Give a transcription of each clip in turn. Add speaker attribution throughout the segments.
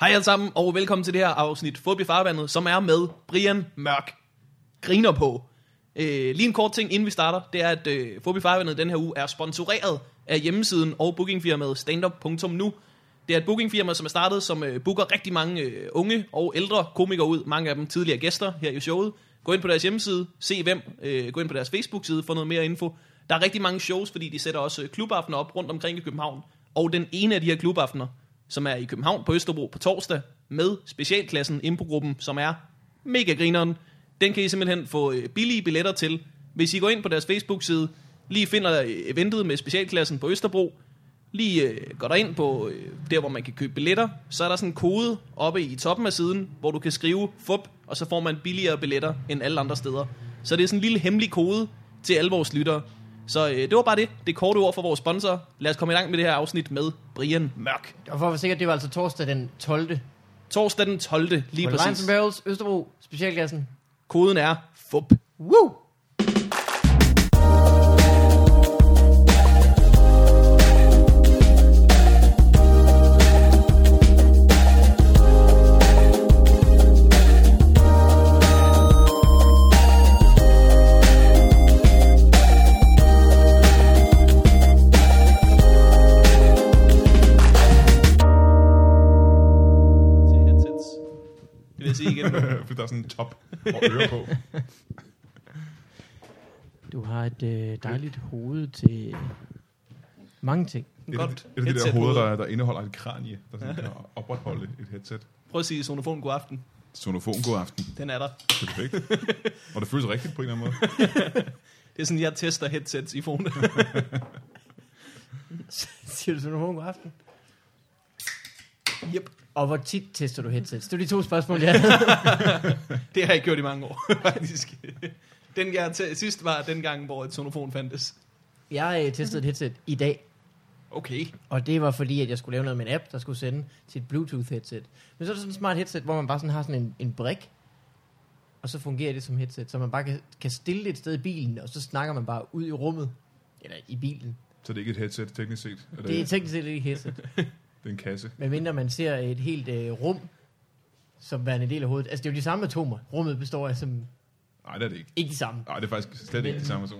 Speaker 1: Hej alle sammen, og velkommen til det her afsnit Fodbold i farvandet, som er med Brian Mørk. Griner på. Øh, lige en kort ting, inden vi starter, det er, at øh, Fodbold i farvandet den her uge er sponsoreret af hjemmesiden og bookingfirmaet standup.nu. Det er et bookingfirma, som er startet, som øh, booker rigtig mange øh, unge og ældre komikere ud, mange af dem tidligere gæster her i showet. Gå ind på deres hjemmeside, se hvem, øh, gå ind på deres Facebook-side for noget mere info. Der er rigtig mange shows, fordi de sætter også øh, klubaftener op rundt omkring i København. Og den ene af de her klubaftener, som er i København på Østerbro på torsdag, med specialklassen Impogruppen, som er mega grineren. Den kan I simpelthen få øh, billige billetter til, hvis I går ind på deres Facebook-side, lige finder øh, eventet med specialklassen på Østerbro, lige øh, går der ind på øh, der, hvor man kan købe billetter, så er der sådan en kode oppe i toppen af siden, hvor du kan skrive FUP, og så får man billigere billetter end alle andre steder. Så det er sådan en lille hemmelig kode til alle vores lyttere. Så øh, det var bare det. Det korte ord for vores sponsor. Lad os komme i gang med det her afsnit med Brian Mørk.
Speaker 2: Og for at være sikker, det var altså torsdag den 12.
Speaker 1: Torsdag den 12. lige
Speaker 2: Lige Lions and
Speaker 1: præcis.
Speaker 2: Barrels, Østerbro, specialklassen.
Speaker 1: Koden er FUP.
Speaker 2: Woo!
Speaker 1: Til headsets. Det vil jeg sige igen.
Speaker 3: Fordi der er sådan en top og øre på.
Speaker 2: Du har et øh, dejligt hoved til øh, mange ting.
Speaker 3: Et,
Speaker 1: Godt.
Speaker 3: Godt. Et, et af de
Speaker 1: Headset
Speaker 3: der hoveder,
Speaker 1: hoved.
Speaker 3: der, der indeholder et kranie, der sådan kan opretholde et headset.
Speaker 1: Prøv at sige sonofon god aften.
Speaker 3: Sonofon, god aften.
Speaker 1: Den er der.
Speaker 3: Det er perfekt. Og det føles rigtigt på en eller anden måde.
Speaker 1: Det er sådan, jeg tester headsets i phone.
Speaker 2: Siger du sådan nogen god aften?
Speaker 1: yep.
Speaker 2: Og hvor tit tester du headsets? Det er de to spørgsmål, jeg havde.
Speaker 1: Det har jeg gjort i mange år, faktisk. Den jeg til, sidst var den gang, hvor et sonofon fandtes.
Speaker 2: Jeg øh, testede et headset i dag,
Speaker 1: Okay.
Speaker 2: og det var fordi, at jeg skulle lave noget med en app, der skulle sende til et Bluetooth headset. Men så er der sådan et smart headset, hvor man bare sådan har sådan en, en brik, og så fungerer det som headset, så man bare kan, kan stille det et sted i bilen, og så snakker man bare ud i rummet, eller i bilen.
Speaker 3: Så det er ikke et headset teknisk set. Er det,
Speaker 2: Det er teknisk set ikke et headset.
Speaker 3: det er en kasse.
Speaker 2: Men mindre man ser et helt øh, rum, som værende en del af hovedet. Altså, det er jo de samme atomer. Rummet består af som
Speaker 3: Nej, det er det ikke.
Speaker 2: ikke de samme.
Speaker 3: Nej, det er faktisk slet ikke det samme som.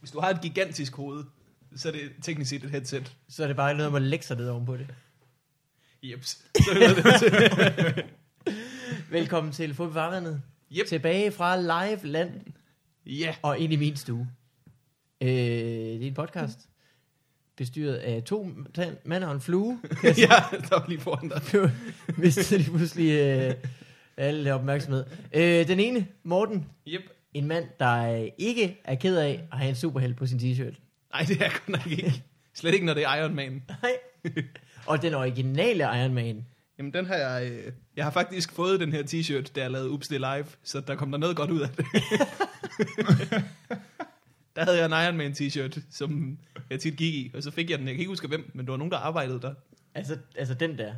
Speaker 1: Hvis du har et gigantisk hoved, så er det teknisk set et headset.
Speaker 2: Så er det bare noget om at lægge sig ned ovenpå det.
Speaker 1: Jeps. Så er det noget, der-
Speaker 2: Velkommen til Fodbold Farvandet.
Speaker 1: Yep.
Speaker 2: Tilbage fra live land
Speaker 1: Ja.
Speaker 2: og ind i min stue. Øh, det er en podcast bestyret af to ta- mand og en flue.
Speaker 1: ja, der var lige foran dig.
Speaker 2: Blev- Mistede de pludselig øh, alle opmærksomhed. Øh, den ene, Morten,
Speaker 1: Yep.
Speaker 2: en mand, der øh, ikke er ked af at have en superheld på sin t-shirt.
Speaker 1: Nej, det er jeg godt nok ikke. Slet ikke, når det er Iron Man.
Speaker 2: Nej. Og den originale Iron Man.
Speaker 1: Jamen, den har jeg... Øh, jeg har faktisk fået den her t-shirt, da jeg lavede Ups, det er live, så der kom der noget godt ud af det. der havde jeg en Iron Man t-shirt, som jeg tit gik i, og så fik jeg den. Jeg kan ikke huske hvem, men der var nogen, der arbejdede der.
Speaker 2: Altså, altså den der.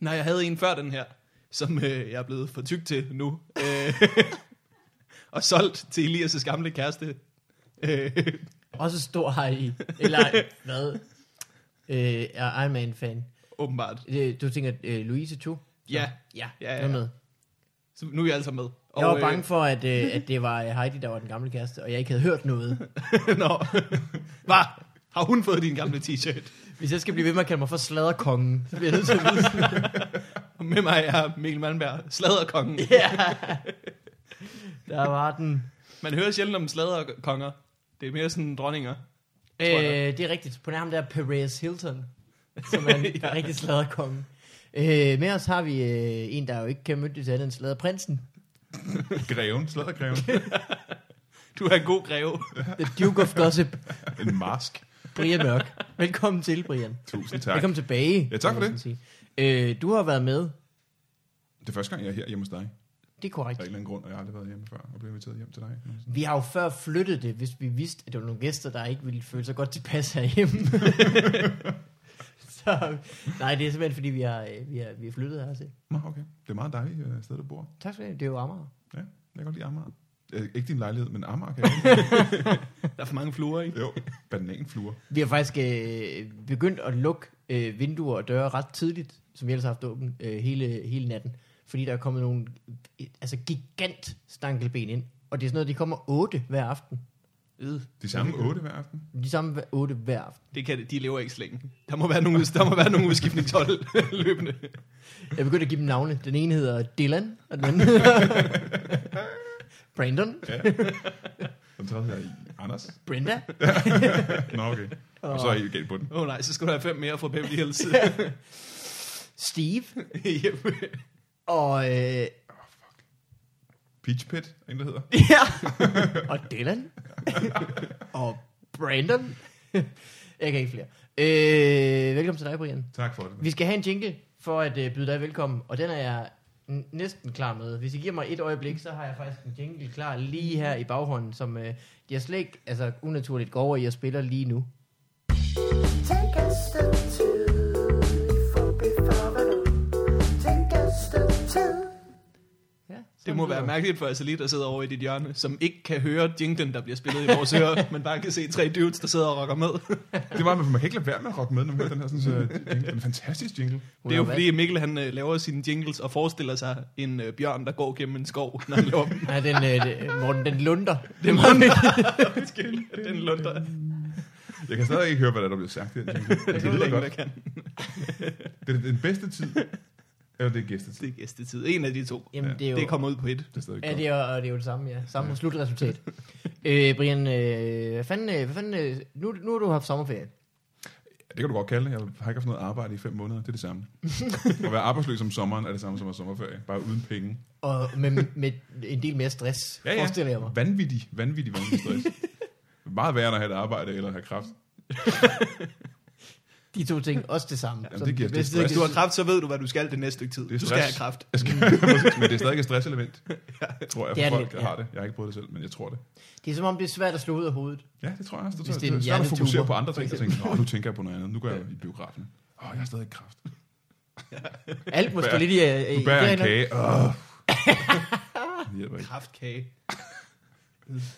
Speaker 1: Nej, jeg havde en før den her, som øh, jeg er blevet for tyk til nu. Øh, og solgt til Elias' gamle kæreste. Øh,
Speaker 2: Også stor har I. Eller hvad? Øh, er Iron Man-fan.
Speaker 1: åbenbart.
Speaker 2: Øh, Du tænker øh, Louise Chu?
Speaker 1: Ja,
Speaker 2: Ja,
Speaker 1: ja, ja.
Speaker 2: ja, med.
Speaker 1: så nu er jeg altså med.
Speaker 2: Jeg var bange
Speaker 1: øh,
Speaker 2: for, at, øh, at det var øh, Heidi, der var den gamle kæreste, og jeg ikke havde hørt noget.
Speaker 1: øh, Nå. Hvad? Har hun fået din gamle t-shirt?
Speaker 2: Hvis jeg skal blive ved med at kalde mig for sladderkongen, så bliver jeg nødt til at vide.
Speaker 1: Og med mig er Mikkel Malmberg, sladderkongen.
Speaker 2: Ja. Der var den.
Speaker 1: Man hører sjældent om sladderkonger. Det er mere sådan dronninger. Tror jeg.
Speaker 2: Øh, det er rigtigt. På nær ham der Perez Hilton, som er en ja. rigtig sladderkonge. Øh, med os har vi øh, en, der jo ikke kan mødte til andet end sladderprinsen.
Speaker 3: Greven, sladdergreven.
Speaker 1: Du er en god greve.
Speaker 2: The Duke of Gossip,
Speaker 3: En mask.
Speaker 2: Brian Mørk. Velkommen til, Brian.
Speaker 3: Tusind tak.
Speaker 2: Velkommen tilbage.
Speaker 3: Ja, tak for
Speaker 2: kan man
Speaker 3: det.
Speaker 2: sådan sige. Øh, du har været med.
Speaker 3: Det er første gang, jeg er her hjemme hos dig.
Speaker 2: Det er
Speaker 3: Der er en
Speaker 2: korrekt.
Speaker 3: eller anden grund, og jeg har aldrig været hjemme før og blev inviteret hjem til dig.
Speaker 2: Vi har jo før flyttet det, hvis vi vidste, at der var nogle gæster, der ikke ville føle sig godt tilpas herhjemme. Så, nej, det er simpelthen, fordi vi har, øh, vi har, vi har flyttet hertil.
Speaker 3: Nå, okay. Det er meget dejligt øh, sted, du bor.
Speaker 2: Tak skal du have. Det er jo Amager.
Speaker 3: Ja, jeg kan godt lide Amager. Øh, ikke din lejlighed, men Amager kan jeg
Speaker 1: Der er for mange fluer, ikke?
Speaker 3: Jo, bananfluer.
Speaker 2: Vi har faktisk øh, begyndt at lukke øh, vinduer og døre ret tidligt, som vi ellers har haft åben øh, hele, hele natten. Fordi der er kommet nogle øh, altså gigant stankelben ind. Og det er sådan noget, de kommer otte hver aften.
Speaker 1: Øh,
Speaker 3: De samme otte hver aften.
Speaker 2: De samme hver- otte hver aften.
Speaker 1: det kan, de lever ikke så længe. Der må være nogle, ud- der må være nogle udskiftningshold løbende.
Speaker 2: Jeg begyndte at give dem navne. Den ene hedder Dylan, og den anden hedder Brandon,
Speaker 3: Den tredje er i Anders.
Speaker 2: Brenda.
Speaker 3: Nå, okay. Og så er I galt på den.
Speaker 1: Åh oh, nej, så skulle der have fem mere fra Beverly Hills.
Speaker 2: Steve,
Speaker 1: Yep.
Speaker 2: og, øh,
Speaker 3: Peach Pit, er en, der hedder.
Speaker 2: ja, og Dylan, og Brandon. Jeg kan ikke flere. Øh, velkommen til dig, Brian.
Speaker 3: Tak for det.
Speaker 2: Vi skal have en jingle for at øh, byde dig velkommen, og den er jeg n- næsten klar med. Hvis I giver mig et øjeblik, så har jeg faktisk en jingle klar lige her i baghånden, som øh, jeg slet ikke altså, unaturligt går over i at spiller lige nu.
Speaker 4: Take a step two, for before Take a step two.
Speaker 2: Ja, sådan
Speaker 1: Det må
Speaker 2: lyder
Speaker 1: være mærkeligt for Asalit at sidde over i dit hjørne, som ikke kan høre jinglen, der bliver spillet i vores ører, men bare kan se tre dudes, der sidder og rocker med.
Speaker 3: Det var, man kan ikke lade være med at rocke med, når man hører den her sådan, så, jingle. Den er en fantastisk jingle.
Speaker 2: Hun
Speaker 1: Det er jo
Speaker 2: har
Speaker 1: fordi Mikkel han øh, laver sine jingles og forestiller sig en øh, bjørn, der går gennem en skov, når han laver dem.
Speaker 2: Nej, den, øh, det- Morten, den lunder. Det er meget
Speaker 1: Undskyld, den lunder.
Speaker 3: Jeg kan stadig ikke høre, hvad der, er, der bliver sagt. i den jingle. Men Det
Speaker 1: Det ved
Speaker 3: lyder
Speaker 1: ikke,
Speaker 3: godt.
Speaker 1: der kan.
Speaker 3: Det er den bedste tid. Eller det er gæstetid.
Speaker 1: Det er gæstetid. En af de to.
Speaker 2: Jamen,
Speaker 3: Ja,
Speaker 2: det er jo,
Speaker 1: Det kommer ud på et.
Speaker 3: Det er stadig
Speaker 2: ja,
Speaker 3: godt.
Speaker 2: det er, jo- det er jo det samme, ja. Samme slutresultat. øh, Brian, øh, hvad fanden, øh, hvad fanden øh, nu, nu har du haft sommerferie.
Speaker 3: Ja, det kan du godt kalde det. Jeg har ikke haft noget arbejde i fem måneder. Det er det samme. at være arbejdsløs om sommeren er det samme som at være sommerferie. Bare uden penge.
Speaker 2: Og med, med en del mere stress, ja, ja. forestiller jeg mig.
Speaker 3: Vanvittig, vanvittig, vanvittig stress. Meget værre end at have et arbejde eller have kraft.
Speaker 2: De to ting, også det samme.
Speaker 3: Jamen,
Speaker 2: Som
Speaker 3: det giver
Speaker 2: bedste,
Speaker 3: stress.
Speaker 2: der
Speaker 1: Hvis du har
Speaker 2: kan-
Speaker 1: kraft, så ved du, hvad du skal det næste stykke tid.
Speaker 3: Det er
Speaker 1: Du skal have
Speaker 3: stress.
Speaker 1: kraft.
Speaker 3: Jeg skal, Præcis, men det er stadig et stresselement. Tror jeg,
Speaker 2: Det er det
Speaker 3: for folk,
Speaker 2: lidt,
Speaker 3: der
Speaker 2: ja.
Speaker 3: har det. Jeg har ikke prøvet det selv, men jeg tror det.
Speaker 2: Det er som om, det er svært at slå ud af hovedet.
Speaker 3: Ja, det tror jeg også. Det,
Speaker 2: Hvis
Speaker 3: tror, jeg.
Speaker 2: det er en
Speaker 3: svært at fokusere
Speaker 2: hjernetumor,
Speaker 3: på andre ting,
Speaker 2: for
Speaker 3: og tænke, nå, nu tænker jeg på noget andet. Nu går jeg i biografen. Åh, jeg har stadig kraft.
Speaker 2: Alt måske
Speaker 3: Bærer-
Speaker 2: lidt i... øh,
Speaker 3: Nu
Speaker 2: i-
Speaker 3: bærer jeg en
Speaker 2: derinde.
Speaker 3: kage. Åh. Det hjælper ikke.
Speaker 1: Kraftkage.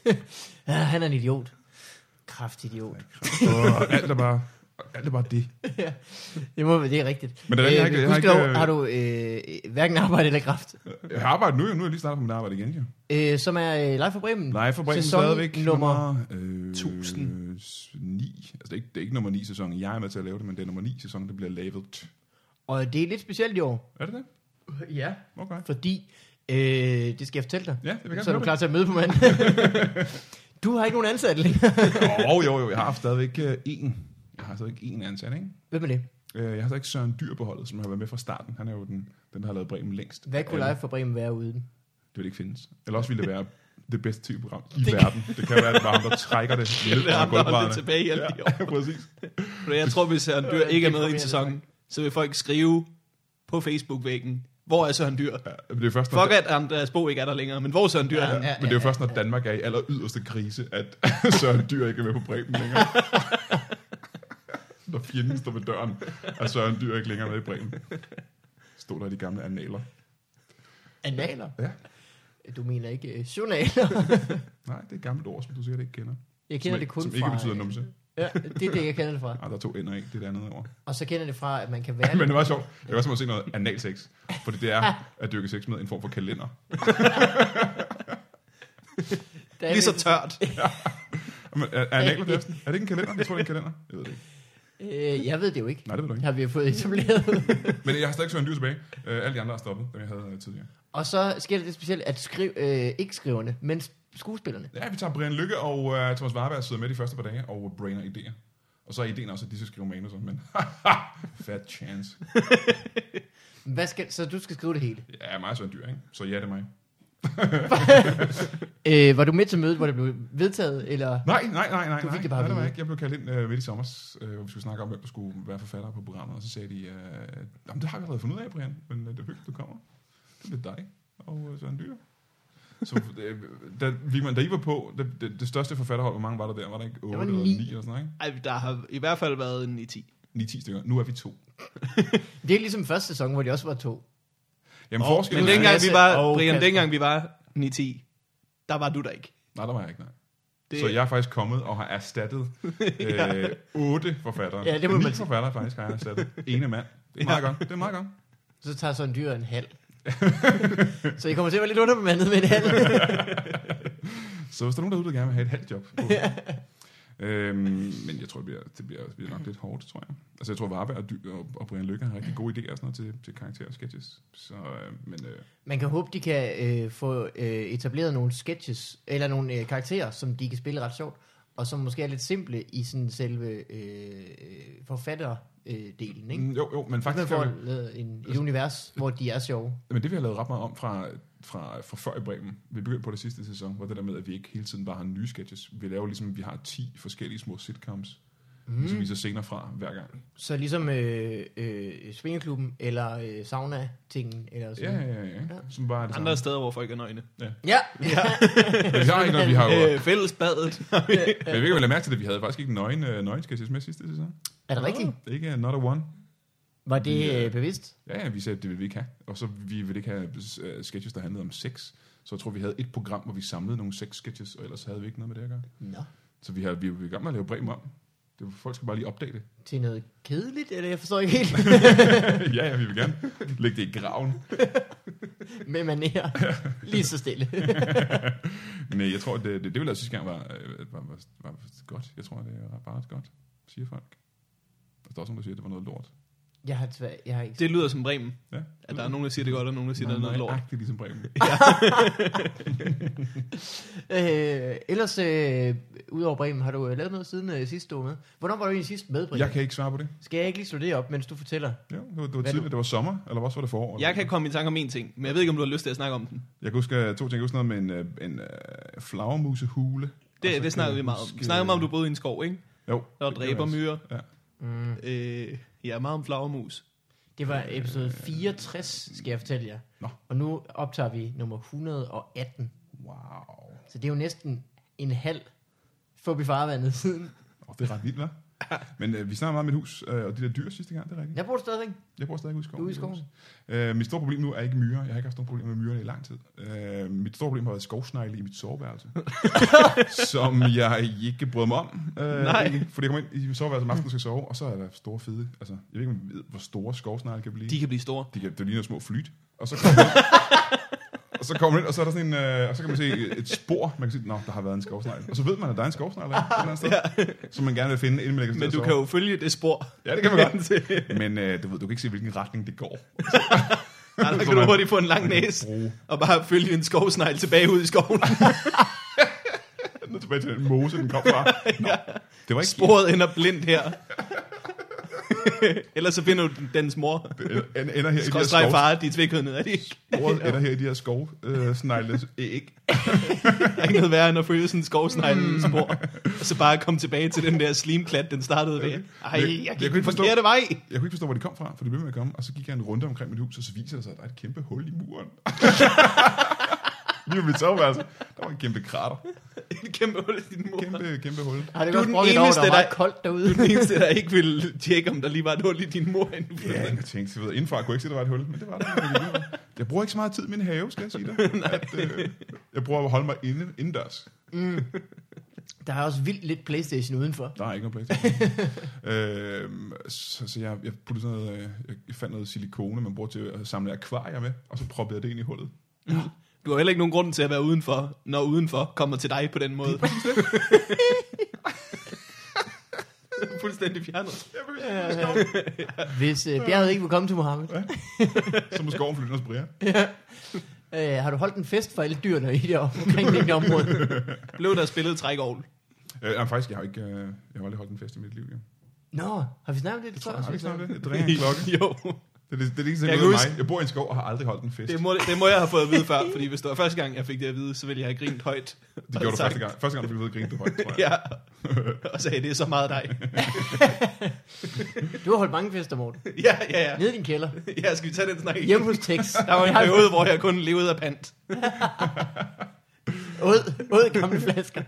Speaker 2: Ja, Ah, han er en idiot. Kraftig idiot.
Speaker 3: Åh, alt er bare... Alt er bare det.
Speaker 2: Det, må, være- det er rigtigt.
Speaker 3: Men det er rigtigt, jeg har ikke- jeg har
Speaker 2: har,
Speaker 3: ikke, øh,
Speaker 2: har du øh, hverken arbejde eller kraft?
Speaker 3: Jeg har arbejdet nu, jo. nu er jeg lige startet på mit arbejde igen, jo.
Speaker 2: Øh, som er øh, live for Bremen.
Speaker 3: Nej, for Bremen
Speaker 2: Sæson
Speaker 3: stadigvæk
Speaker 2: nummer...
Speaker 3: øh,
Speaker 1: 1000.
Speaker 3: 9. Altså, det er, ikke, det er ikke nummer 9 sæsonen. Jeg er med til at lave det, men det er nummer 9 sæsonen, der bliver lavet.
Speaker 2: Og det er lidt specielt i år.
Speaker 3: Er det det?
Speaker 2: Ja.
Speaker 3: Okay.
Speaker 2: Fordi, øh, det skal jeg fortælle dig.
Speaker 3: Ja, det vil jeg gerne
Speaker 2: Så er du
Speaker 3: høre
Speaker 2: klar til at møde på mand. du har ikke nogen ansatte længere.
Speaker 3: Åh, jo, jo, jeg har haft stadigvæk øh, én. Jeg har stadigvæk én ansat, ikke?
Speaker 2: Hvem er det?
Speaker 3: Øh, Jeg har stadigvæk Søren Dyr på holdet, som har været med fra starten. Han er jo den, den der har lavet Bremen længst.
Speaker 2: Hvad kunne
Speaker 3: Alle.
Speaker 2: live for Bremen være uden?
Speaker 3: Det vil ikke findes. Eller også ville det være det bedste tv-program i verden. Det kan være, at det var ham, der trækker det ned
Speaker 1: Det er
Speaker 3: under
Speaker 1: ham, der holder det
Speaker 3: gulvbrædderne.
Speaker 1: tilbage i alle de år.
Speaker 3: Ja, præcis.
Speaker 1: For jeg tror, hvis Søren Dyr
Speaker 2: Øh,
Speaker 1: ikke er med
Speaker 2: det
Speaker 1: i en
Speaker 2: forvirrer
Speaker 1: sæson, så vil folk skrive på Facebook-væggen, hvor er Søren Dyr?
Speaker 3: Ja, men det er jo først, når,
Speaker 1: Fuck at Andreas Bo ikke er der længere, men hvor er Søren Dyr er han?
Speaker 2: Ja,
Speaker 3: men det er jo først, når Danmark er i aller yderste krise, at Søren Dyr ikke er med på Bremen længere. når fjenden står ved døren, er Søren Dyr ikke længere med i Bremen. Stod der i de gamle analer.
Speaker 2: Analer?
Speaker 3: Ja.
Speaker 2: Du mener ikke øh, journaler?
Speaker 3: Nej, det er et gammelt ord, som du sikkert ikke kender.
Speaker 2: Jeg kender
Speaker 3: som,
Speaker 2: det kun
Speaker 3: Som
Speaker 2: fra... øh,
Speaker 3: ikke betyder numse.
Speaker 2: Ja, det er det, jeg kender det fra.
Speaker 3: Nej, der er to ender ikke, det er det andet ord.
Speaker 2: Og så kender jeg det fra, at man kan være...
Speaker 3: Men det var sjovt. Jeg kan også måske se noget analsex, fordi det er at dyrke sex med en form for kalender.
Speaker 2: der er
Speaker 1: Lige så
Speaker 2: lidt-
Speaker 1: tørt.
Speaker 3: Men er, er, analer, det er, sådan- er det ikke en kalender? Jeg tror, det er en kalender. Jeg ved det ikke.
Speaker 2: Øh, jeg ved det jo ikke.
Speaker 3: Nej, det ved du ikke.
Speaker 2: Har vi jo fået etableret.
Speaker 3: Men jeg har stadig søgt en dyr tilbage. Øh, alle de andre har stoppet, dem jeg havde øh, tidligere.
Speaker 2: og så sker der det specielt, at skriv, øh, ikke skriverne, men skuespillerne.
Speaker 3: Ja, vi tager Brian Lykke og uh, Thomas Warberg sidder med de første par dage og brainer idéer. Og så er ideen også, at de skal skrive manuser, men fat chance.
Speaker 2: Hvad skal, så du skal skrive det hele.
Speaker 3: Ja, mig er Søren Dyr, ikke? Så ja, det er mig.
Speaker 2: Øh, var du med til mødet, hvor det blev vedtaget? Eller?
Speaker 3: Nej, nej, nej, nej.
Speaker 2: Du fik
Speaker 3: nej.
Speaker 2: det bare
Speaker 3: nej, det
Speaker 2: at
Speaker 3: var
Speaker 2: vide.
Speaker 3: ikke. Jeg blev kaldt ind øh, midt i sommer, øh, hvor vi skulle snakke om, hvem der skulle være forfatter på programmet. Og så sagde de, øh, jamen det har vi allerede fundet ud af, Brian, men øh, det er hyggeligt, du kommer. Det bliver dig og øh, Søren Dyr. Så øh, da, vi, da I var på, det, det, det største forfatterhold, hvor mange var der der? Var der ikke 8
Speaker 2: var
Speaker 3: eller
Speaker 2: ni.
Speaker 3: 9 eller sådan noget,
Speaker 1: Ej, der har i hvert fald været en i 10.
Speaker 3: ikke? 9-10 stykker. Nu er vi to.
Speaker 2: Det er ligesom første sæson, hvor de også var to.
Speaker 3: Jamen
Speaker 1: Og,
Speaker 3: forskellen
Speaker 1: men
Speaker 3: er...
Speaker 1: dengang vi var,
Speaker 2: Og
Speaker 1: Brian,
Speaker 2: Kasper.
Speaker 1: dengang vi var 9-10, der var du der ikke.
Speaker 3: Nej, der var jeg ikke, nej.
Speaker 1: Det-
Speaker 3: Det... Så jeg er faktisk kommet og har erstattet øh, otte forfattere.
Speaker 2: Ja, det må
Speaker 3: Ni
Speaker 2: man sige.
Speaker 3: forfattere faktisk har jeg erstattet. Ene mand. Det er meget godt. Det er meget godt.
Speaker 2: Så tager sådan dyr en halv. så I kommer til at være lidt underbemandet med en halv.
Speaker 3: Så hvis der er nogen derude, der gerne vil have et halvt job. øhm, men jeg tror, det bliver, det bliver, det bliver nok lidt hårdt, tror jeg. Altså jeg tror, Varberg og, Dy- og, og Brian Lykke har rigtig gode idéer og sådan noget til, til karakterer og sketches. Så, øh, men øh,
Speaker 2: Man kan håbe, de kan øh, få øh, etableret nogle sketches, eller nogle øh, karakterer, som de kan spille ret sjovt, og som måske er lidt simple i sådan selve øh, øh, forfatterdelen, ikke?
Speaker 3: mm, jo, jo, men
Speaker 2: Man
Speaker 3: faktisk...
Speaker 2: får
Speaker 3: er det-
Speaker 2: lavet en, et univers, hvor de er sjove.
Speaker 3: Men det vi har lavet ret meget om fra, fra, fra før i Bremen, vi begyndte på det sidste sæson, var det der med, at vi ikke hele tiden bare har nye sketches. Vi laver ligesom, vi har 10 forskellige små sitcoms, mm.
Speaker 2: Altså,
Speaker 3: som vi så senere fra hver gang.
Speaker 2: Så ligesom øh, øh, Svingeklubben, eller øh, sauna-tingen, eller
Speaker 3: Ja,
Speaker 2: sådan
Speaker 3: ja, ja. ja. ja. Som bare er det samme.
Speaker 1: Andre steder, hvor folk er nøgne.
Speaker 2: Ja,
Speaker 3: Men vi har ikke noget, vi har jo...
Speaker 1: Øh, fællesbadet.
Speaker 3: Men jeg ved ikke, om I lagde mærke til det, vi havde faktisk ikke nøgen, øh, nøgen sketches med sidste sæson.
Speaker 2: er det rigtigt?
Speaker 3: Det er ikke uh, not a one.
Speaker 2: Var det
Speaker 3: Ja.
Speaker 2: øh, bevidst?
Speaker 3: Ja, ja, vi sagde, at det ville vi ikke have. Og så vi ville ikke have øh, sketches, der handlede om sex. Så jeg tror, vi havde et program, hvor vi samlede nogle sex sketches, og ellers havde vi ikke noget med det at gøre.
Speaker 2: Nå.
Speaker 3: Så vi, har, vi er jo i gang med at lave Bremen om. Det, folk skal bare lige opdage det.
Speaker 2: Til noget kedeligt, eller jeg forstår ikke helt
Speaker 3: ja, ja, vi vil gerne lægge det i graven.
Speaker 2: med manerer. Lige så stille.
Speaker 3: Men øh, jeg tror, det, det, det vi lavede sidste gang var, øh, var, var, var godt. Jeg tror, det var bare ret godt, siger folk. Og der er også nogen, der siger, at det var noget lort.
Speaker 2: Jeg har, tvæ- jeg har ikke...
Speaker 1: Det lyder som Bremen.
Speaker 3: Ja.
Speaker 1: At der er nogen, der siger det godt, og nogen, der siger, det er noget lort.
Speaker 3: Nøjagtigt ligesom Bremen.
Speaker 2: Øh, ellers, øh, udover Bremen, har du øh, lavet noget siden øh, sidst, du var med? Hvornår var du egentlig sidst med, Bremen?
Speaker 3: Jeg kan ikke svare på det.
Speaker 2: Skal jeg ikke lige slå det op, mens du fortæller?
Speaker 3: Jo, det var, det var
Speaker 2: Hvad
Speaker 3: tidligere, det var sommer, eller også var det forår.
Speaker 1: Jeg kan komme i tanke om én ting, men jeg ved ikke, om du har lyst til at snakke om den.
Speaker 3: Jeg kan huske øh, to ting. Jeg kan huske noget med en, øh, en øh, flagermusehule. Og så
Speaker 1: Det,
Speaker 3: kan
Speaker 1: det snakkede vi
Speaker 3: jeg
Speaker 1: meget om.
Speaker 3: huske,
Speaker 1: Vi snakkede meget om,
Speaker 3: øh,
Speaker 1: du boede i en skov, ikke?
Speaker 3: Jo.
Speaker 1: Der var
Speaker 3: det gjorde jeg også.
Speaker 1: dræbermyrer.
Speaker 3: Ja.
Speaker 2: Mm.
Speaker 1: Øh, ja, meget om flagermus.
Speaker 2: Det var
Speaker 1: Øh,
Speaker 2: episode 64, skal jeg fortælle jer.
Speaker 3: Nå.
Speaker 2: Og nu optager vi nummer 118.
Speaker 3: Wow.
Speaker 2: Så det er jo næsten en halv forbi farvandet siden.
Speaker 3: Oh, det er ret vildt, hva'? Men øh, vi snakkede meget om mit hus, øh, og de der dyr sidste gang, det er rigtigt.
Speaker 2: Jeg bor stadigvæk.
Speaker 3: Jeg bor stadig ude i skoven.
Speaker 2: Ude i skoven.
Speaker 3: Øh, mit store problem nu er ikke myrer. Jeg har ikke haft nogen problemer med myrerne i lang tid. Øh, mit store problem har været skovsnegle i mit soveværelse, som jeg ikke brød mig om. Øh,
Speaker 1: Nej.
Speaker 3: Ikke, fordi jeg kommer ind i mit soveværelse om aftenen, skal sove, og så er der store fede. Altså, jeg ved ikke, om I ved, hvor store skovsnegle kan blive.
Speaker 1: De kan blive store.
Speaker 3: de kan, det ligner små flyt. Og så kommer man ind, og så kommer man ind, og så er der sådan en, øh, og så kan man se et spor. Man kan sige, nå, der har været en skovsnegle. Og så ved man, at der er en skovsnegle der, et eller andet sted, som man gerne vil finde, inden man lægger sig
Speaker 1: Men
Speaker 3: ned
Speaker 1: du
Speaker 3: og
Speaker 1: kan
Speaker 3: sover.
Speaker 1: jo følge det spor.
Speaker 3: Ja, det kan man godt.
Speaker 1: indtil-
Speaker 3: Men øh, du ved, du kan ikke se, hvilken retning det går.
Speaker 1: Nej, der kan du hurtigt få en lang næse.
Speaker 3: bruge.
Speaker 1: Og bare følge en skovsnegl tilbage ud i skoven.
Speaker 3: Nu tilbage til den mose, den kom fra. Nå, det var ikke
Speaker 1: Sporet ender blindt her. Ellers så finder du dens mor.
Speaker 3: Det en- ender her i de her
Speaker 1: Skrådstræk
Speaker 3: skov.
Speaker 1: far, de er tvækkødnede, er de ikke?
Speaker 3: Sporet ender her i de her skov, øh, snegles æg.
Speaker 1: Der er ikke noget værre end at følge sådan en skovsnegl
Speaker 3: Mm.
Speaker 1: spor. Og så bare komme tilbage til den der slimklat, den startede ved. Ej,
Speaker 3: kunne
Speaker 1: jeg gik
Speaker 3: ikke
Speaker 1: den
Speaker 3: forstå-
Speaker 1: forkerte vej.
Speaker 3: Jeg kunne ikke forstå, hvor de kom fra, for de blev med at komme. Og så gik jeg en runde omkring mit hus, og så viser det sig, at der er et kæmpe hul i muren. Lige ved mit soveværelse, der var en kæmpe krater.
Speaker 1: Et kæmpe hul i din mor.
Speaker 3: Kæmpe, kæmpe hul.
Speaker 2: Har det
Speaker 1: Du er
Speaker 2: godt
Speaker 1: den
Speaker 2: brugt et år,
Speaker 1: eneste,
Speaker 2: der var meget
Speaker 1: der-
Speaker 2: koldt derude?
Speaker 1: Du er den eneste, der ikke ville tjekke, om der lige var et hul i din mor inden for
Speaker 3: Ja, jeg tænkte, jeg ved, indenfra kunne jeg ikke se, at der var et hul, men det var der. når jeg gik ud. Jeg bruger ikke så meget tid i min have, skal jeg sige dig. at, øh, jeg prøver at holde mig inde, indendørs.
Speaker 2: Der er også vildt lidt Playstation udenfor.
Speaker 3: Der er ikke noget Playstation. øhm, så, så jeg, jeg, puttede sådan noget, øh, jeg fandt noget silikone, man bruger til at samle akvarier med, og så proppede jeg det ind i hullet.
Speaker 1: Du har heller ikke nogen grund til at være udenfor, når udenfor kommer til dig på den måde. Fuldstændig fjernet.
Speaker 3: Jeg vil ja, ja, ja.
Speaker 2: Hvis øh, bjerget ikke vil komme til Mohammed.
Speaker 3: Så må skoven flytte hos Brian.
Speaker 2: Øh, har du holdt en fest for alle dyrene i det omkringliggende område?
Speaker 1: Blev der spillet trækovl?
Speaker 3: Øh, nej, faktisk, jeg har, ikke, øh, jeg har aldrig holdt en fest i mit liv. Jo.
Speaker 2: Nå, har vi snakket om det?
Speaker 3: Jeg
Speaker 2: Det
Speaker 3: tror,
Speaker 2: tror
Speaker 3: jeg har
Speaker 2: jeg
Speaker 3: aldrig
Speaker 2: også, vi
Speaker 3: snakket om det. Jeg drikker en klokke.
Speaker 1: jo,
Speaker 3: Det er det, det, er ikke
Speaker 1: Jeg
Speaker 3: sådan
Speaker 1: kan
Speaker 3: noget med
Speaker 1: huske-
Speaker 3: mig. Jeg bor i en skov og har aldrig holdt en fest.
Speaker 1: det
Speaker 3: Det,
Speaker 1: må, det må jeg have fået at vide før, fordi hvis det var første gang, jeg fik det at vide, så ville jeg have grint højt.
Speaker 3: det gjorde du første gang. Første gang, du blev ved at grine, du holdt, tror jeg.
Speaker 1: Ja, og sagde, det er så meget dig.
Speaker 2: det. Du har holdt mange fester, Morten.
Speaker 1: Ja, ja, ja.
Speaker 2: Nede i din kælder.
Speaker 1: Ja, skal vi tage den snak igen?
Speaker 2: Hjemme hos Tex.
Speaker 1: Der var en periode, hvor jeg kun levede af pant.
Speaker 2: Ud, ud gamle flasker.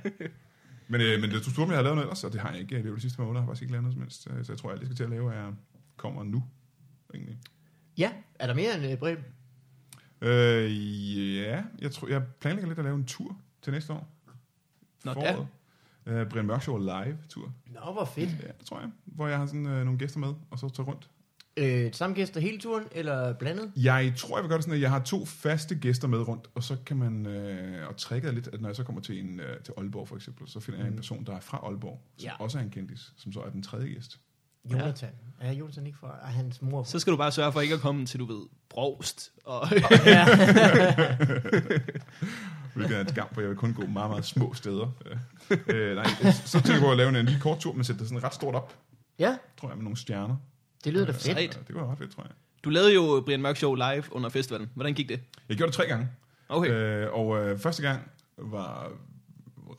Speaker 3: Men, øh, men det du spurgte, om jeg har lavet noget ellers, og det har jeg ikke. Det er jo de sidste par måneder, jeg har faktisk ikke lavet noget som helst. Øh, Så jeg tror, alt jeg skal til at lave, er kommer nu. Egentlig.
Speaker 2: Ja, er der mere end øh, Brem?
Speaker 3: Øh, ja, jeg, tror, jeg planlægger lidt at lave en tur til næste år.
Speaker 1: Nå,
Speaker 3: Foråret. Øh, Brian Mørk Show live tur.
Speaker 2: Nå, hvor fedt.
Speaker 3: Ja, det tror jeg. Hvor jeg har sådan, øh, nogle gæster med, og så tager rundt.
Speaker 2: øh, samme gæster hele turen, eller blandet?
Speaker 3: Jeg tror, jeg vil gøre det sådan, at jeg har to faste gæster med rundt, og så kan man, øh, og trække lidt, at når jeg så kommer til, en, øh, til Aalborg for eksempel, så finder jeg en person, der er fra Aalborg,
Speaker 2: Mm.
Speaker 3: som
Speaker 2: Ja.
Speaker 3: også er en kendis, som så er den tredje gæst.
Speaker 2: Jonathan. Ja. Er Jonathan ikke fra? Er hans mor fra?
Speaker 1: Så skal du bare sørge for ikke at komme til, du ved, Brogst. Og
Speaker 2: ja.
Speaker 3: Hvilket er et skam, for jeg vil kun gå meget, meget små steder. øh, nej, så tænker jeg på at lave en, en lille kort tur, men sætte det sådan ret stort op,
Speaker 2: ja,
Speaker 3: tror jeg, med nogle stjerner.
Speaker 2: det lyder da
Speaker 3: Øh,
Speaker 2: fedt.
Speaker 1: Sejt.
Speaker 3: Ja, det var ret fedt, tror jeg.
Speaker 1: du lavede jo Brian Mørk Show live under festivalen. Hvordan gik det?
Speaker 3: Jeg gjorde det tre gange,
Speaker 1: Okay.
Speaker 3: øh, og øh, første gang var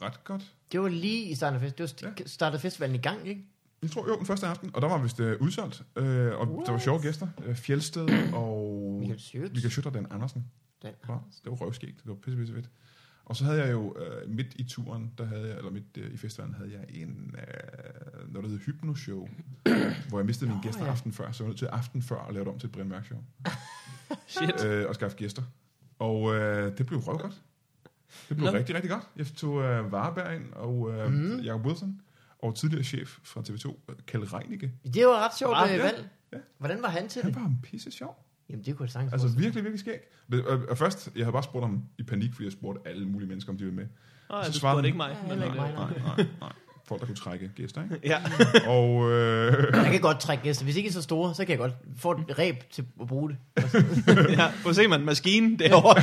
Speaker 3: ret godt.
Speaker 2: Det var lige i starten af, fest. det var st- startede festivalen i gang, ikke?
Speaker 3: Jeg tror jo, den første aften, og der var vist øh, udsolgt, øh, og What? der var sjove gæster. Øh, Fjeldsted og
Speaker 2: Michael Schütz.
Speaker 3: Michael Schütter og Dan Andersen.
Speaker 2: Dan
Speaker 3: Var. Det var røvskægt, det var pisse, pisse fedt. Og så havde jeg jo øh, midt i turen, der havde jeg, eller midt øh, i festivalen, havde jeg en, øh, noget der hed Hypnoshow, hvor jeg mistede mine
Speaker 2: Nå,
Speaker 3: gæster
Speaker 2: ja.
Speaker 3: ja. aften før, så jeg var nødt til aften før at lave det om til et Brian Mørk Show,
Speaker 1: Shit.
Speaker 3: øh, og skaffe gæster. Og øh, det blev røvgodt. Det blev
Speaker 1: Nå.
Speaker 3: rigtig, rigtig godt. Jeg tog øh, Vareberg ind, og øh, mm. Jacob Wilson, og tidligere chef fra TV2, Kalle Reinicke,
Speaker 2: Det var ret sjovt
Speaker 1: Ah,
Speaker 2: ah,
Speaker 1: ja.
Speaker 2: valg.
Speaker 3: Ja.
Speaker 2: Hvordan var han til
Speaker 3: Han
Speaker 2: det?
Speaker 3: var en pisse sjov.
Speaker 2: Jamen, det kunne jeg sagtens
Speaker 3: Altså
Speaker 2: altså,
Speaker 3: virkelig, virkelig skæg. Det- Og, og først, jeg havde bare spurgt ham i panik, fordi jeg spurgte alle mulige mennesker, om de ville med.
Speaker 1: Nå,
Speaker 3: så
Speaker 1: så
Speaker 3: svarede
Speaker 1: svarede det ikke
Speaker 2: Ja,
Speaker 1: mig. Men,
Speaker 2: heller ikke
Speaker 1: øh,
Speaker 2: mig.
Speaker 3: Nej, nej, nej. Folk, der kunne trække gæster, ikke?
Speaker 1: ja.
Speaker 3: Og øh,
Speaker 2: Jeg kan godt trække gæster. Hvis ikke I er så store, så kan jeg godt få et ræb til at bruge det.
Speaker 1: ja. Prøv at se, man. Maskinen derovre.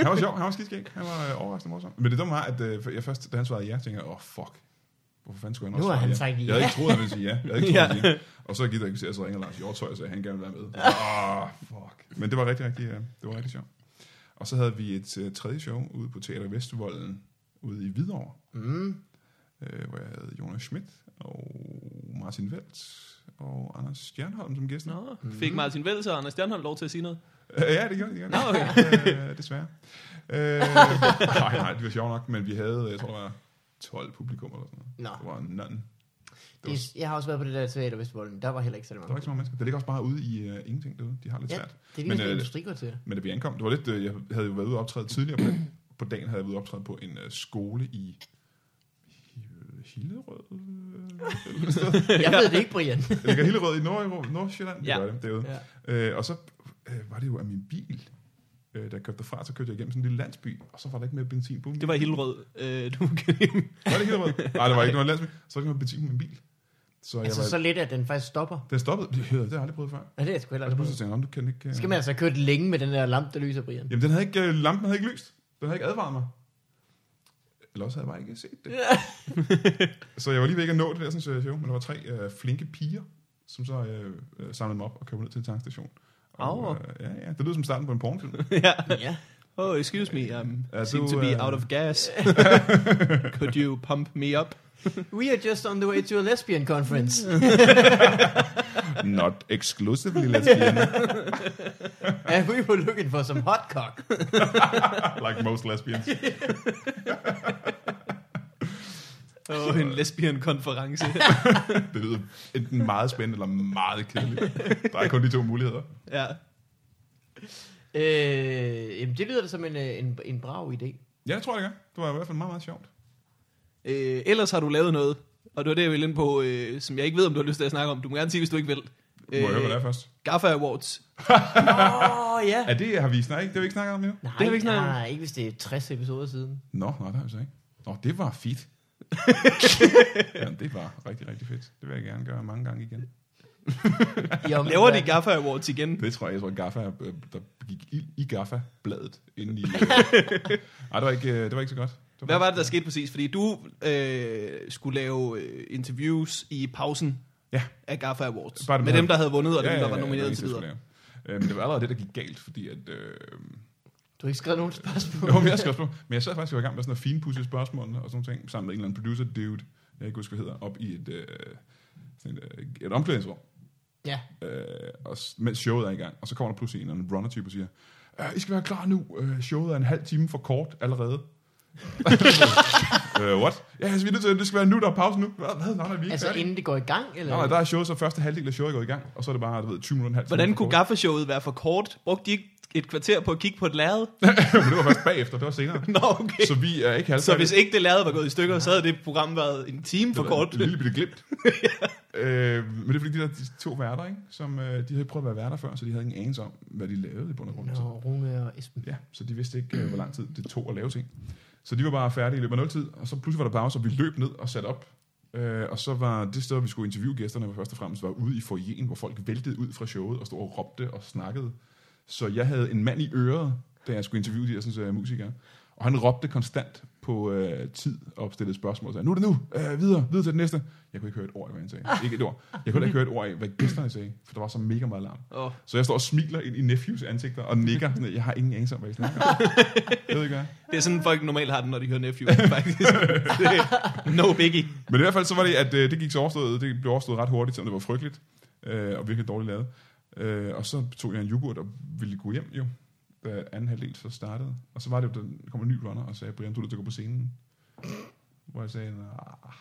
Speaker 3: han var sjov, han var skidskæg. Han var øh, overraskende morsom. Men det dumme var, at øh, jeg først, da han svarede ja, tænkte jeg, åh, oh, fuck. Hvorfor fanden skulle han
Speaker 2: Nu
Speaker 3: også
Speaker 2: har
Speaker 3: svare
Speaker 2: han sagt
Speaker 3: ja?
Speaker 2: ja.
Speaker 3: Jeg havde ikke troet, han ville sige ja. Jeg havde ikke troet, han ville sige ja. Og så gider jeg ikke, at så ringer Lars Hjortøj og sagde, at han gerne vil være med. Åh, oh, fuck. Men det var rigtig, rigtig, øh, det var rigtig sjovt. Og så havde vi et øh, tredje show ude på Teater Vestvolden ude i Hvidovre.
Speaker 2: Mm.
Speaker 3: øh, hvor jeg havde Jonas Schmidt og Martin Velt og Anders Stjernholm som gæster.
Speaker 1: Nå,
Speaker 3: Mhm.
Speaker 1: fik Martin Vels og Anders Stjernholm lov til at sige noget?
Speaker 3: Øh, ja, det gjorde de.
Speaker 1: Nå, okay.
Speaker 3: øh, desværre. Øh, nej, nej, det var sjovt nok, men vi havde, jeg tror, der var 12 publikum eller sådan noget.
Speaker 2: Nå.
Speaker 3: Der var none.
Speaker 2: Det, er- jeg har også været på det der teater Vestvolden. Der var heller ikke særlig
Speaker 3: Der var
Speaker 2: mange.
Speaker 3: ikke så mange mennesker. Det ligger også bare ude i øh, ingenting derude. De har lidt
Speaker 2: Ja,
Speaker 3: ja. svært.
Speaker 2: det er lige
Speaker 3: Men,
Speaker 2: sådan
Speaker 3: øh,
Speaker 2: et industrikvarter.
Speaker 3: Men da vi ankom, det var lidt, øh, jeg havde jo været ude og optræde tidligere på, den, på dagen, havde jeg været ude og optræde på en øh, skole i Hi- Hillerød. øh,
Speaker 2: Jeg ved det ikke, Brian.
Speaker 3: Det ligger Hillerød i Nord- Nordsjælland.
Speaker 1: Ja.
Speaker 3: Det gør det derude. Øh, og så øh, var det jo af min bil, øh, der kørte derfra, så kørte jeg igennem sådan en lille landsby, og så var der ikke mere benzin på min
Speaker 1: Det var i Hillerød. Øh, du
Speaker 3: Var det Hillerød? Nej, der var ikke noget landsby. Så var der ikke noget benzin på min bil. Så jeg
Speaker 2: Altså
Speaker 3: var...
Speaker 2: så lidt, at den faktisk stopper.
Speaker 3: Den stoppede. Det, det har jeg aldrig prøvet før.
Speaker 2: Ja, det er jeg sgu heller
Speaker 3: Og så
Speaker 2: ikke.
Speaker 3: Altså, pludselig tænkte jeg, "Nå, du kan ikke... Øh...
Speaker 2: Skal man altså køre længe med den der lampe, der lyser, Brian?
Speaker 3: Jamen, den havde ikke, øh, lampen havde ikke lyst. Den havde ikke advaret mig. Eller også havde jeg bare ikke set det. så jeg var lige ved ikke at nå det der sådan, så show, men der var tre øh, flinke piger, som så øh, øh, samlede mig op og kørte mig ned til en tankstation. Og,
Speaker 1: Au.
Speaker 3: øh, ja, ja, det lyder som starten på en pornofilm.
Speaker 1: ja.
Speaker 2: Ja.
Speaker 1: Oh, excuse me. Um,
Speaker 3: Er
Speaker 1: I seem
Speaker 3: du,
Speaker 1: to be
Speaker 3: øh,
Speaker 1: out of gas. Could you pump me up?
Speaker 2: We are just on the way to a lesbian conference.
Speaker 3: Not exclusively lesbian,
Speaker 2: And we were looking for some hot cock.
Speaker 3: like most lesbians.
Speaker 1: Oh, en lesbian-konference.
Speaker 3: Det lyder enten meget spændende eller meget kedeligt. Der er kun de to muligheder.
Speaker 1: ja.
Speaker 2: Øh, jamen, det lyder da som en, øh, en, en brav idé.
Speaker 3: Ja, det tror jeg, det gør. Det var i hvert fald meget, meget sjovt.
Speaker 1: Øh, ellers har du lavet noget, og det var det, jeg ville ind på, øh, som jeg ikke ved, om du har lyst til at snakke om. Du må gerne sige, hvis du ikke vil.
Speaker 3: Må jeg høre, hvad det
Speaker 1: Øh.
Speaker 3: er først?
Speaker 1: Gaffa Awards.
Speaker 2: Åh, oh, ja.
Speaker 3: Er det, har vi snakket? Det har vi ikke snakket om endnu?
Speaker 2: Nej,
Speaker 1: Det har vi ikke snakket om.
Speaker 2: nej, ikke hvis det er 60 episoder siden.
Speaker 3: Nå, nej, det har vi så ikke. Nå, det var fedt. ja, det var rigtig, rigtig fedt. Det vil jeg gerne gøre mange gange igen.
Speaker 2: Jo, men-
Speaker 1: Laver de Gaffa Awards igen?
Speaker 3: Det tror jeg, jeg tror, Gaffa, øh, der gik ild i Gaffa-bladet inde i... øh. Nej, det var ikke, øh, det var ikke så godt. Det
Speaker 1: Hvad var det, der skete præcis? Fordi du øh, skulle lave øh, interviews i pausen
Speaker 3: Ja.
Speaker 1: af Gaffa Awards.
Speaker 3: Bare dem,
Speaker 1: med
Speaker 3: der-
Speaker 1: dem, der havde vundet, og dem, der var
Speaker 3: det
Speaker 1: nomineret
Speaker 3: var
Speaker 1: til
Speaker 3: det, jeg
Speaker 1: videre.
Speaker 3: skulle lave. Øh, Men det var allerede det, der gik galt, fordi at... Øh,
Speaker 2: Du har ikke skrevet nogen spørgsmål.
Speaker 3: Jo, men jeg skrev spørgsmål. Men jeg sad faktisk og var i gang med sådan at finpudse spørgsmålene og sådan nogle ting, sammen med en eller anden producer dude, jeg ikke husker, hvad hedder, op i et, øh, sådan et, øh, et omklædningsrum.
Speaker 2: Ja.
Speaker 3: Øh, og, s- mens showet er i gang, og så kommer der pludselig en eller anden runner-type og siger, "Øh, I skal være klar nu, øh, showet er en halv time for kort allerede. øh, what? Ja, altså, vi er nødt til, det skal være nu, der er pause nu. Hvad? Hvad? Nej, nej, vi er ikke
Speaker 2: Altså,
Speaker 3: færdige.
Speaker 2: inden det går i gang, eller?
Speaker 3: Nej,
Speaker 1: øh,
Speaker 3: nej, der er showet, så første halvdel af showet går i gang, og så er det bare, du ved, 20 minutter, en halv time
Speaker 1: Hvordan
Speaker 3: for
Speaker 1: kunne
Speaker 3: kort.
Speaker 1: Gaffa-showet være for kort? Brugte de ikke et kvarter på at kigge på et lærred?
Speaker 3: Men det var først bagefter, det var senere.
Speaker 1: Nå, okay.
Speaker 3: Så vi er ikke halvfærdige.
Speaker 1: Så hvis ikke det lærred var gået i stykker, så havde det program været en time for
Speaker 3: Det var
Speaker 1: kort.
Speaker 3: En lille bitte glimt. øh, men det er fordi, de der de to værter, ikke? Som, øh, de havde ikke prøvet at være værter før, så de havde ingen anelse om, hvad de lavede i bund og grund.
Speaker 2: Nå,
Speaker 3: Så,
Speaker 2: Rune og Esben.
Speaker 3: ja, så de vidste ikke, øh, hvor lang tid det tog at lave ting. Så de var bare færdige i løbet af nultid, og så pludselig var der pause, og vi løb ned og satte op. Øh, og så var det sted, hvor vi skulle interviewe gæsterne, var først og fremmest var ude i foyeren, hvor folk væltede ud fra showet og stod og råbte og snakkede. Så jeg havde en mand i øret, da jeg skulle interviewe de her sådan, øh, musikere. Og han råbte konstant på øh, tid og stillede spørgsmål. Så jeg, nu er det nu, øh, videre, videre til det næste. Jeg kunne ikke høre et ord af, hvad han sagde. Ikke et ord. Jeg kunne heller ikke høre et ord af, hvad gæsterne sagde, for der var så mega meget larm.
Speaker 1: Åh.
Speaker 3: Så jeg står og smiler ind i nephews ansigter og nikker. Sådan, jeg har ingen anelse om, hvad jeg snakker om. Jeg ved ikke, hvad.
Speaker 1: Det er sådan, folk normalt har den, når de hører Nephew, faktisk. Det- no biggie.
Speaker 3: Men i hvert fald så var det, at øh, det gik så overstået. Det blev overstået ret hurtigt, selvom det var frygteligt. Øh, og virkelig dårligt lavet. Øh, og så tog jeg en yoghurt og ville gå hjem jo. Da anden halvdel så startede. Og så var det jo, der kom en ny runner og sagde, Brian, du er nødt til at gå på scenen. Hvor jeg sagde, nej,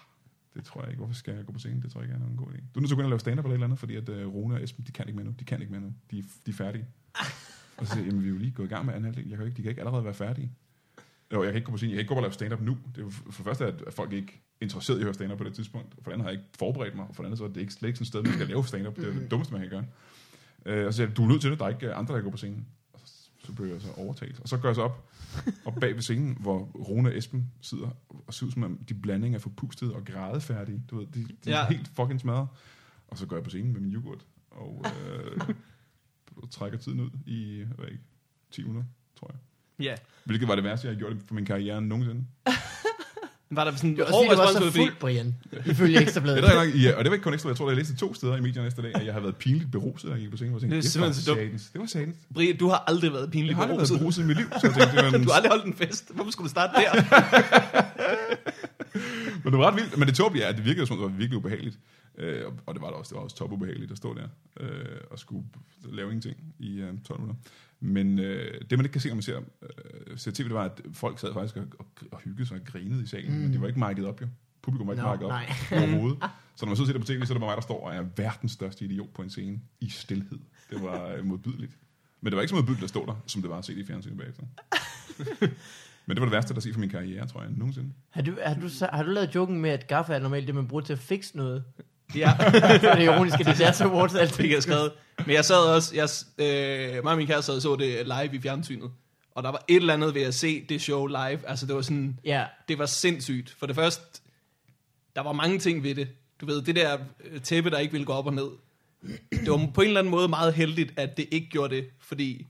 Speaker 3: det tror jeg ikke. Hvorfor skal jeg gå på scenen? Det tror jeg ikke er nogen god idé. Du er nødt til at gå ind og lave stand-up eller et eller andet, fordi at øh, Rune og Esben, de kan ikke mere nu. De kan ikke mere nu. De, er- de er færdige. Og så siger jeg, jamen, vi er jo lige gået i gang med anden halvdel. Jeg kan jo ikke, de kan ikke allerede være færdige. Jo, jeg kan ikke gå på scenen. Jeg kan ikke gå op og lave stand-up nu. Det er jo for for det første, at at folk ikke er interesseret i at høre stand-up på det tidspunkt. Og for det andet har jeg ikke forberedt mig. Og for det andet så er det ikke slet ikke sådan et sted, man skal lave stand-up. Det er det dummeste, man kan gøre. Øh, og så siger jeg, du er nødt til det. Der er ikke øh, andre, der går på scenen. Og så, så blev jeg så overtalt. Og så gør jeg så op, og bag ved scenen, hvor Rune og Esben sidder og ser ud som om de blanding er forpustede og grædefærdige. Du ved, de, de er
Speaker 1: Ja.
Speaker 3: helt fucking smadret. Og så går jeg på scenen med min yoghurt. Og øh, trækker tiden ud i, jeg ved ikke, 10 minutter, tror jeg.
Speaker 1: Ja.
Speaker 3: Hvilket var det værste, jeg har gjort for min karriere nogensinde.
Speaker 1: Var der sådan en
Speaker 2: Det var
Speaker 1: hård
Speaker 2: også fordi, det var
Speaker 1: respons på
Speaker 2: så
Speaker 1: det? fordi-
Speaker 2: fuld, Brian. Ifølge
Speaker 1: Øh.
Speaker 3: Det
Speaker 2: Ekstrabladet.
Speaker 3: er der nok, ja, og det var ikke kun ekstra, jeg tror, jeg læste to steder i medierne næste dag, at jeg har været pinligt beruset, da jeg gik på scenen. hvor Jeg tænkte,
Speaker 1: Det er
Speaker 3: var
Speaker 1: simpelthen så dumt.
Speaker 3: satans. Det var satans.
Speaker 1: Brian, du har aldrig været pinlig
Speaker 3: Jeg har aldrig
Speaker 1: beruset.
Speaker 3: været beruset i mit liv, så jeg tænkte, det var en,
Speaker 1: Du har aldrig holdt en fest. Hvorfor skulle du starte der?
Speaker 3: men det var ret vildt. Men det tåbelige er, at det virkede som, om det var virkelig ubehageligt. Øh, og- og det var det også. Det var også top ubehageligt at stå der øh, og skulle lave ingenting i øh, 12 minutter. Men øh, det, man ikke kan se, når man ser, øh, ser tv, det var, at folk sad faktisk og, og, og hyggede sig og grinede i salen, mm. men de var ikke markedet op jo. Publikum var ikke
Speaker 2: Nå,
Speaker 3: markedet op
Speaker 2: nej.
Speaker 3: overhovedet. Så når man så ser det på tv, så er det bare mig, der står og er verdens største idiot på en scene i stilhed. Det var øh, modbydeligt. Men det var ikke så modbydeligt at stå der, som det var at se det i fjernsynet bagefter. Men det var det værste, der er set for min karriere, tror jeg, nogensinde.
Speaker 2: Har du, har, du, sa- har du lavet joken med, at gaffa er normalt det, man bruger til at fikse noget?
Speaker 1: Ja,
Speaker 2: det er ironisk, at det er deres awards altid.
Speaker 1: fik jeg skrevet. Men jeg sad også, jeg, s- øh, mig og min kæreste sad og så det live i fjernsynet. Og der var et eller andet ved at se det show live. Altså det var sådan,
Speaker 2: Ja,
Speaker 1: det var sindssygt. For det første, der var mange ting ved det. Du ved, det der øh, tæppe, der ikke ville gå op og ned. Det var på en eller anden måde meget heldigt, at det ikke gjorde det, fordi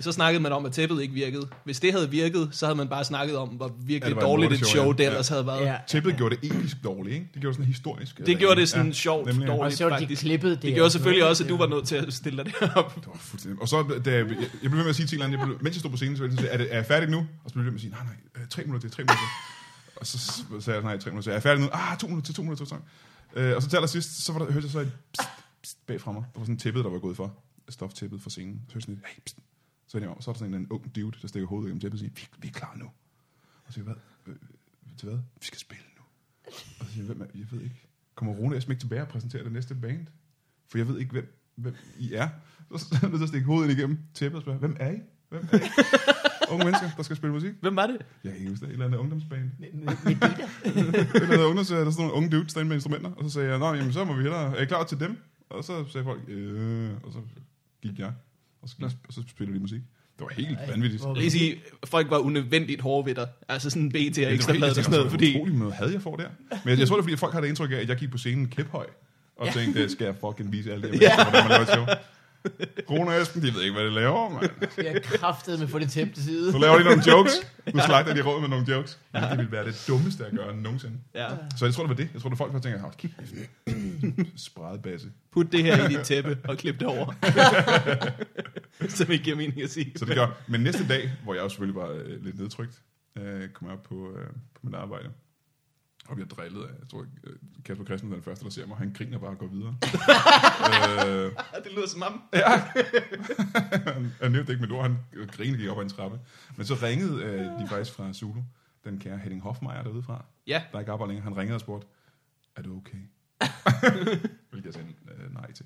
Speaker 1: så snakkede man om, at tæppet ikke virkede. Hvis det havde virket, så havde man bare snakket om, hvor virkelig
Speaker 3: Ja, det
Speaker 1: ja,
Speaker 3: var et
Speaker 1: dårligt et
Speaker 3: lorteshow,
Speaker 1: show,
Speaker 3: ja.
Speaker 1: det
Speaker 3: Ja.
Speaker 1: ellers havde været.
Speaker 2: ja.
Speaker 3: Tæppet gjorde det episk dårligt, ikke? Det gjorde sådan historisk.
Speaker 1: Det gjorde det sådan sjovt
Speaker 3: nemlig, ja.
Speaker 1: dårligt,
Speaker 2: Og sjovt, de
Speaker 1: faktisk.
Speaker 2: klippede det.
Speaker 1: Det gjorde selvfølgelig også, at du var nødt til at stille dig derop.
Speaker 3: Det var fuldstændig. Og så, da jeg, jeg, jeg blev ved med at sige til en eller anden, jeg blev, mens jeg stod på scenen, så var jeg sådan, er, det, er jeg færdig nu? Og så blev jeg ved med at sige, nej, nej, øh, tre minutter, det er tre minutter. og så s- sagde jeg, nej, tre minutter, så er jeg færdig nu? Ah, to minutter til, to minutter til, to minutter. Øh, og så til allersidst, så var der, hørte jeg så et pst, pst bag fra mig. Der var sådan tæppet, der var gået for. Stoftæppet fra scenen. Så hørte jeg sådan et, hey, pst. Så vendte jeg om, så er der sådan en eller anden ung dude, der stikker hovedet gennem tæppet og siger, vi, vi er klar nu. Og så siger jeg, hvad? Øh, til hvad? Vi skal spille nu. Og så siger jeg, hvem er, jeg ved ikke. Kommer Rune Esben ikke tilbage og præsenterer det næste band? For jeg ved ikke, hvem, hvem I er. Så så er jeg nødt til at stikke hovedet ind igennem tæppet og spørge, hvem er I? Hvem er I? Unge mennesker, der skal spille musik.
Speaker 1: Hvem var det?
Speaker 3: Jeg kan ikke huske det. Et eller andet ungdomsband.
Speaker 2: Medina.
Speaker 3: Et eller andet ungdoms, der stod nogle unge dudes derinde med instrumenter. Og så sagde jeg, nej, jamen så må vi hellere, er I klar til dem? Og så sagde folk, øh, og så gik jeg. Og så, og så spillede de musik. Det var helt vanvittigt.
Speaker 1: Jeg vil sige, folk var unødvendigt hårde ved dig. Altså sådan BT og
Speaker 3: Men det var helt-
Speaker 1: ekstrabladet og sådan noget,
Speaker 3: Det er
Speaker 1: fordi...
Speaker 3: utroligt med noget had, jeg får der. Men jeg, jeg tror, det er, fordi folk har det indtryk af, at jeg gik på scenen kæphøj, og ja. tænkte, skal jeg fucking vise alle det, her mennesker, hvordan man laver et show. Rune og Esben, de ved ikke, hvad de laver, mand.
Speaker 2: Jeg er kraftet med at få det tæppe til side.
Speaker 3: Så laver de nogle jokes. Nu slagter de råd med nogle jokes. Men det ville være det dummeste at gøre nogensinde.
Speaker 1: Ja.
Speaker 3: Så jeg tror, det var det. Jeg tror, det var folk, der tænker, hold kæft. Spredet basse.
Speaker 1: Put det her i dit tæppe og klip det over. Som ikke giver mening at sige.
Speaker 3: Så det gør. Men næste dag, hvor jeg jo selvfølgelig var øh, lidt nedtrykt, øh, kom jeg op på, øh, på mit arbejde. Og bliver drillet af, jeg tror, øh, Kasper Christensen er den første, der ser mig. Han griner bare og går videre. øh,
Speaker 1: Det lyder som ham.
Speaker 3: han, han nævnte ikke mit ord, han griner gik op ad en trappe. Men så ringede øh, de faktisk fra Zulu, den kære Henning Hofmeier derude fra,
Speaker 1: Ja,
Speaker 3: der ikke arbejder længere. Han ringede og spurgte, er du okay? Hvilket jeg sagde øh, nej til.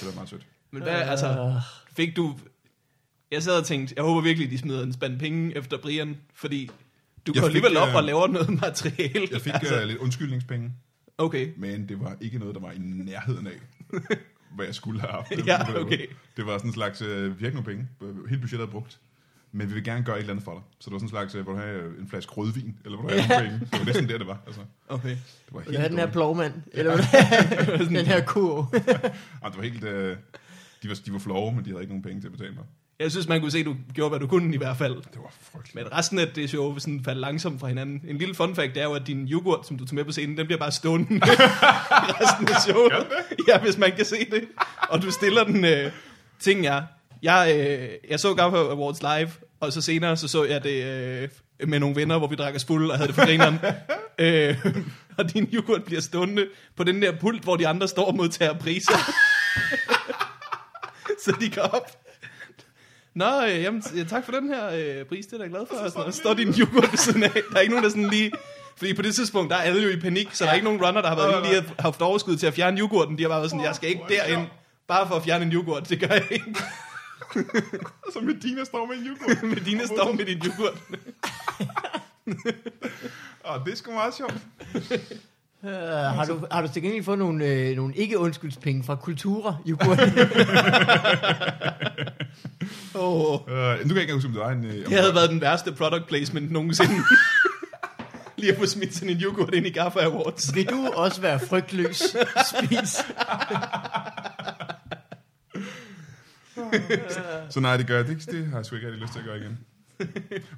Speaker 3: Det var meget sødt.
Speaker 1: Men hvad, øh. altså, fik du... Jeg sad og tænkte, jeg håber virkelig, de smider en spand penge efter Brian, fordi du
Speaker 3: Jeg
Speaker 1: går
Speaker 3: fik,
Speaker 1: alligevel op
Speaker 3: øh,
Speaker 1: og laver noget materiale.
Speaker 3: Jeg fik
Speaker 1: altså.
Speaker 3: altså. lidt undskyldningspenge,
Speaker 1: Okay,
Speaker 3: men det var ikke noget, der var i nærheden af, hvad jeg skulle have haft.
Speaker 1: Ja, okay.
Speaker 3: Det var sådan en slags, øh, vi har ikke nogen penge, Øh, hele budgettet er brugt, men vi vil gerne gøre et eller andet for dig. Så det var sådan en slags, øh, hvor du havde øh, en flaske rødvin, eller hvor du havde nogle penge. Så det var næsten der, det var. Altså,
Speaker 1: okay.
Speaker 3: det var
Speaker 2: Vil du have
Speaker 3: helt
Speaker 2: den her
Speaker 3: dårligt.
Speaker 2: plovmand? Eller den her kurv?
Speaker 3: Ej, det var helt... Øh, de var, de var flove, men de havde ikke nogen penge til at betale mig.
Speaker 1: Jeg synes, man kunne se, at du gjorde, hvad du kunne i hvert fald.
Speaker 3: Det var frygteligt.
Speaker 1: Men resten af det show vil sådan falde langsomt fra hinanden. En lille fun fact er jo, at din yoghurt, som du tog med på scenen, den bliver bare stående i resten af showet. Ja, hvis man kan se det. Og du stiller den... Øh, ting er, jeg, øh, jeg så Gaffa Awards live, og så senere så, så jeg det øh, med nogle venner, hvor vi drak os fulde og havde det for grineren. øh, og din yoghurt bliver stående på den der pult, hvor de andre står og modtager priser. så de går op Nå, øh, jamen, t- ja, tak for den her øh, pris, det er jeg da glad for. Og sådan, og så står din yoghurt ved siden af. Der er ikke nogen, der sådan lige... Fordi på det tidspunkt, der er alle jo i panik, så der er ikke nogen runner, der har været inde, lige har haft overskud til at fjerne yoghurten. De har bare været sådan, jeg skal ikke derind, bare for at fjerne en yoghurt. Det gør jeg ikke.
Speaker 3: Så Altså, Medina står med en yoghurt.
Speaker 1: Med dine står med din yoghurt.
Speaker 3: Åh, det er sgu meget sjovt.
Speaker 2: Øh, har, du, har du til gengæld fået nogle, øh, nogle ikke-undskyldspenge fra Kultura? Yoghurt?
Speaker 1: Oh,
Speaker 3: Uh, nu kan jeg ikke huske, om det var en... Øh, om
Speaker 1: det havde været den værste product placement nogensinde. lige at få smidt sådan en yoghurt ind i Gaffa Awards.
Speaker 2: Vil du også være frygtløs? Spis.
Speaker 3: Så nej, det gør jeg det, ikke. det har jeg sgu ikke rigtig lyst til at gøre igen.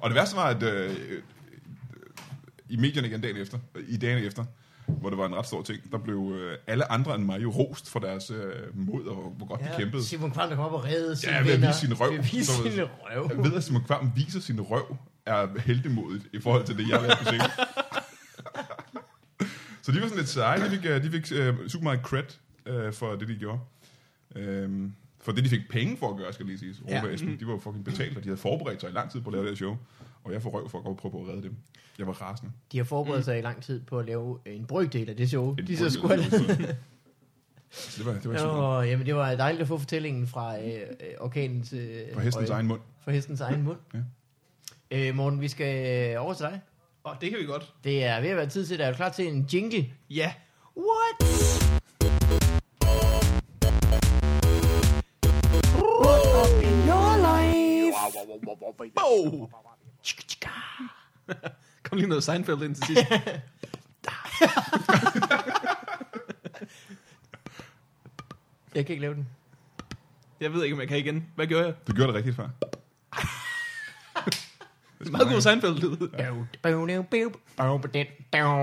Speaker 3: Og det værste var, at øh, øh, i medierne igen dagen efter, i dagene efter, hvor det var en ret stor ting, der blev øh, alle andre end mig jo rost for deres øh, mod og hvor godt ja, de kæmpede.
Speaker 2: Simon Kvam, der kom op og redde sine
Speaker 3: Ja, ved at
Speaker 2: venner.
Speaker 3: vise sin røv.
Speaker 2: Ved at vise
Speaker 3: Så-
Speaker 2: sin røv.
Speaker 3: Jeg ved, at Simon Kvam viser sin røv er heldemodigt i forhold til det, jeg lavede på scenen. Så de var sådan lidt seje. De fik, øh, de fik øh, super meget cred øh, for det, de gjorde. Øhm, for det, de fik penge for at gøre, skal lige sige. Rove
Speaker 2: Ja.
Speaker 3: ja. Esben, de var jo fucking betalt, og de havde forberedt sig i lang tid på at lave det her show. Og jeg får røv for at gå og prøve at redde dem. Jeg var rasende.
Speaker 2: De har forberedt sig i lang tid på at lave en brøkdel af det show.
Speaker 3: En
Speaker 2: De så skulle
Speaker 3: brøkdel.
Speaker 2: have lavet.
Speaker 3: Så det var, det var super.
Speaker 2: Nå, jamen, det var dejligt at få fortællingen fra øh, øh, orkanens... Øh,
Speaker 3: På hestens
Speaker 2: øje.
Speaker 3: egen mund.
Speaker 2: Fra hestens egen mund.
Speaker 3: Ja.
Speaker 2: Øh, Morten, vi skal øh, over til dig.
Speaker 1: Og det kan vi godt.
Speaker 2: Det er ved at være tid til, at er du klar til en jingle?
Speaker 1: Ja.
Speaker 2: What?
Speaker 1: Bow! Kom lige noget Seinfeld ind til sidst.
Speaker 2: Jeg kan ikke lave den.
Speaker 1: Jeg ved ikke, om jeg kan igen. Hvad gjorde jeg?
Speaker 3: Du gjorde det rigtigt før.
Speaker 1: Det er meget god Seinfeld-lyd. Det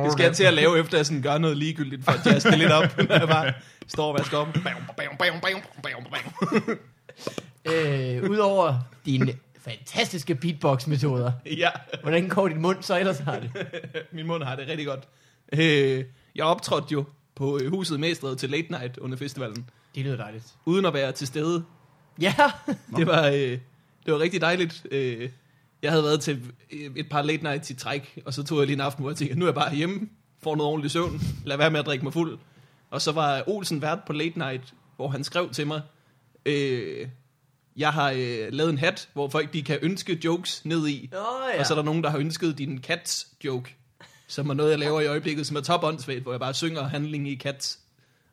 Speaker 2: Det
Speaker 1: skal jeg til at lave, efter jeg sådan gør noget ligegyldigt, for at jazze det lidt op, når jeg bare står og vasker op.
Speaker 2: Øh, Udover dine fantastiske beatbox-metoder,
Speaker 1: Ja,
Speaker 2: hvordan går din mund så ellers har det?
Speaker 1: min mund har det rigtig godt. Øh, jeg optrådte jo på øh, huset Mestred til Late Night under festivalen,
Speaker 2: Det lyder dejligt.
Speaker 1: uden at være til stede.
Speaker 2: Ja,
Speaker 1: Det var, øh, det var rigtig dejligt. Øh, jeg havde været til øh, et par late nights i træk, og så tog jeg lige en aften, hvor jeg tænkte, nu er jeg bare hjemme, får noget ordentligt søvn, lad være med at drikke mig fuld. Og så var Olsen vært på late night, hvor han skrev til mig, øh, jeg har øh, lavet en hat, hvor folk de kan ønske jokes ned i.
Speaker 2: Nå ja.
Speaker 1: Og så er der nogen, der har ønsket din cats joke, som er noget, jeg laver i øjeblikket, som er topåndssvagt, hvor jeg bare synger handling i cats,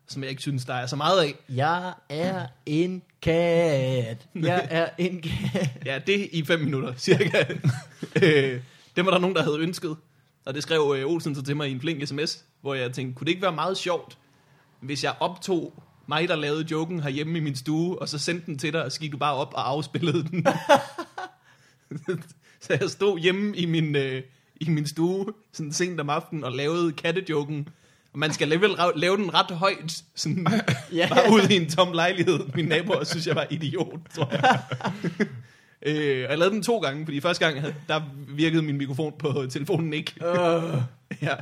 Speaker 1: som jeg ikke synes, der er så meget af.
Speaker 2: jeg er en kat. Jeg er en kat.
Speaker 1: Ja, det i 5 minutter, cirka. øh, det var der nogen, der havde ønsket. Og det skrev øh, Olsen så til mig i en flink sms, hvor jeg tænkte, kunne det ikke være meget sjovt, hvis jeg optog mig, der lavede joken herhjemme i min stue, og så sendte den til dig, og så gik du bare op og afspillede den. så jeg stod hjemme i min, øh, i min stue, sådan sent om aftenen, og lavede kattejoken. Og man skal alligevel ra- lave den ret højt, sådan
Speaker 2: Ja.
Speaker 1: bare ud i en tom lejlighed. Mine naboer synes, jeg var idiot, tror jeg. Øh, og jeg lavede den to gange, fordi første gang, havde- der virkede min mikrofon på telefonen ikke.
Speaker 3: Øh.
Speaker 2: Uh,
Speaker 1: Jeg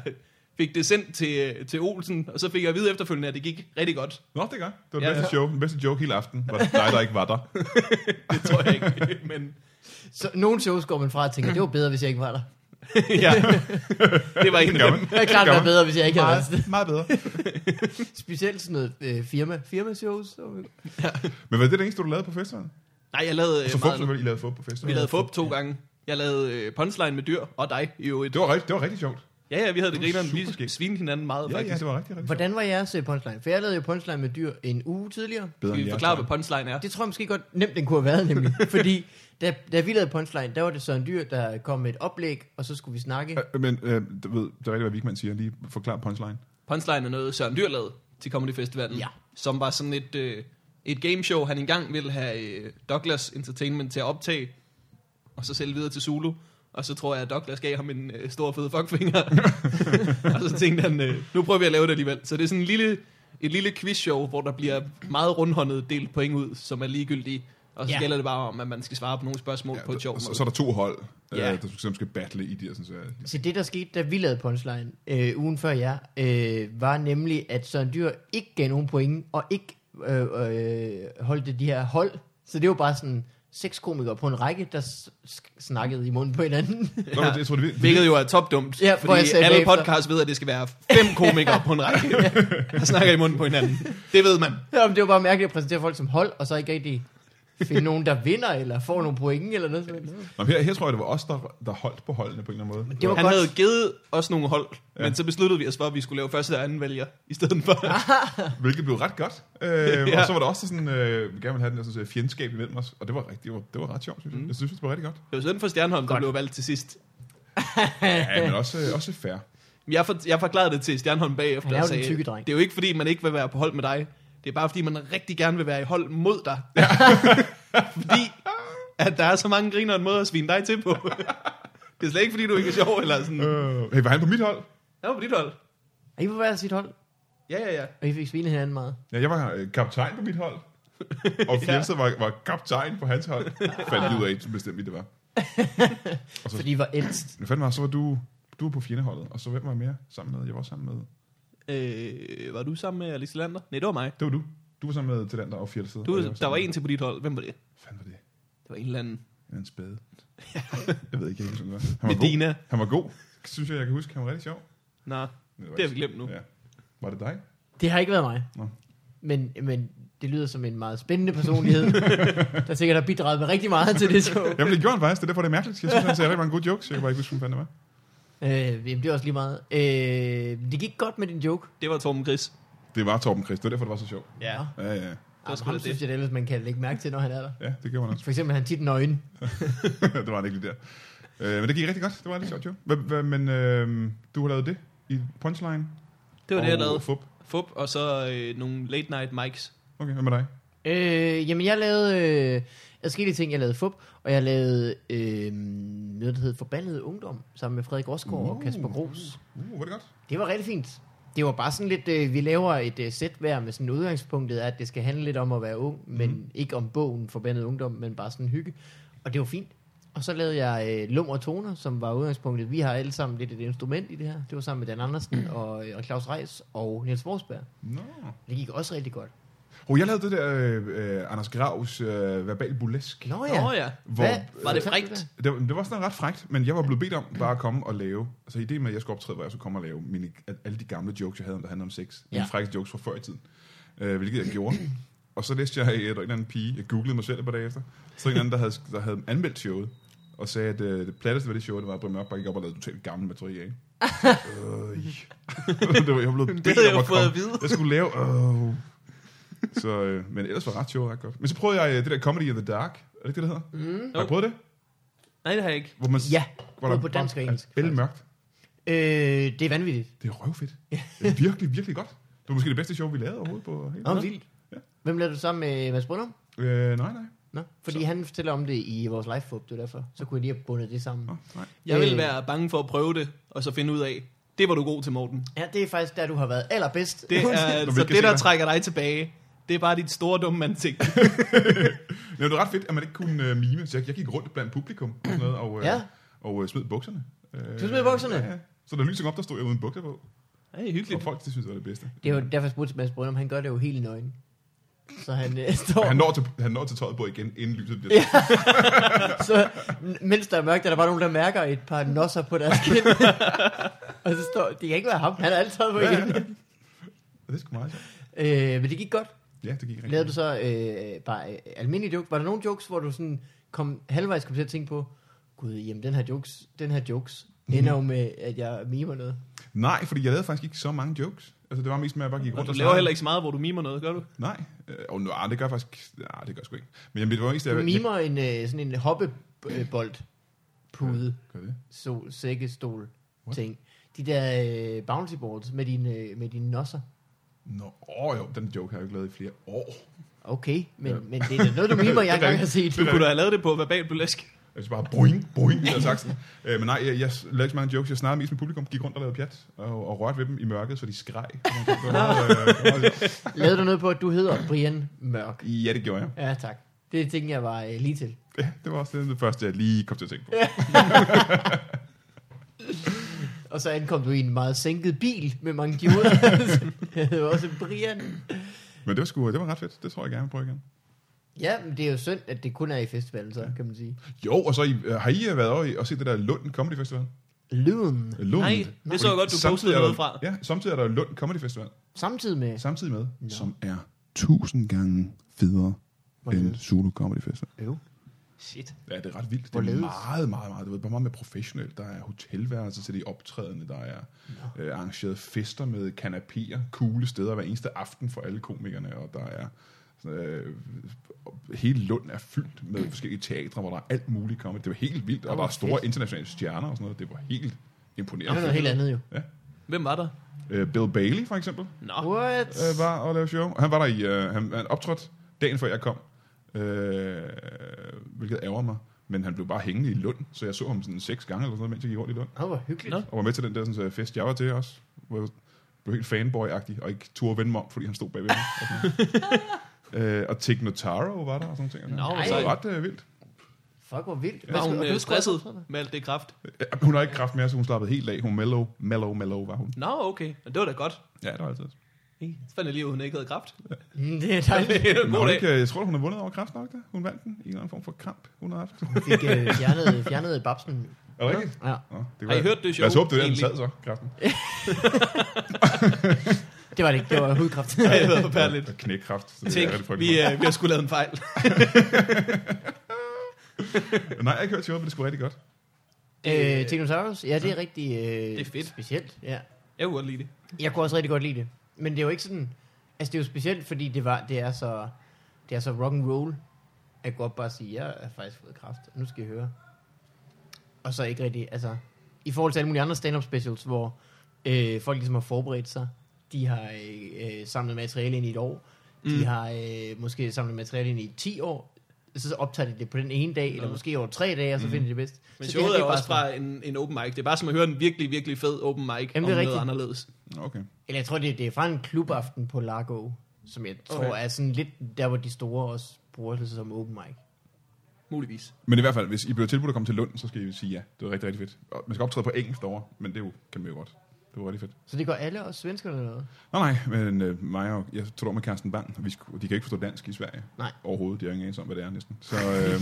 Speaker 1: fik det sendt til, til Olsen, og så fik jeg at vide efterfølgende, at det gik rigtig godt.
Speaker 3: Nå, det gør. Det var den
Speaker 1: Ja,
Speaker 3: ja, bedste
Speaker 1: ja.
Speaker 3: show, den bedste joke hele aften. Var det dig, der ikke var der?
Speaker 1: Det tror jeg ikke, men
Speaker 2: så nogle shows går man fra og tænker, det var bedre, hvis jeg ikke var der.
Speaker 1: ja. det var en af dem.
Speaker 2: Det er klart
Speaker 3: Gør
Speaker 2: være
Speaker 3: man.
Speaker 2: bedre, hvis jeg ikke havde været
Speaker 3: Meget, meget bedre.
Speaker 2: afsted. Specielt sådan noget øh, firma, firma-shows. så-
Speaker 3: Men var det det eneste, du lavede på festivalen?
Speaker 1: Nej, jeg lavede øh,
Speaker 3: Så Altså, fup,
Speaker 1: meget.
Speaker 3: selvfølgelig, I lavede fup på festivalen.
Speaker 1: Vi lavede fup to gange. Jeg lavede øh, punchline med dyr og dig i øvrigt.
Speaker 3: Det var rigtig, det var rigtig sjovt.
Speaker 1: Ja, ja, vi havde det
Speaker 3: Det var
Speaker 1: grineren.
Speaker 3: super
Speaker 1: Vi
Speaker 3: skægt.
Speaker 1: svinede hinanden meget,
Speaker 3: Ja, ja,
Speaker 1: faktisk.
Speaker 3: det var rigtig, rigtig sjovt.
Speaker 2: Hvordan var jeres øh, punchline? For jeg lavede jo punchline med dyr en uge tidligere.
Speaker 3: Bedre
Speaker 1: Skal
Speaker 3: end
Speaker 1: vi
Speaker 3: jeg,
Speaker 1: forklare,
Speaker 3: tror
Speaker 1: hvad punchline er?
Speaker 2: Det tror jeg måske godt nemt, den kunne have været nemlig. Fordi da, da vi lavede punchline, der var det Søren Dyr, der kom med et oplæg, og så skulle vi snakke.
Speaker 3: jeg. Øh, Men øh, du ved, det er rigtigt, hvad Vigman siger. Lige forklar punchline.
Speaker 1: Punchline er noget, Søren Dyr lavede til Comedy Festivalen.
Speaker 2: Ja.
Speaker 1: Som var sådan et, øh, et gameshow, han engang ville have øh, Douglas Entertainment til at optage, og så sælge videre til Zulu. Og så tror jeg, at Douglas gav ham en øh, stor fed fuckfinger. og så tænkte han, øh, nu prøver vi at lave det alligevel. Så det er sådan en lille, et lille quizshow, hvor der bliver meget rundhåndet delt point ud, som er ligegyldige. Og så
Speaker 2: Ja.
Speaker 1: ja. gælder det bare om, at man skal svare på nogle spørgsmål ja, på et sjovt
Speaker 3: og så,
Speaker 1: måde.
Speaker 3: så er der to hold, øh,
Speaker 1: Ja.
Speaker 3: der som skal battle i de her sådan, så,
Speaker 2: Så det, der skete, da vi lavede punchline øh, ugen før jer, øh, var nemlig, at Søren Dyr ikke gav nogen point, og ikke øh, øh, holdt det de her hold. Så det var bare sådan seks komikere på en række, der s- sk- snakkede i munden på hinanden.
Speaker 3: Nå, men det- jeg tror, det, det,
Speaker 1: Hvilket jo er topdumt,
Speaker 2: Ja,
Speaker 1: ja,
Speaker 2: hvor
Speaker 1: fordi
Speaker 2: jeg sagde
Speaker 1: alle
Speaker 2: bagefter-
Speaker 1: podcasts ved, at det skal være fem komikere på en række, der snakker i munden på hinanden. Det ved man.
Speaker 2: Jamen, det var bare mærkeligt at præsentere folk som hold, og så ikke rigtig finde nogen, der vinder, eller får nogle point, eller noget sådan noget.
Speaker 3: Nå, men her, her tror jeg, det var os, der, der holdt på holdene på en eller anden måde.
Speaker 2: Det var
Speaker 1: Han
Speaker 2: godt.
Speaker 1: havde givet os nogle hold, ja. men så besluttede vi os for, at vi skulle lave første og anden vælger i stedet for.
Speaker 2: Ah.
Speaker 3: Hvilket blev ret godt. Øh,
Speaker 1: Ja.
Speaker 3: Og så var der også sådan, øh, vi gerne ville have den der sådan, så fjendskab imellem os. Og det var, rigtig, det var, det var ret sjovt, synes jeg. Mm. Jeg synes, det var rigtig godt.
Speaker 1: Det var sådan for Stjernholm, der blev valgt til sidst.
Speaker 3: Ja, men også, øh, også fair.
Speaker 1: Men Jeg, for, jeg forklarede det til Stjernholm bagefter.
Speaker 2: Han er jo
Speaker 1: og
Speaker 2: den
Speaker 1: sagde,
Speaker 2: tykke dreng.
Speaker 1: Det er jo ikke, fordi man ikke vil være på hold med dig. Det er bare, fordi man rigtig gerne vil være i hold mod dig. Ja. fordi at der er så mange griner en måde at svine dig til på. det er slet ikke, fordi du ikke er sjov, eller sådan.
Speaker 3: Øh, hey, var han på mit hold?
Speaker 1: Jeg var på dit hold.
Speaker 2: Og I var hver sit hold,
Speaker 1: Ja, ja, ja.
Speaker 2: og I fik svinet hinanden meget.
Speaker 3: Ja, jeg var øh, kaptajn på mit hold. Og Fjeldsted var, var kaptajn på hans hold. Fandt jeg ud af, så bestemt vi det var.
Speaker 2: Fordi I var ældst.
Speaker 3: Men fandme, så var du, du var på fjendeholdet. Og så hvem var jeg mere sammen med? Jeg var også sammen med...
Speaker 1: Øh, var du sammen med Alice Lander? Nej, det var mig.
Speaker 3: Det var du. Du var sammen med til den, der og Fjeldsted.
Speaker 1: Du, der var en til på dit hold. Hvem var det?
Speaker 3: Fanden var det?
Speaker 1: Det var en eller anden.
Speaker 3: Han er en spade. jeg ved ikke, jeg kan ikke sådan Han var
Speaker 1: Medina.
Speaker 3: god. Han var god. Synes jeg, jeg kan huske. Han var rigtig sjov.
Speaker 1: Nå,
Speaker 3: Men var
Speaker 1: det har
Speaker 3: ikke-
Speaker 1: vi glemt nu.
Speaker 3: Ja. Var det dig?
Speaker 2: Det har ikke været mig.
Speaker 3: Nå.
Speaker 2: Men, men det lyder som en meget spændende personlighed, der sikkert har bidraget med rigtig meget til det show.
Speaker 3: Jamen, det gjorde han faktisk. Det er derfor, det er mærkeligt. Jeg synes, han sagde rigtig mange gode jokes. Jeg kan bare ikke huske, hvem fanden det var.
Speaker 2: Øh, jamen, det er også lige meget. Øh, det gik godt med din joke.
Speaker 1: Det var Torben Gris.
Speaker 3: Det var Torben Christ. Det var derfor, det var så sjovt.
Speaker 1: Ja.
Speaker 3: Ja, ja, ja.
Speaker 1: var
Speaker 2: Det
Speaker 1: sgu
Speaker 2: ham
Speaker 1: da
Speaker 2: synes
Speaker 1: det.
Speaker 2: jeg det ellers, man kan lægge mærke til, når han er der.
Speaker 3: Ja, det gjorde han også.
Speaker 2: For eksempel er han tit nøgen.
Speaker 3: det var han ikke lige der. Øh, men det gik rigtig godt. Det var rigtig sjovt, jo. Hva, hva, men øh, du har lavet det i punchline.
Speaker 1: Det var det, jeg
Speaker 3: og
Speaker 1: lavede.
Speaker 3: Fup.
Speaker 1: Fup, og så øh, nogle late night mics.
Speaker 3: Okay, hvad med dig?
Speaker 2: Øh, jamen, jeg lavede øh, adskillige ting. Jeg lavede fup, og jeg lavede øh, noget, der hed Forbandet Ungdom, sammen med Frederik Rosgaard og
Speaker 3: Uh.
Speaker 2: Kasper Gros.
Speaker 3: Uh, var det godt?
Speaker 2: Det var rigtig fint. Det var bare sådan lidt, øh, vi laver et øh, sæt hver med sådan udgangspunktet, er, at det skal handle lidt om at være ung, men mm. ikke om bogen Forbandet Ungdom, men bare sådan hygge. Og det var fint. Og så lavede jeg øh, Lum og Toner, som var udgangspunktet. Vi har alle sammen lidt et instrument i det her. Det var sammen med Dan Andersen og, øh, og Claus Reis og Niels Forsberg.
Speaker 3: Nå.
Speaker 2: Det gik også rigtig godt.
Speaker 3: Oh, jeg lavede det der øh, øh, Anders Gravs øh, verbal burlesk.
Speaker 2: Nå
Speaker 1: Åh
Speaker 2: ja.
Speaker 1: ja. Oh, ja.
Speaker 3: Hvor,
Speaker 1: Var det
Speaker 2: fortalte du
Speaker 1: frækt?
Speaker 2: der?
Speaker 3: Det var, det var sådan ret frækt, men jeg var blevet bedt om bare at komme og lave. Altså ideen med, at jeg skulle optræde, var, at jeg skulle komme og lave mine, at alle de gamle jokes, jeg havde, der handlede om sex. Ja.
Speaker 2: Ja.
Speaker 3: Mine frække jokes fra før i tiden. Øh, hvilket jeg gjorde. Og så læste jeg, at der var en eller anden pige, jeg googlede mig selv et par dage efter, så en eller anden, der havde, der havde anmeldt showet, og sagde, at øh, det platteste ved det show, det var, at Brian Mørk bare gik op og lavede totalt gammel materiale. Øh. det var, jeg blev bedt
Speaker 1: havde jeg
Speaker 3: om at
Speaker 1: fået at
Speaker 3: komme.
Speaker 1: vide.
Speaker 3: Jeg skulle lave, øh. Så, øh, men ellers var ret sjovt ret godt. Men så prøvede jeg øh, det der Comedy in the Dark. Er det ikke det, det hedder? Mm. Har
Speaker 1: Jo.
Speaker 3: jeg prøvet det?
Speaker 1: Nej, det har jeg ikke.
Speaker 3: Hvor man,
Speaker 2: Ja,
Speaker 3: hvor
Speaker 2: både på dansk og
Speaker 3: bare-
Speaker 2: engelsk,
Speaker 3: er Bælmørkt.
Speaker 2: Øh, det er vanvittigt.
Speaker 3: Det er røvfedt. Det er virkelig, virkelig godt. Det var måske det bedste show, vi lavede overhovedet på hele
Speaker 2: Nå,
Speaker 3: tiden.
Speaker 2: vildt.
Speaker 3: Ja.
Speaker 2: Hvem lavede du sammen med Mads Brunum?
Speaker 3: Øh, nej, nej.
Speaker 2: Nå, fordi så. han fortæller om det i vores live fup, det er derfor. Så kunne jeg lige have bundet det sammen.
Speaker 3: Nå, nej.
Speaker 1: Jeg ville
Speaker 2: Øh.
Speaker 1: være bange for at prøve det, og så finde ud af, det var du god til, Morten.
Speaker 2: Ja, det er faktisk der, du har været allerbedst.
Speaker 1: Det er,
Speaker 3: Når vi
Speaker 1: så
Speaker 3: ikke
Speaker 1: det,
Speaker 3: kan
Speaker 1: der
Speaker 3: se dig.
Speaker 1: trækker dig tilbage, det er bare dit store dumme ansigt.
Speaker 3: Men Det var ret fedt, at man ikke kunne øh, mime. Så jeg, jeg gik rundt blandt publikum og sådan noget, og, øh,
Speaker 2: Ja.
Speaker 3: og øh, smed bukserne. Øh,
Speaker 2: Du smed bukserne?
Speaker 3: Ja, ja. Så der lyser op, der stod jeg uden bukser på.
Speaker 1: Hey,
Speaker 3: Og
Speaker 1: hyggeligt.
Speaker 3: folk, det synes jeg var det bedste.
Speaker 2: det er jo derfor, jeg spurgte Mads Brunum, han gør det jo helt nøgen. Så han øh, står...
Speaker 3: Han når, til, han når til tøjet på igen, inden lyset bliver
Speaker 2: Ja. så m- mens der er mørkt, er der bare nogen, der mærker et par nosser på deres kind. og så står, det kan ikke være ham, han er altid på igen.
Speaker 3: Og det er sgu meget sjovt.
Speaker 2: Øh, men det gik godt.
Speaker 3: Ja, det gik rigtig
Speaker 2: Lavede du så øh, bare øh, almindelige jokes? Var der nogle jokes, hvor du sådan kom, halvvejs kom til at tænke på, gud, jamen den her jokes, den her jokes ender jo med, at jeg mimer noget.
Speaker 3: godt. Nej, fordi jeg lavede faktisk ikke så mange jokes. Altså, det var mest med, at jeg bare gik
Speaker 1: Og
Speaker 3: rundt
Speaker 1: du
Speaker 3: og
Speaker 1: laver heller ikke så meget, hvor du mimer noget, gør du?
Speaker 3: Nej, øh, og nu, ah, det gør jeg faktisk... Nej, det gør jeg sgu ikke. Men jamen, det var mest... at
Speaker 2: Du
Speaker 3: jeg-
Speaker 2: mimer en, øh, sådan en hoppebold pude,
Speaker 3: Gør det?
Speaker 2: sol, sækkestol,
Speaker 3: What?
Speaker 2: ting. De der øh, bouncy boards med dine, øh, med dine nosser.
Speaker 3: Nå, åh, jo, den joke har jeg jo ikke lavet i flere år.
Speaker 2: Okay, men,
Speaker 3: Ja.
Speaker 2: ja. men det er da noget, du mimer, jeg engang har set.
Speaker 1: Du kunne da have lavet det på verbal burlesk.
Speaker 3: Jeg bare boing, boing, i saksen. Øh, men nej, jeg, jeg lavede ikke så mange jokes. Jeg snakkede mest med publikum, gik rundt og lavede pjat, og, og rørte ved dem i mørket, så de skreg. Det var- det var- det var- det var-
Speaker 2: Lavede du noget på, at du hedder Brian Mørk?
Speaker 3: Ja, det gjorde jeg.
Speaker 2: Ja, tak. Det tænkte jeg var øh, lige til.
Speaker 3: Ja, det var også det, det første, jeg lige kom til at tænke på.
Speaker 2: Og så ankom du i en meget sænket bil med mange givere. jeg hedder også Brian.
Speaker 3: Men det var sgu, det var ret fedt. Det tror jeg gerne, jeg vil prøve igen.
Speaker 2: Ja, men det er jo synd, at det kun er i festivalen, så kan man sige.
Speaker 3: Jo, og så I, øh, har I øh, været over i- og set det der Lund Comedy Festival?
Speaker 2: Lyden.
Speaker 3: Øh, Lund.
Speaker 1: Nej, det så jeg godt, du postede noget fra.
Speaker 3: Ja, samtidig er der Lund Comedy Festival,
Speaker 2: Samtidig med...
Speaker 3: samtidig med, ja. som er tusind gange federe
Speaker 2: Hvorledes?
Speaker 3: end Zulu Comedy Festival.
Speaker 2: Øv.
Speaker 1: Shit.
Speaker 3: Ja, det er ret vildt. Det er
Speaker 2: Hvorledes?
Speaker 3: meget, meget, meget, du ved, bare meget mere professionelt. Der er hotelværelser til de optrædende, der er øh, arrangeret fester med kanapéer, coole steder hver eneste aften for alle komikerne, og der er sådan, øh, hele Lund er fyldt med forskellige teatre, hvor der er alt muligt kommet. Det var helt vildt, og
Speaker 2: Åh,
Speaker 3: der var store
Speaker 2: fedt.
Speaker 3: internationale stjerner og sådan noget. Det var helt
Speaker 2: Det er
Speaker 3: imponerende.
Speaker 2: noget helt andet jo.
Speaker 1: Hvem var der?
Speaker 3: Øh, Bill Bailey, for eksempel,
Speaker 1: Nå,
Speaker 2: What?
Speaker 3: øh, var og lavede show. Han var der i, øh, han, han optrådte dagen før jeg kom, øh, hvilket ærger mig. Men han blev bare hængende i Lund, så jeg så ham sådan seks gange eller sådan noget, mens jeg gik rundt i Lund.
Speaker 2: Nå, hvor hyggeligt.
Speaker 1: Nå.
Speaker 3: Og var med til den der sådan, så fest, jeg var til også, hvor jeg blev helt fanboy-agtig, og ikke turde vende mig om, fordi han stod bagved mig. og sådan noget. øh, og Tig Notaro var der og sådan ting.
Speaker 1: Nå,
Speaker 3: det
Speaker 1: hvor
Speaker 3: var
Speaker 1: sejt.
Speaker 3: ret øh, vildt.
Speaker 2: Fuck, hvor vildt.
Speaker 1: var
Speaker 2: Hvad
Speaker 1: hun
Speaker 2: skal- og
Speaker 1: øh,
Speaker 2: du skulle
Speaker 1: stresset
Speaker 2: også optræde?
Speaker 1: med alt det kraft?
Speaker 3: Øh, Hun har ikke kraft mere, så hun slappede helt af. Hun mellow, mellow, mellow var hun.
Speaker 1: Nå, okay. Men Det var da godt.
Speaker 3: Ja, det var altid.
Speaker 1: Så fandt jeg lige, ud, at hun ikke havde kraft.
Speaker 2: Mm, Det er dejligt.
Speaker 3: Men
Speaker 1: God
Speaker 3: hun
Speaker 1: dag.
Speaker 3: ikke, øh, jeg tror, hun har vundet over kraft nok, da. Hun vandt den i en eller anden form for kamp, hun har haft.
Speaker 2: Hun fik øh, fjernet, fjernet babsen.
Speaker 3: Er det rigtigt?
Speaker 2: Ja.
Speaker 3: Nå, det
Speaker 1: Har I hørt det show,
Speaker 3: Lad os håbe, det er der, den
Speaker 1: egentlig?
Speaker 3: sad så, kraften.
Speaker 2: Det var det ikke. Det var hudkræft.
Speaker 1: Ja, det var forfærdeligt.
Speaker 3: Og knækkraft. Så det
Speaker 1: Tænk,
Speaker 3: er rigtig
Speaker 1: vi,
Speaker 3: frygteligt.
Speaker 1: øh, vi har sgu lavet en fejl.
Speaker 3: Nej, jeg har ikke hørt showet, men det skulle rigtig godt.
Speaker 1: Det-
Speaker 2: Øh, Technosaurus? Ja, det er rigtig øh, det
Speaker 1: er fedt.
Speaker 2: specielt. Ja.
Speaker 1: Jeg kunne godt lide det.
Speaker 2: Jeg kunne også rigtig godt lide det. Men det er jo ikke sådan... Altså, det er jo specielt, fordi det, var, det er så, det er så rock and roll. At godt bare sige, jeg har faktisk fået kraft. Nu skal I høre. Og så ikke rigtig... Altså, i forhold til alle mulige andre stand-up specials, hvor øh, folk ligesom har forberedt sig. De har øh, øh, samlet materiale ind i et år. De
Speaker 1: Mm.
Speaker 2: har øh, måske samlet materiale ind i 10 år. Så optager de det på den ene dag, eller
Speaker 1: Nå. Mm.
Speaker 2: måske over tre dage, og så finder de det bedst.
Speaker 1: Men
Speaker 2: så det her,
Speaker 1: showet
Speaker 2: det
Speaker 1: er jo
Speaker 2: bare
Speaker 1: også
Speaker 2: sådan-
Speaker 1: fra en, en open mic. Det er bare som at høre en virkelig, virkelig fed open mic
Speaker 2: er
Speaker 1: om noget
Speaker 2: rigtigt.
Speaker 1: anderledes.
Speaker 3: Nå, Okay.
Speaker 2: Eller jeg tror, det, det er fra en klubaften på Largo, som jeg tror
Speaker 1: Okay.
Speaker 2: okay. er sådan lidt der, hvor de store også bruger det som open mic.
Speaker 1: Muligvis.
Speaker 3: Men i hvert fald, hvis I bliver tilbudt at komme til Lund, så skal I sige ja. Det er rigtig, rigtig fedt. Og man skal optræde på engelsk derovre, men det er jo, kan man jo godt. Det var rigtig fedt.
Speaker 2: Så det gør alle også svenskerne eller noget.
Speaker 3: Nå nej, men øh, mig og, jeg tog over med Carsten Bang, og vi skulle, de kan ikke forstå dansk i Sverige.
Speaker 2: Nej.
Speaker 3: Overhovedet, de har ingen anelse om, hvad det er næsten. Så, øh,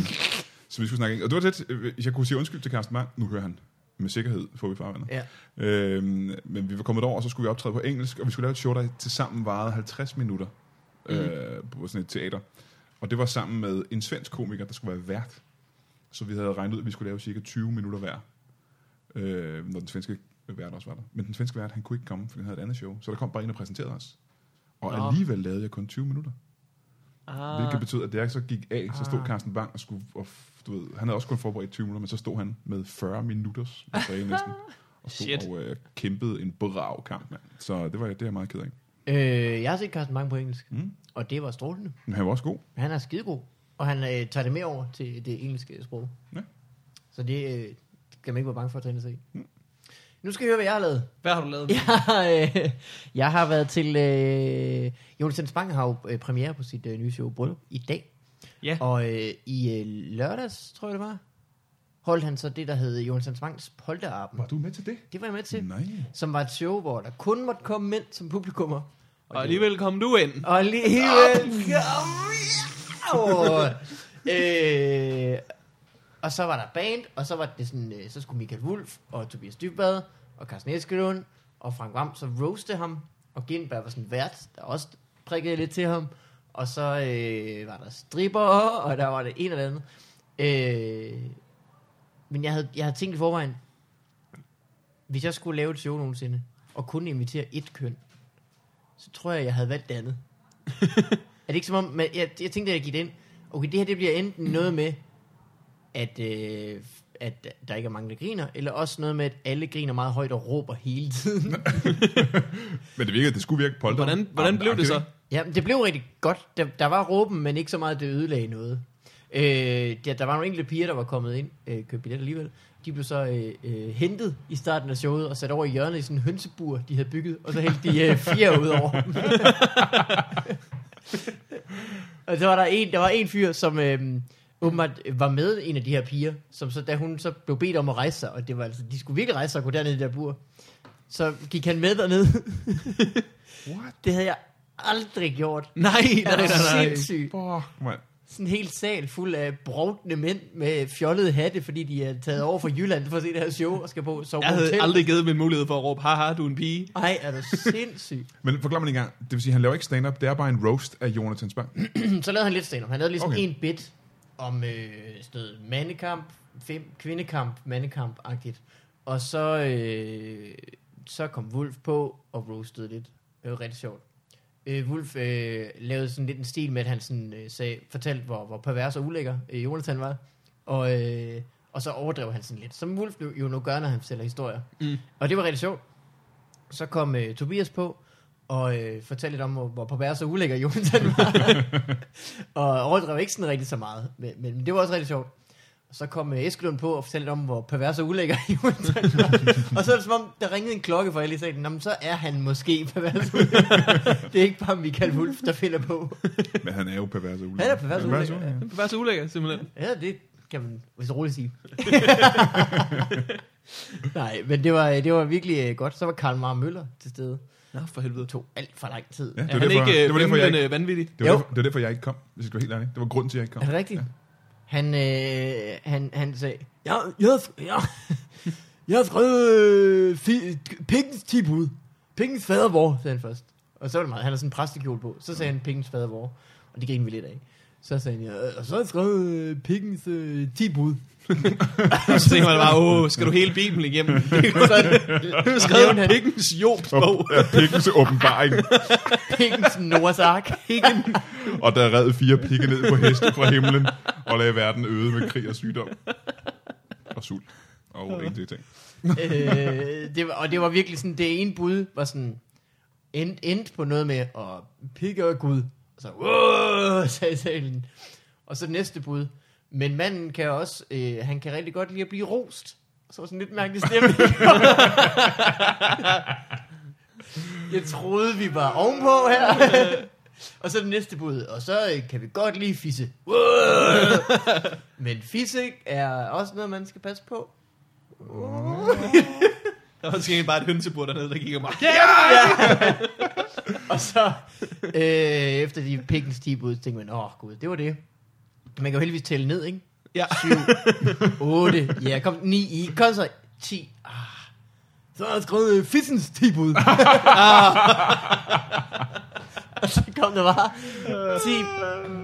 Speaker 3: så vi skulle snakke engelsk. Og det var lidt, øh, hvis jeg kunne sige undskyld til Carsten Bang, nu hører han med sikkerhed, får vi farvandet.
Speaker 2: Ja.
Speaker 3: Øhm, men vi var kommet over, og så skulle vi optræde på engelsk, og vi skulle lave et show, der til sammen varede 50 minutter mm.
Speaker 1: Mhm.
Speaker 3: øh, på sådan et teater. Og det var sammen med en svensk komiker, der skulle være vært. Så vi havde regnet ud, at vi skulle lave cirka 20 minutter hver, øh, når den svenske vært også var der. Men den svenske vært, han kunne ikke komme, for han havde et andet show. Så der kom bare en og præsenterede os. Og
Speaker 1: Nå.
Speaker 3: alligevel lavede jeg kun 20 minutter.
Speaker 1: Ah.
Speaker 3: Hvilket betød, at da jeg så gik af, så stod
Speaker 2: Ah.
Speaker 3: Carsten Bang og skulle, og, f- du ved, han havde også kun forberedt 20 minutter, men så stod han med 40 minutters materiale næsten. Og stod
Speaker 1: Shit.
Speaker 3: og øh, kæmpede en brav kamp, mand. Så det var det er jeg meget ked af.
Speaker 2: Øh, jeg har set Carsten Bang på engelsk,
Speaker 3: Mm.
Speaker 2: og det var strålende.
Speaker 3: Men han var også god.
Speaker 2: Han er skidegod, og han øh, tager det med over til det engelske sprog.
Speaker 3: Ja.
Speaker 2: Så det øh, kan man ikke være bange for at tage ind og se. Nu skal I høre, hvad jeg har lavet.
Speaker 1: Hvad har du lavet?
Speaker 2: Jeg har, øh, jeg har været til... Øh, Jonas Jens Bang har jo øh, premiere på sit øh, nye show Bryllup i dag.
Speaker 1: Ja.
Speaker 2: Og øh, i øh, lørdags, tror jeg det var, holdt han så det, der hed Jonas Jens Bangs Polterappen.
Speaker 3: Var du med til det?
Speaker 2: Det var jeg med til.
Speaker 3: Nej.
Speaker 2: Som var et show, hvor der kun måtte komme mænd som publikummer.
Speaker 1: Og alligevel kom du ind.
Speaker 2: Og alligevel... Kom her! øh, og så var der band, og så var det sådan, øh, så skulle Michael Wolf og Tobias Dybvad og Carsten Eskelund og Frank Vam så roaste ham, og Gindberg var sådan vært, der også prikkede lidt til ham, og så øh, var der stripper, og der var det en eller andet. Øh, men jeg havde, jeg havde tænkt i forvejen, hvis jeg skulle lave et show nogensinde, og kun invitere et køn, så tror jeg, jeg havde valgt det andet. er det ikke som om, men jeg, jeg tænkte, at jeg gik ind, okay, det her det bliver enten noget med, at, øh, at der ikke er mange, der griner, eller også noget med, at alle griner meget højt og råber hele tiden.
Speaker 3: Men det virkede, det skulle virke polter.
Speaker 1: Hvordan, hvordan blev det så?
Speaker 2: ja, men det blev rigtig godt. Der, der var råben, men ikke så meget, at det ødelagde noget. Øh, der, der var nogle enkelte piger, der var kommet ind, øh, købte billetter alligevel. De blev så øh, øh, hentet i starten af showet og sat over i hjørnet i sådan en hønsebur, de havde bygget, og så hældte de øh, fjer ud over dem. Og så var der en, der var en fyr, som øh, åbenbart var med en af de her piger, som så, da hun så blev bedt om at rejse sig, og det var altså, de skulle virkelig rejse sig og gå derned i det der bur, så gik han med derned.
Speaker 3: What?
Speaker 2: Det havde jeg aldrig gjort.
Speaker 1: Nej, nej,
Speaker 2: Jeg
Speaker 1: nej,
Speaker 2: var
Speaker 1: nej.
Speaker 2: sindssyg.
Speaker 3: Fuck, mand.
Speaker 2: Sådan en hel sal fuld af brovtende mænd med fjollede hatte, fordi de er taget over fra Jylland for at se det her show og skal på sove
Speaker 1: Jeg havde aldrig givet min mulighed for at råbe, haha, du er en pige.
Speaker 2: Ej, er du sindssyg.
Speaker 3: Men forklar mig lige en gang. Det vil sige, han laver ikke stand-up. Det er bare en roast af Jonathan Spang.
Speaker 2: så lavede han lidt stand Han lavede ligesom
Speaker 3: Okay.
Speaker 2: okay. en bit om øh, stod mandekamp, fem, kvindekamp, mandekamp-agtigt. Og så, øh, så kom Wolf på og roastede lidt. Det var rigtig sjovt. Øh, Wolf øh, lavede sådan lidt en stil med, at han sådan, øh, sagde, fortalte, hvor, hvor pervers og ulækker øh, Jonathan var. Og, øh, og så overdrev han sådan lidt. Som Wolf nu- jo nu gør, når han fortæller historier.
Speaker 1: Mm.
Speaker 2: Og det var rigtig sjovt. Så kom øh, Tobias på og øh, fortalte lidt om, hvor, hvor pervers og ulækker Jonathan var. og overdrev ikke sådan rigtig så meget. Men, men det var også rigtig sjovt. Og så kom øh, Eskelund på og fortalte lidt om, hvor pervers og ulækker Jonathan var. og så er det som om, der ringede en klokke for alle i salen. "Nå, men så er han måske pervers og ulækker." Det er ikke bare Michael Wolf, der finder på.
Speaker 3: Men han er jo pervers og ulækker.
Speaker 2: Han er pervers og ulækker,
Speaker 3: ulækker, ja.
Speaker 1: Det var så ulækker, simpelthen.
Speaker 2: Ja, det kan man vist roligt sige. Nej, men det var, det var virkelig øh, godt. Så var Karl Mar Møller til stede.
Speaker 1: Nå, for helvede.
Speaker 2: Det tog alt for lang tid.
Speaker 3: Ja,
Speaker 2: Ja,
Speaker 1: Er
Speaker 3: var
Speaker 1: han
Speaker 3: derfor-
Speaker 1: ikke
Speaker 3: det var derfor, jeg
Speaker 1: øh, ikke... vanvittig?
Speaker 3: Det var,
Speaker 2: Jo.
Speaker 3: derfor, det var derfor, jeg ikke kom, hvis jeg skal være helt ærlig. Det var grunden til, at jeg ikke kom.
Speaker 2: Er det rigtigt? Ja. Han, øh, han, han sagde, ja, jeg, har- ja, jeg har skrevet øh, fi- pengens tilbud. Pengens fadervor, sagde han først. Og så var det meget. Han har sådan en præstekjole på. Så sagde han pengens fadervor. Og det grinede vi lidt af. Så sagde han, ja, og så har jeg skrevet øh, pengens øh, tilbud.
Speaker 1: Så tænkte man bare, åh, skal du hele Bibelen igennem?
Speaker 2: Så
Speaker 1: Du skrev
Speaker 2: nævnte han
Speaker 1: Pikkens Jobs bog.
Speaker 3: Og ja, pikkens åbenbaring.
Speaker 2: pengens Noahs ark.
Speaker 3: Og der red fire pikke ned på heste fra himlen, og lagde verden øde med krig og sygdom. Og sult. Og en til ting.
Speaker 2: øh, det var, og det var virkelig sådan, det ene bud var sådan, end, endte på noget med at pikke og Gud. Og så, "Wow!" sagde salen. Og så det næste bud. Men manden kan også, øh, han kan rigtig godt lide at blive rost. Og så var sådan lidt mærkelig stemning. Jeg troede, vi var ovenpå her. og så det næste bud. Og så øh, kan vi godt lide fisse. Wow! Men fisse er også noget, man skal passe på.
Speaker 1: Der var sikkert bare et hønsebord dernede, der gik og bare,
Speaker 2: Og så, øh, efter de pikkens 10 bud, så tænkte man, åh oh, gud, det var det. Man kan jo heldigvis tælle ned, ikke?
Speaker 1: ja.
Speaker 2: 8, ja, kom 9 i, kom så 10. Ah. Så har jeg skrevet øh, fissens 10 bud. Ah. og så kom der bare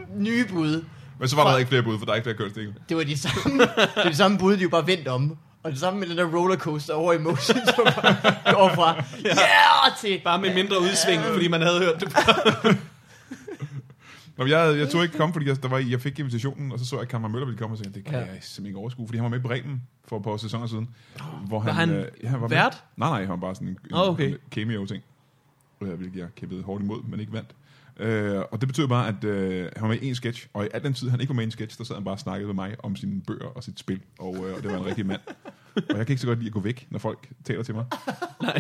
Speaker 2: 10 nye bud.
Speaker 3: Men så var der ikke flere bud, for der er ikke flere kønsdele.
Speaker 2: Det var de samme, det var de samme bud, de jo bare vendt om. Og det samme med den der rollercoaster over i Motion, som bare går fra, ja, yeah, til,
Speaker 1: bare med mindre udsving, fordi man havde hørt det.
Speaker 3: Nå, men jeg, jeg tog ikke komme, fordi jeg, der var, jeg fik invitationen, og så så jeg, at Kammer Møller ville komme, og så tænkte, jeg, det kan
Speaker 2: Ja.
Speaker 3: ja. jeg simpelthen ikke overskue, fordi han var med i Bremen for et par sæsoner siden. Hvor
Speaker 1: Var han
Speaker 3: ja, han var med-
Speaker 1: vært?
Speaker 3: Nej, nej, han var bare sådan en, en
Speaker 1: Nå, okay.
Speaker 3: en cameo-ting, øh, hvilket jeg kæmpede hårdt imod, men ikke vandt. Øh, og det betød bare, at øh, han var med i en sketch, og i al den tid, han ikke var med i en sketch, der sad han bare og snakkede med mig om sine bøger og sit spil, og, øh, og det var en rigtig mand. Og jeg kan ikke så godt lide at gå væk, når folk taler til mig.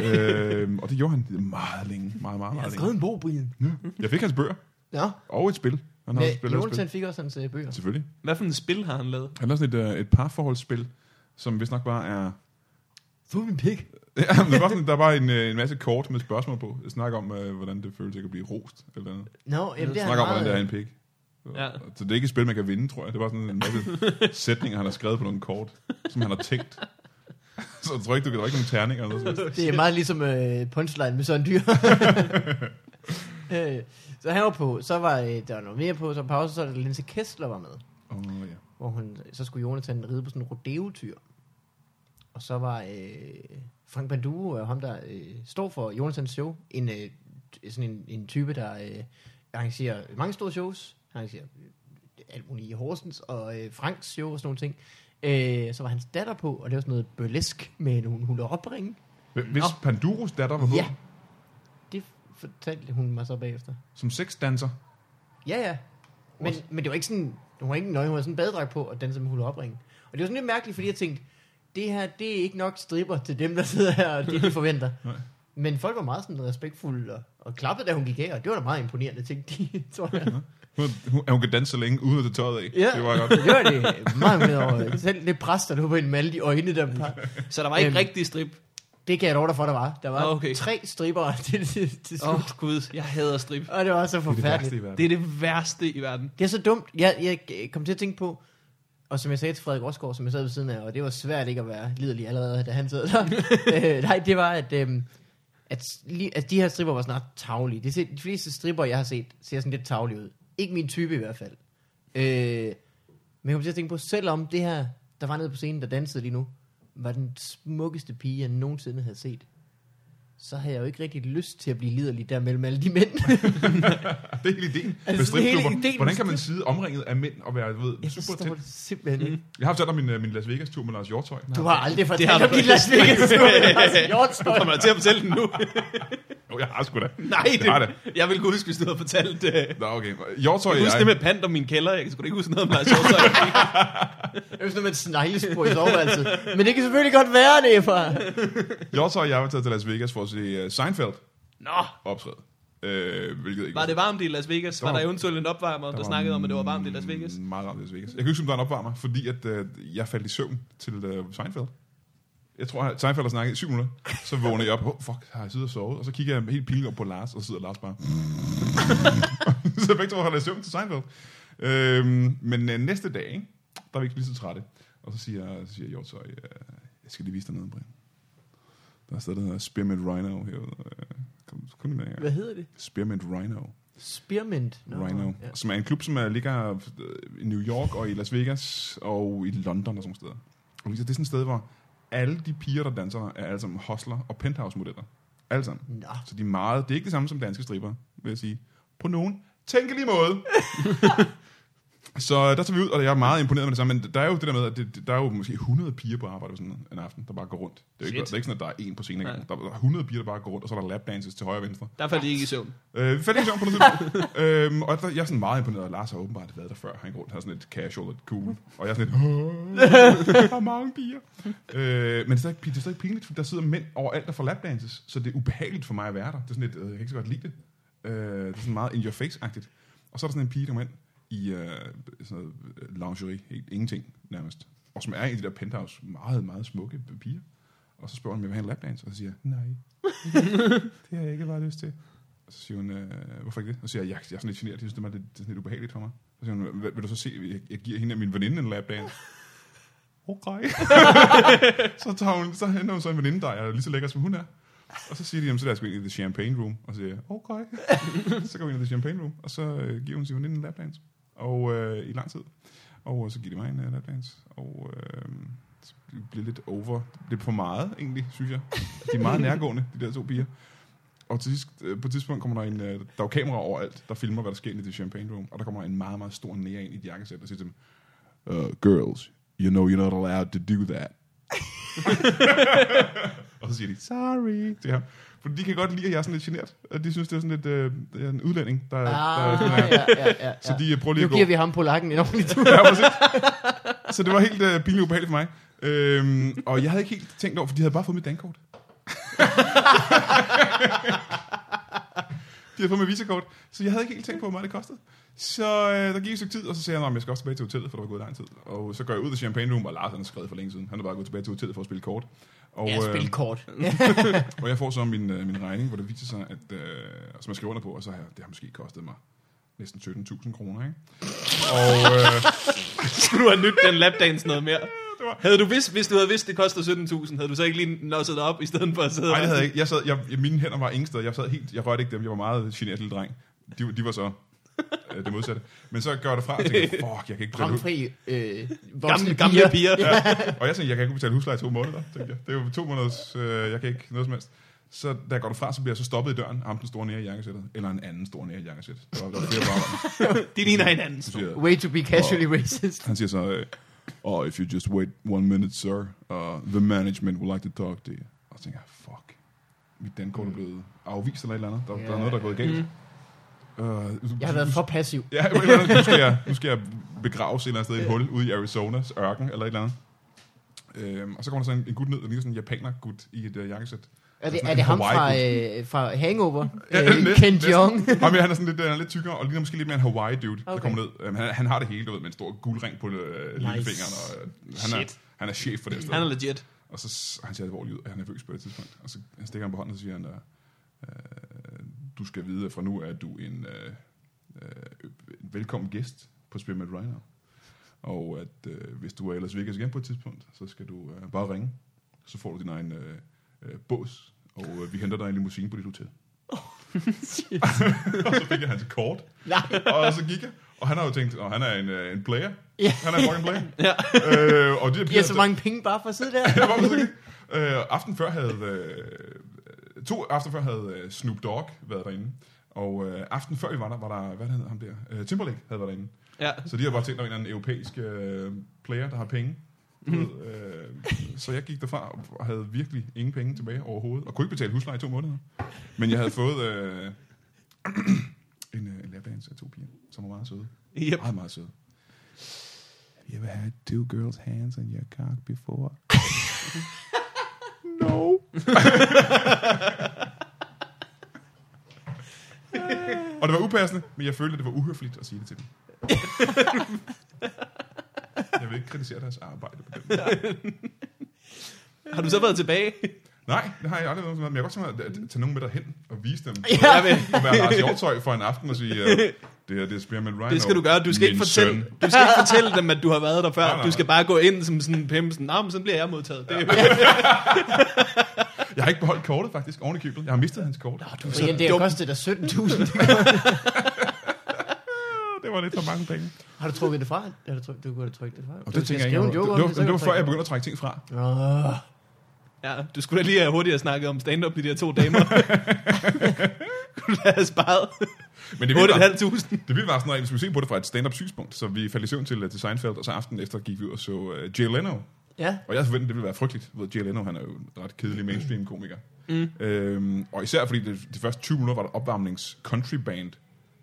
Speaker 3: øh, og det gjorde han meget længe, meget, meget,
Speaker 2: jeg har
Speaker 3: meget
Speaker 2: skrevet
Speaker 3: længe.
Speaker 2: en bog, Brian.
Speaker 3: Jeg fik hans bøger,
Speaker 2: Nå,
Speaker 3: og et spil. Han har også
Speaker 2: men
Speaker 3: spillet et spil.
Speaker 2: Jonathan fik også hans øh, bøger.
Speaker 3: Selvfølgelig.
Speaker 1: Hvad for en spil har han lavet?
Speaker 3: Han har sådan et, øh, et parforholdsspil, som vist nok bare er
Speaker 2: Få min pik.
Speaker 3: Ja, men det var sådan, der var en, øh, en masse kort med spørgsmål på. Jeg snakker om, øh, hvordan det føles ikke at blive rost. Eller andet.
Speaker 2: Nå, jamen, det er
Speaker 3: snakker om,
Speaker 2: meget... øh,
Speaker 3: hvordan det er en pik.
Speaker 1: Ja.
Speaker 3: Så det er ikke et spil, man kan vinde, tror jeg. Det var sådan en masse sætninger, han har skrevet på nogle kort, som han har tænkt. Så jeg tror ikke, du kan der er ikke nogen terninger eller noget. som helst.
Speaker 2: Det er meget ligesom øh, punchline med sådan en dyr. øh, så han var på, så var øh, der var noget mere på, så pause, så var det Linse Kessler var med,
Speaker 3: Åh, ja.
Speaker 2: hvor hun, så skulle Jonathan ride på sådan en rodeo-tyr. Og så var øh, Frank Banduo, øh, ham der øh, står for Jonathans show, en, øh, t- sådan en, en type, der øh, arrangerer mange store shows, han arrangerer øh, alt muligt i Horsens, og øh, Franks show og sådan nogle ting. Øh, så var hans datter på, og det var sådan noget burlesk med nogle hula-opringe.
Speaker 3: Hv- Hvis
Speaker 1: Nå.
Speaker 3: Panduros datter var på,
Speaker 2: Ja. Det fortalte hun mig så bagefter.
Speaker 3: som sexdanser,
Speaker 2: Ja, ja. Men, men det var ikke sådan, hun var ikke nøje, hun havde sådan en badedrag på, og den som hun opringe. Og det var sådan lidt mærkeligt, fordi jeg tænkte, det her, det er ikke nok striber til dem, der sidder her, og det de forventer.
Speaker 3: Nej.
Speaker 2: men folk var meget sådan respektfulde, og, og klappede, da hun gik af, og det var da meget imponerende, tænkte de, tror jeg.
Speaker 3: hun, hun, hun kan danse så længe uden at tage tøjet af.
Speaker 2: Ja.
Speaker 3: Det var godt.
Speaker 2: det var det meget med over. Selv det præster, der var på en med alle de øjne, der par.
Speaker 1: Så der var ikke
Speaker 2: Øhm.
Speaker 1: rigtig strip.
Speaker 2: Det kan jeg lov dig for, der var. Der var
Speaker 1: Ah, okay.
Speaker 2: tre stribere til, til, til
Speaker 1: Åh
Speaker 2: slut.
Speaker 1: oh, gud, jeg hader strip.
Speaker 2: Og Ah. det var så
Speaker 3: Det er det
Speaker 2: forfærdeligt.
Speaker 3: værste i verden.
Speaker 1: Det er det værste i verden.
Speaker 2: Det er så dumt. Jeg, jeg kom til at tænke på, og som jeg sagde til Frederik Rosgaard, som jeg sad ved siden af, og det var svært ikke at være liderlig allerede, da han sad der. øh, nej, det var, at, øh, at, li- at de her stripper var snart tavlige. De, ser- de fleste stripper, jeg har set, ser sådan lidt tavlige ud. Ikke min type i hvert fald. Øh, men jeg kom til at tænke på, selvom det her, der var nede på scenen, der dansede lige nu, var den smukkeste pige, jeg nogensinde havde set, så havde jeg jo ikke rigtig lyst til at blive liderlig der mellem alle de mænd.
Speaker 3: Det er hele ideen.
Speaker 2: Altså, sådan
Speaker 3: med stripklubber.
Speaker 2: hele ideen med
Speaker 3: Hvordan kan man sidde omringet af mænd og være, du ved,
Speaker 2: jeg
Speaker 3: super
Speaker 2: forstår
Speaker 3: tæt?
Speaker 2: det simpelthen ikke.
Speaker 3: Jeg har fortalt om min, øh, min Las Vegas-tur med Lars Hjortøj.
Speaker 2: Du har aldrig
Speaker 1: Det
Speaker 2: fortalt
Speaker 1: har
Speaker 2: om
Speaker 1: du
Speaker 2: dit Las Vegas tur med Lars
Speaker 1: altså Du
Speaker 2: Hjortstrøm.
Speaker 1: kommer da til at fortælle den nu.
Speaker 3: Jo, jeg har sgu da.
Speaker 1: Nej,
Speaker 3: Jeg har det.
Speaker 1: det, jeg ville kunne huske, hvis du havde fortalt det. Jeg
Speaker 3: Nå, okay. Hjortøj
Speaker 1: kan
Speaker 3: og
Speaker 1: huske det med pant om min kælder. Jeg kan sgu da ikke huske noget om Lars Hjortøj.
Speaker 2: Det er jo sådan noget med et sneglespor i soveværelset. Men det kan selvfølgelig godt være det, far.
Speaker 3: Hjortøj og jeg var taget til Las Vegas for at se uh, Seinfeld
Speaker 1: Nå,
Speaker 3: optræde. Øh, hvilket ikke
Speaker 1: var det varmt i Las Vegas? Var
Speaker 3: Der var-
Speaker 1: der eventuelt en opvarmer, der,
Speaker 3: var
Speaker 1: snakkede om, at det var varmt i Las Vegas?
Speaker 3: Mm, Meget varmt i Las Vegas. Jeg kan ikke huske, om der er en opvarmer, fordi at, øh, jeg faldt i søvn til øh, Seinfeld. Jeg tror, at Seinfeld har snakket i syv minutter. Så vågner jeg op. Oh, fuck, har jeg siddet og sovet? Og så kigger jeg helt pinligt op på Lars, og så sidder Lars bare. så begge to holder i søvn til Seinfeld. Øhm, men øh, næste dag, ikke, der er vi ikke lige så trætte. Og så siger, så siger Hjortøj, øh, jeg skal lige vise dig noget, Brian. Der er stadig der hedder Spearmint Rhino herude. Øh, kom, kom lige med
Speaker 2: Hvad
Speaker 3: her.
Speaker 2: hedder det?
Speaker 3: Spearmint Rhino.
Speaker 2: Spearmint.
Speaker 3: No, Rhino, ja. som er en klub, som er, ligger øh, i New York og i Las Vegas og i London og sådan nogle steder. Og Lisa, det er sådan et sted, hvor alle de piger, der danser, der, er alle sammen hostler og penthouse-modeller. Alle sammen.
Speaker 2: Nå.
Speaker 3: Så de er meget, det er ikke det samme som danske stripper, vil jeg sige. På nogen tænkelige måde. så øh, der tager vi ud, og jeg er meget imponeret med det samme, men der er jo det der med, at det, der er jo måske 100 piger på arbejde sådan en aften, der bare går rundt. Det er jo ikke,
Speaker 1: Shit.
Speaker 3: det er ikke sådan, at der er en på scenen.
Speaker 1: Nej.
Speaker 3: Der, der er 100 piger, der bare går rundt, og så er der lapdances til højre og venstre.
Speaker 1: Der faldt de ikke i søvn.
Speaker 3: Øh, vi faldt ikke sammen på noget tidspunkt. øhm, og der, jeg er sådan meget imponeret, og Lars har åbenbart været der før. Han går rundt, han er sådan lidt casual og cool. Og jeg er sådan lidt, "Åh, der er mange piger. øh, men det er, stadig, det er stadig pinligt, for der sidder mænd overalt, der får lapdances. Så det er ubehageligt for mig at være der. Det er sådan lidt, øh, jeg kan ikke så godt lide det. Øh, det er sådan meget in your face-agtigt. Og så er der sådan en pige, der kommer ind i øh, sådan noget øh, lingerie, helt ingenting nærmest. Og som er i de der penthouse, meget, meget smukke piger. Og så spørger hun, om jeg vil have en lapdance, og så siger jeg, nej, det har jeg ikke bare lyst til. Og så siger hun, øh, hvorfor ikke det? Og så siger jeg, jeg, jeg er sådan lidt generet, jeg synes, det er, lidt, det er sådan lidt ubehageligt for mig. Så siger hun, "Hvad- vil du så se, jeg, jeg giver hende og min veninde en lapdance. Okay. så tager hun, så henter hun så en veninde, der er lige så lækker, som hun er. Og så siger de, jamen, så lad os gå ind i The Champagne Room. Og så siger jeg, okay. så går vi ind i The Champagne Room, og så øh, giver hun sin veninde en lapdance. Og øh, i lang tid. Og øh, så giver de mig en øh, lapdance. Og øh, så bliver lidt over, lidt for meget egentlig, synes jeg. De er meget nærgående, de der to piger. Og til sidst, øh, på et tidspunkt kommer der en, øh, der er jo kameraer overalt, der filmer, hvad der sker inde i det champagne room, og der kommer en meget, meget stor nære ind i et jakkesæt, og siger til dem, uh, girls, you know you're not allowed to do that. og så siger de, sorry, til ham. For de kan godt lide, at jeg er sådan lidt genert, og de synes, det er sådan lidt øh, jeg er en udlænding, der,
Speaker 2: Ah,
Speaker 3: der er sådan
Speaker 2: ja,
Speaker 3: her.
Speaker 2: ja, ja, ja.
Speaker 3: Så de øh, prøver lige
Speaker 2: nu
Speaker 3: at gå.
Speaker 2: giver vi ham polakken en ordentlig tur.
Speaker 3: Ja, præcis. Så det var helt øh, pinligt ubehageligt for mig. Øhm, og jeg havde ikke helt tænkt over, for de havde bare fået mit dankort. De havde fået med visakort. Så jeg havde ikke helt tænkt på, hvor meget det kostede. Så øh, der gik et stykke tid, og så sagde jeg, at jeg skal også tilbage til hotellet, for der var gået lang tid. Og så går jeg ud af Champagne Room, og Lars han er skrevet for længe siden. Han er bare gået tilbage til hotellet for at spille kort. Og, øh,
Speaker 2: Ja, spil kort.
Speaker 3: og jeg får så min, øh, min regning, hvor det viser sig, at, øh, som jeg skriver under på, og så har jeg, det har måske kostet mig næsten 17.000 kroner, ikke? Og øh,
Speaker 1: Skulle du have nydt den lapdance noget mere?
Speaker 3: var-
Speaker 1: Havde du vidst, hvis du havde vidst, det kostede 17.000, havde du så ikke lige nosset det op, i stedet for at sidde
Speaker 3: nej,
Speaker 1: og-
Speaker 3: det havde jeg ikke. Jeg sad, jeg, mine hænder var ingen steder. Jeg sad helt, jeg rørte ikke dem. Jeg var meget generet lille dreng. De, de var så øh, det modsatte. Men så gør jeg det fra, og tænker, fuck, jeg kan ikke betale hus-
Speaker 2: Bramfri øh, voksne
Speaker 1: gamle, gamle
Speaker 2: piger.
Speaker 1: piger. Ja.
Speaker 3: Og jeg tænkte, jeg kan ikke betale husleje i to måneder, tænkte jeg. Det er jo to måneder, øh, jeg kan ikke noget som helst. Så da jeg går derfra, så bliver jeg så stoppet i døren, ham den store nære i jakkesættet, eller en anden store nære i jakkesæt. Der var, der var flere bare,
Speaker 1: De ligner hinanden.
Speaker 3: så siger,
Speaker 2: Way to be casually racist.
Speaker 3: han siger så, øh, oh, if you just wait one minute, sir, uh, the management would like to talk to you. Og så tænker jeg, fuck, mit
Speaker 2: Mm.
Speaker 3: dankort er blevet afvist eller et eller andet. Der, yeah. der er noget, der er gået galt. Mm. Uh,
Speaker 2: Jeg har været for passiv.
Speaker 3: Ja, men eller andet, nu skal jeg, nu skal jeg begraves et eller andet sted i et hul ude i Arizonas ørken eller et eller andet. Øhm, og så kommer der sådan en, en gut ned, der ligner sådan en japaner-gut i et uh, jakkesæt.
Speaker 2: Er det,
Speaker 3: Sådan
Speaker 2: er
Speaker 3: en
Speaker 2: det ham fra,
Speaker 3: Hawaii-gut.
Speaker 2: øh, fra Hangover?
Speaker 3: Ja,
Speaker 2: Øh,
Speaker 3: næsten,
Speaker 2: Ken
Speaker 3: næsten.
Speaker 2: Jeong?
Speaker 3: Jamen, han er sådan lidt, han er lidt tykkere, og ligner måske lidt mere en Hawaii-dude, okay. der
Speaker 2: Okay.
Speaker 3: kommer ned. Øhm, han, han har det hele, du ved, med en stor guldring på øh, nice. lillefingeren. Og, øh, han, er,
Speaker 1: Shit.
Speaker 3: han er chef for det her sted.
Speaker 1: Han er legit.
Speaker 3: Og så s- og han ser alvorlig ud, og han er nervøs på det tidspunkt. Og så han stikker han på hånden, og så siger han, øh, øh, du skal vide, at fra nu er du en øh, øh, en velkommen gæst på Spil med Rhino. Og at øh, hvis du er ellers vækkes igen på et tidspunkt, så skal du øh, bare ringe. Så får du din egen øh, øh, bås, og øh, vi henter dig en limousine på dit hotel. og så fik jeg hans kort,
Speaker 2: Nej.
Speaker 3: og så gik jeg. Og han har jo tænkt, at han er en, øh, en player.
Speaker 2: Ja.
Speaker 3: Han er en fucking player.
Speaker 1: Ja.
Speaker 3: øh, og de der
Speaker 2: De
Speaker 3: piger,
Speaker 2: har så mange penge bare for at sidde der.
Speaker 3: jeg var ude. Øh, aften før havde... Øh, to aften før havde øh, Snoop Dogg været derinde. Og øh, aften før vi var der, var der... Hvad hedder han der? Øh, Timberlake havde været derinde.
Speaker 1: Ja.
Speaker 3: Så de har bare tænkt, at der er en eller anden europæisk øh, player, der har penge. Du ved, øh, så jeg gik derfra og havde virkelig ingen penge tilbage overhovedet. Og kunne ikke betale husleje i to måneder. Men jeg havde fået øh, en, øh, en lapdance af to piger, som var meget søde.
Speaker 1: Yep.
Speaker 3: Meget, meget søde. Have you ever had two girls' hands on your cock before? no. Og det var upassende, men jeg følte, at det var uhøfligt at sige det til dem. jeg vil ikke kritisere deres arbejde på den måde.
Speaker 1: Har du så været tilbage?
Speaker 3: Nej, det har jeg aldrig været med, men jeg kan godt tænke mig at- at tage nogen med derhen og vise dem.
Speaker 2: Ja.
Speaker 1: Ja, men,
Speaker 3: Og være Lars Hjortøj for en aften og sige, øh, det her det er Spearman Rhino.
Speaker 1: det skal du gøre. Du skal, ikke
Speaker 3: min
Speaker 1: fortælle,
Speaker 3: søn."
Speaker 1: du skal ikke fortælle dem, at du har været der før.
Speaker 3: Nej, nej,
Speaker 1: Du skal bare gå ind som sådan en pimp. Sådan, "Nå, men sådan bliver jeg modtaget. Det er jo
Speaker 3: Jeg har ikke beholdt kortet faktisk, oven i købet. Jeg har mistet hans kort. Nå, du
Speaker 2: Brian, det har
Speaker 1: dum.
Speaker 2: kostet dig 17.000.
Speaker 3: Ah, Det var lidt for mange penge.
Speaker 2: Har du trukket det fra? Har du, tryk, du kunne have trykket det fra.
Speaker 3: Og
Speaker 2: Du skal
Speaker 3: det tænker jeg
Speaker 2: skrive
Speaker 3: ikke.
Speaker 2: en
Speaker 3: Det,
Speaker 2: joke
Speaker 3: det,
Speaker 2: om
Speaker 3: det,
Speaker 2: så
Speaker 3: det, det
Speaker 2: kan
Speaker 3: var
Speaker 2: du
Speaker 3: før, jeg
Speaker 2: trykke
Speaker 3: begyndte at trække ting fra.
Speaker 2: det. Åh.
Speaker 1: Ja, du skulle da lige have hurtigt at snakke om stand-up, de der to damer. Kunne du da have sparet
Speaker 3: Men det vilde var,
Speaker 1: 8.500?
Speaker 3: det vilde var sådan noget, at vi skulle se på det fra et stand-up synspunkt. Så vi faldt i søvn til, øh, til Seinfeld, og så aftenen efter gik vi ud og så uh, Jay Leno.
Speaker 2: Ja.
Speaker 3: Og jeg forventede, det ville være frygteligt. Du ved, Jay Leno, han er jo en ret kedelig mainstream-komiker. Mm. Øhm, og især fordi det, de første 20 minutter var der opvarmnings-country-band,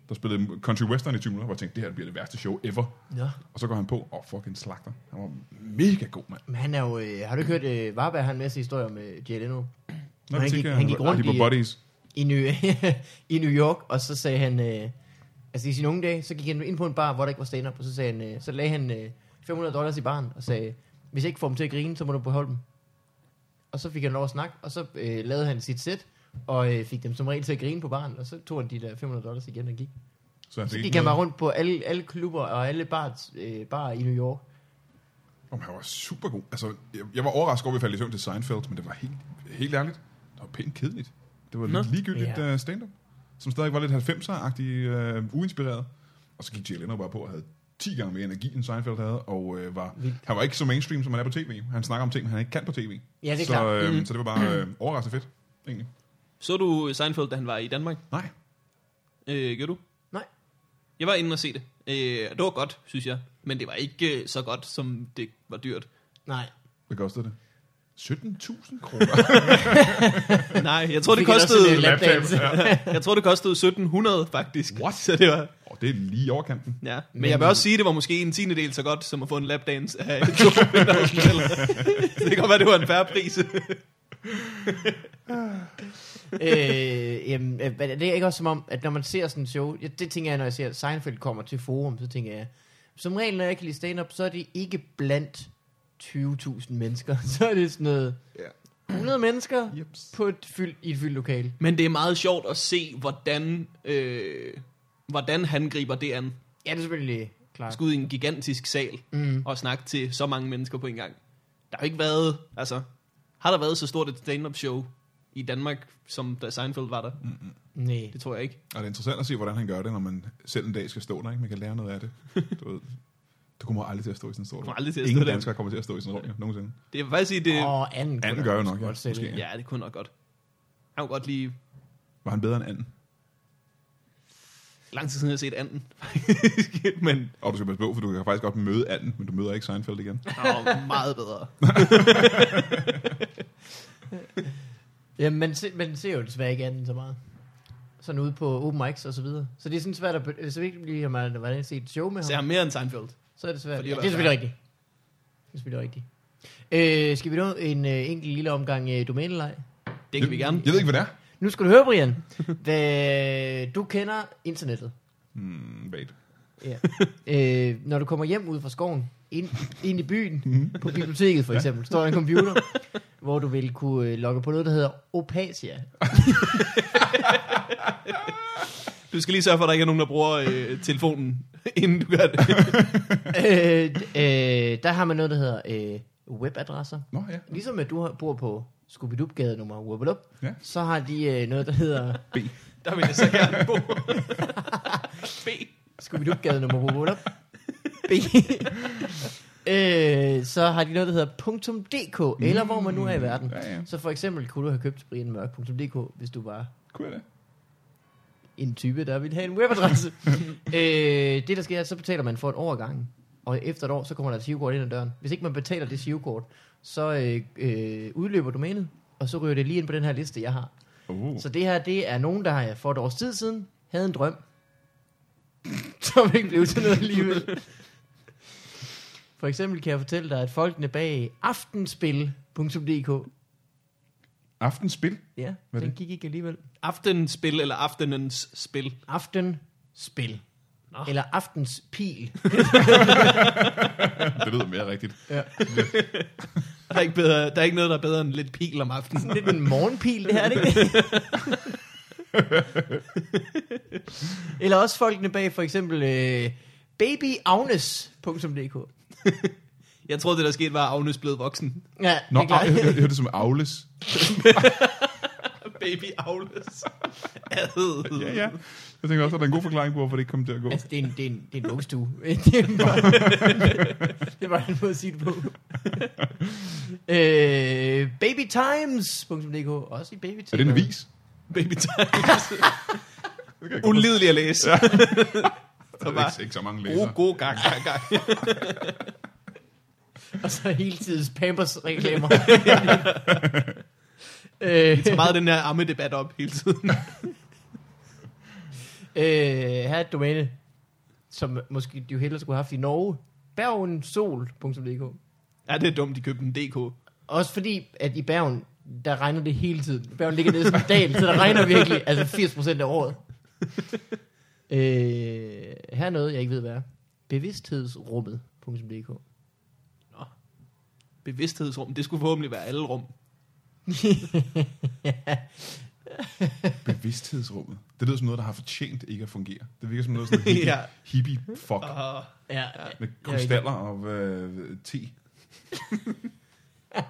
Speaker 3: der spillede country-western i 20 minutter, hvor jeg tænkte, det her bliver det værste show ever.
Speaker 2: Nå.
Speaker 3: Og så går han på, og oh, fucking slagter. Han var mega god, mand.
Speaker 2: Men han er jo... Øh, har du ikke hørt øh, Varberg, han med sin historie om øh, Jay Leno?
Speaker 3: Nå,
Speaker 2: han
Speaker 3: det
Speaker 2: gik-
Speaker 3: tænker jeg,
Speaker 2: han gik rundt
Speaker 3: de var
Speaker 2: i-
Speaker 3: buddies.
Speaker 2: i New, i New York, og så sagde han, øh, altså i sine unge dage, så gik han ind på en bar, hvor der ikke var stand-up, og så, sagde han, øh, så lagde han øh, 500 dollars i baren, og sagde, hvis jeg ikke får dem til at grine, så må du beholde dem. Og så fik han lov at snakke, og så øh, lavede han sit sæt, og øh, fik dem som regel til at grine på baren, og så tog han de der 500 dollars igen og gik.
Speaker 3: han
Speaker 2: Så
Speaker 3: fik
Speaker 2: gik
Speaker 3: ikke
Speaker 2: han bare
Speaker 3: noget.
Speaker 2: rundt på alle, alle klubber og alle bars, øh, bar i New York.
Speaker 3: Om han var super god. Altså, jeg, jeg var overrasket over, at vi faldt i søvn til Seinfeld, men det var helt, helt ærligt. Det var pænt kedeligt. Det var
Speaker 1: Nå.
Speaker 3: lidt ligegyldigt
Speaker 2: Ja.
Speaker 3: yeah. uh, stand-up, som stadig var lidt 90'er-agtig, uh, uinspireret. Og så gik Jay Leno bare på og havde 10 gange mere energi, end Seinfeld havde, og uh, var,
Speaker 2: Vildt.
Speaker 3: han var ikke så mainstream, som han er på tv. Han snakker om ting, han ikke kan på tv.
Speaker 2: Ja, det er
Speaker 3: så,
Speaker 2: klart.
Speaker 3: Øh, mm. så det var bare øh, overraskende fedt, egentlig.
Speaker 1: Så du Seinfeld, da han var i Danmark?
Speaker 3: Nej.
Speaker 1: Øh, gjorde du?
Speaker 2: Nej.
Speaker 1: Jeg var inde og se det. Øh, og det var godt, synes jeg. Men det var ikke øh, så godt, som det var dyrt.
Speaker 2: Nej.
Speaker 3: Hvad kostede det? 17.000 kroner.
Speaker 1: Nej, jeg tror, det
Speaker 2: Fik han også en, øh,
Speaker 1: kostede,
Speaker 2: lapdance.
Speaker 1: jeg tror, det kostede 1700 faktisk.
Speaker 3: What?
Speaker 1: Så det var,
Speaker 3: og det er lige i overkanten.
Speaker 1: ja. Men,
Speaker 2: Men-
Speaker 1: jeg vil også sige, det var måske en tiende del så godt, som at få en lapdance af to Windows modeller. Så det kan godt være, det var en færre pris.
Speaker 2: øh, jamen, øh, men er det er ikke også som om, at når man ser sådan en show, ja, det tænker jeg, når jeg ser, at Seinfeld kommer til forum, så tænker jeg, som regel, når jeg kan lide stand-up, så er det ikke blandt 20.000 mennesker. Så er det sådan noget
Speaker 3: Ja.
Speaker 2: 100 mennesker
Speaker 3: Jeps.
Speaker 2: på et fyld, i et fyldt lokale.
Speaker 1: Men det er meget sjovt at se, hvordan, øh, hvordan han griber det an.
Speaker 2: Ja, det er selvfølgelig klart.
Speaker 1: Skud i en gigantisk sal
Speaker 2: Mm.
Speaker 1: og snakke til så mange mennesker på en gang. Der har jo ikke været, altså, har der været så stort et stand-up show i Danmark, som da Seinfeld var der?
Speaker 2: Nej.
Speaker 1: Det tror jeg ikke.
Speaker 3: Og det er interessant at se, hvordan han gør det, når man selv en dag skal stå der. Ikke? Man kan lære noget af det. Du, ved, du kommer aldrig til at stå i sådan en stor
Speaker 1: Kommer
Speaker 3: rum.
Speaker 1: aldrig til at
Speaker 3: Ingen
Speaker 1: stå der.
Speaker 3: danskere kommer til at stå i sådan en rum, jo, nogensinde.
Speaker 1: Det er faktisk det,
Speaker 2: Åh,
Speaker 1: oh.
Speaker 2: oh, anden,
Speaker 3: Anden gør jo nok, ja.
Speaker 2: ja. Godt
Speaker 3: Måske.
Speaker 2: Måske.
Speaker 1: ja, det kunne nok godt. Jeg kunne godt lige
Speaker 3: Var han bedre end anden?
Speaker 1: lang tid siden, jeg har set anden. men
Speaker 3: Og du skal passe på, for du kan faktisk godt møde anden, men du møder ikke Seinfeld igen.
Speaker 1: oh, meget bedre.
Speaker 2: Ja, man, se, man ser jo desværre ikke anden så meget. Sådan ude på open mics og så videre. Så det er sådan svært at... be- Hvis vi ikke lige har man, hvordan set et show med
Speaker 1: Så jeg
Speaker 2: ham,
Speaker 1: har mere end Seinfeld.
Speaker 2: så er det svært.
Speaker 1: Fordi
Speaker 2: Ja,
Speaker 1: jeg
Speaker 2: det
Speaker 1: var
Speaker 2: er selvfølgelig rigtigt. Det er selvfølgelig rigtigt. Øh, skal vi nå en øh, enkelt lille omgang øh, domæneleg?
Speaker 1: Det kan vi gerne.
Speaker 3: Jeg ved ikke, hvad det er.
Speaker 2: Nu skal du høre, Brian. Hvad, du kender internettet.
Speaker 3: Hmm, wait.
Speaker 2: Ja. Øh, når du kommer hjem ud fra skoven, ind, ind i
Speaker 1: Mhm.
Speaker 2: byen, på biblioteket for eksempel, står der en computer, hvor du vil kunne øh, logge på noget, der hedder Opasia.
Speaker 1: Du skal lige sørge for, at der ikke er nogen, der bruger øh, telefonen, inden du gør det.
Speaker 2: øh, øh, der har man noget, der hedder øh, webadresser.
Speaker 3: Nå, ja.
Speaker 2: Ligesom at du har- bor på scooby gade nummer Wubbelup,
Speaker 3: Ja.
Speaker 2: så har de øh, noget, der hedder
Speaker 3: B.
Speaker 1: Der vil jeg så gerne bo. B.
Speaker 2: scooby gade nummer Wubbelup. B. øh, så har de noget, der hedder .dk, eller hvor man nu er i verden.
Speaker 3: Ja, ja.
Speaker 2: Så for eksempel kunne du have købt brianmørk.dk, hvis du var
Speaker 3: Kunne jeg det?
Speaker 2: en type, der ville have en webadresse. øh, det, der sker, er, at så betaler man for et år ad gangen. Og efter et år, så kommer der et sivkort ind ad døren. Hvis ikke man betaler det sivkort, så øh, øh, udløber domænet, og så ryger det lige ind på den her liste, jeg har.
Speaker 3: Uh.
Speaker 2: Så det her, det er nogen, der har for et års tid siden havde en drøm, som ikke blev til noget alligevel. For eksempel kan jeg fortælle dig, at folkene bag aftenspil.dk,
Speaker 3: Aftenspil?
Speaker 2: ja,
Speaker 3: Hvad er
Speaker 2: den
Speaker 3: det?
Speaker 2: gik ikke alligevel.
Speaker 1: Aftenspil eller aftenens spil.
Speaker 2: Aftenspil.
Speaker 1: Nå.
Speaker 2: Eller aftenspil.
Speaker 3: Det lyder mere rigtigt.
Speaker 1: Der er, ikke bedre, der er ikke noget, der er bedre end lidt pil om aftenen.
Speaker 2: Sådan lidt en morgenpil, det her, er det ikke? Eller også folkene bag for eksempel øh, babyagnes.dk.
Speaker 1: Jeg troede, det der skete var, at Agnes blev voksen.
Speaker 2: Ja,
Speaker 3: Nå,
Speaker 2: det er
Speaker 3: ej,
Speaker 2: klart.
Speaker 3: jeg, jeg, jeg hørte det som Aules.
Speaker 1: Baby Agnes. Ad.
Speaker 3: Ja, ja. Jeg tænker også, at der er en god forklaring på, hvorfor det ikke kom til at gå.
Speaker 2: Altså, det er en, det er en, det er en vuggestue. det er bare- det var en måde at sige det på. øh, babytimes.dk, også i babytimes.
Speaker 3: Er det en avis?
Speaker 1: Baby Times.
Speaker 3: Det kan jeg godt
Speaker 1: Ulidelig at læse. Ja.
Speaker 3: forstå. Der er ikke, ikke så mange læsere.
Speaker 1: God, god gang, gang, gang.
Speaker 2: Og så hele tiden Pampers-reklamer. øh,
Speaker 1: Så meget den her ammedebat op hele tiden.
Speaker 2: Øh, her er et domæne, som måske du hellere skulle have haft i Norge. Bergensol.dk
Speaker 1: Ja, det er dumt, de købte en DK.
Speaker 2: Også fordi, at i Bergen, der regner det hele tiden. Bergen ligger nede som en dal, så der regner virkelig altså 80% af året. øh, her er noget, jeg ikke ved, hvad er. Bevidsthedsrummet.dk
Speaker 1: Bevidsthedsrum, det skulle forhåbentlig være alle rum.
Speaker 3: Bevidsthedsrummet. Det lyder som noget, der har fortjent ikke at fungere. Det virker som noget sådan hippie,
Speaker 1: Ja.
Speaker 3: hippie fuck.
Speaker 1: Og
Speaker 2: Ja,
Speaker 3: Med krystaller og øh, te. det er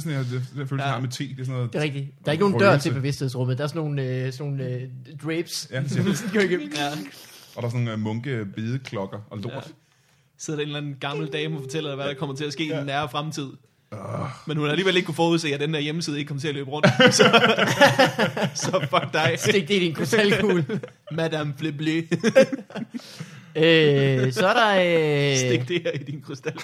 Speaker 3: sådan, jeg, det, jeg føler, ja. jeg har med te. Det er sådan noget,
Speaker 2: det er rigtigt. Der er ikke nogen dør
Speaker 3: Røgelse.
Speaker 2: til bevidsthedsrummet. Der er sådan nogle, øh, sådan nogle øh, drapes.
Speaker 3: Ja, det
Speaker 2: Sådan går igennem.
Speaker 1: ja,
Speaker 3: og der er sådan nogle øh, munke bedeklokker og lort. Ja.
Speaker 1: sidder der en eller anden gammel dame og fortæller dig, hvad der kommer til at ske i den nære fremtid. Men hun har alligevel ikke kunne forudse, at den der hjemmeside ikke kom til at løbe rundt. Så, så fuck dig,
Speaker 2: Stik det i din krystalkugle.
Speaker 1: Madame Fleblé.
Speaker 2: øh, så er der... Øh,
Speaker 1: Stik det her i din krystal.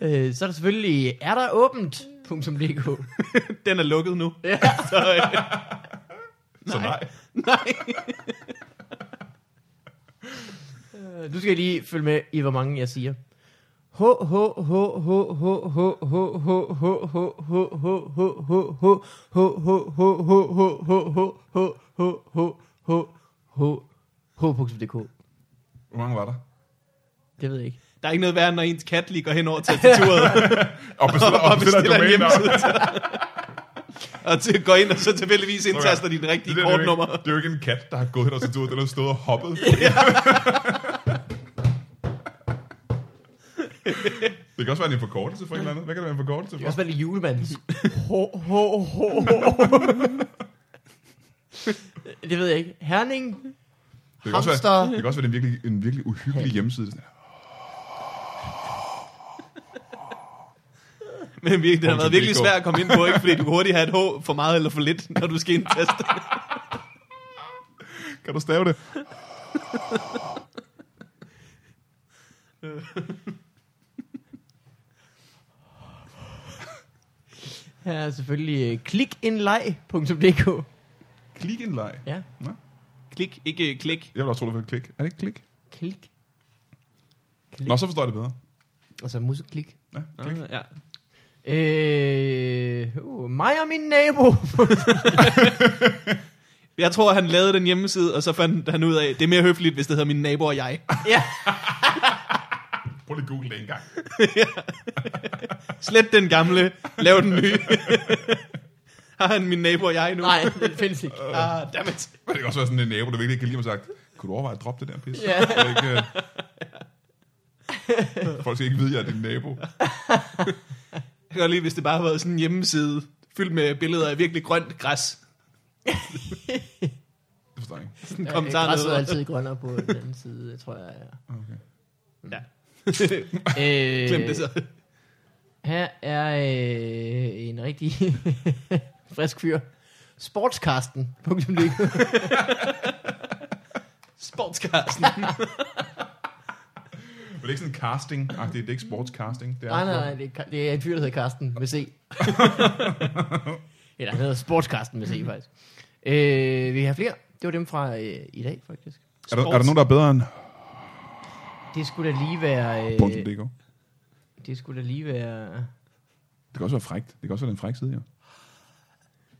Speaker 2: Øh, så er der selvfølgelig er der åbent.dk.
Speaker 1: Den er lukket nu.
Speaker 2: Ja.
Speaker 1: Så, øh,
Speaker 3: Så nej.
Speaker 1: nej.
Speaker 2: Du skal lige følge med i, hvor mange jeg siger. H H H H H H H H H H H H H H H H H H H
Speaker 3: Hvor mange var der?
Speaker 2: Det ved jeg ikke.
Speaker 1: Der er ikke noget værre, end når ens kat lige går hen over tastaturet
Speaker 3: Og bestiller, og
Speaker 1: og
Speaker 3: bestiller,
Speaker 1: bestiller en
Speaker 3: domæne op.
Speaker 1: hjemmeside til dig. Og til går ind og så tilfældigvis indtaster din
Speaker 3: Det,
Speaker 1: rigtige
Speaker 3: der, det, er jo
Speaker 1: kortnummer.
Speaker 3: ikke, det er jo ikke en kat, der har gået hen og så tur, den har stået og hoppet. det kan også være en forkortelse for en eller anden. Hvad kan det være en forkortelse
Speaker 2: Det
Speaker 3: for?
Speaker 2: kan også være lidt julemandens. H H H Det ved jeg ikke. Herning?
Speaker 3: Det kan, også være,
Speaker 2: Hamster.
Speaker 3: det kan også være en virkelig, en virkelig uhyggelig hjemmeside. Det er sådan,
Speaker 1: Men virkelig, det har
Speaker 3: Punktum
Speaker 1: været virkelig
Speaker 3: DK.
Speaker 1: svært at komme ind på, ikke? Fordi du kan hurtigt have et H for meget eller for lidt, når du skal indtaste.
Speaker 3: Kan du stave det?
Speaker 2: Her er selvfølgelig øh, klikinleg.dk.
Speaker 3: Klik en leg.
Speaker 2: Ja,
Speaker 1: Klik, ikke klik.
Speaker 3: Jeg vil også tro, det var et øh, klik. Er det ikke klik?
Speaker 2: klik.
Speaker 3: Nå, så forstår jeg det bedre.
Speaker 2: Altså musikklik.
Speaker 3: Ja, klik.
Speaker 1: Ja.
Speaker 2: Øh, uh, mig og min nabo.
Speaker 1: Jeg tror, han lavede den hjemmeside, og så fandt han ud af, det er mere høfligt, hvis det hedder min nabo og jeg.
Speaker 2: ja.
Speaker 3: Prøv lige at google det en gang.
Speaker 1: Slet den gamle, lav den nye. har han min nabo og jeg nu?
Speaker 2: Nej, den findes ikke.
Speaker 1: Ah, dammit.
Speaker 3: Men det kan også være sådan en nabo, der virkelig ikke kan lide mig sagt, kunne du overveje at droppe det der pis?
Speaker 2: Ja.
Speaker 3: Det er ikke, øh, Folk skal ikke vide, at jeg er din nabo.
Speaker 1: Jeg kan godt lide, hvis det bare har været sådan en hjemmeside, fyldt med billeder af virkelig grønt græs.
Speaker 3: Det forstår jeg ikke.
Speaker 1: Sådan en
Speaker 2: Ja,
Speaker 1: kommentar
Speaker 2: Græsset er
Speaker 1: ned.
Speaker 2: altid grønnere på den anden side, tror jeg. Ja.
Speaker 3: Okay.
Speaker 1: Ja.
Speaker 2: Øh,
Speaker 1: Glem det så.
Speaker 2: Her er øh, en rigtig frisk fyr. Sportskarsten.
Speaker 1: Sportskarsten.
Speaker 3: Men det er ikke sådan casting-agtigt, det er ikke sportscasting. Det er
Speaker 2: nej, nej, nej, det er, Ka- det er en fyr, der hedder Karsten med C. Eller han hedder Sportskarsten med C, faktisk. Øh, vi har flere. Det var dem fra øh, i dag, faktisk.
Speaker 3: Er der, er der nogen, der er bedre end
Speaker 2: Det skulle da lige være...
Speaker 3: øh.
Speaker 2: Øh,
Speaker 3: .dk?
Speaker 2: det skulle da lige være...
Speaker 3: Det kan også være frækt. Det kan også være en fræk side, jo.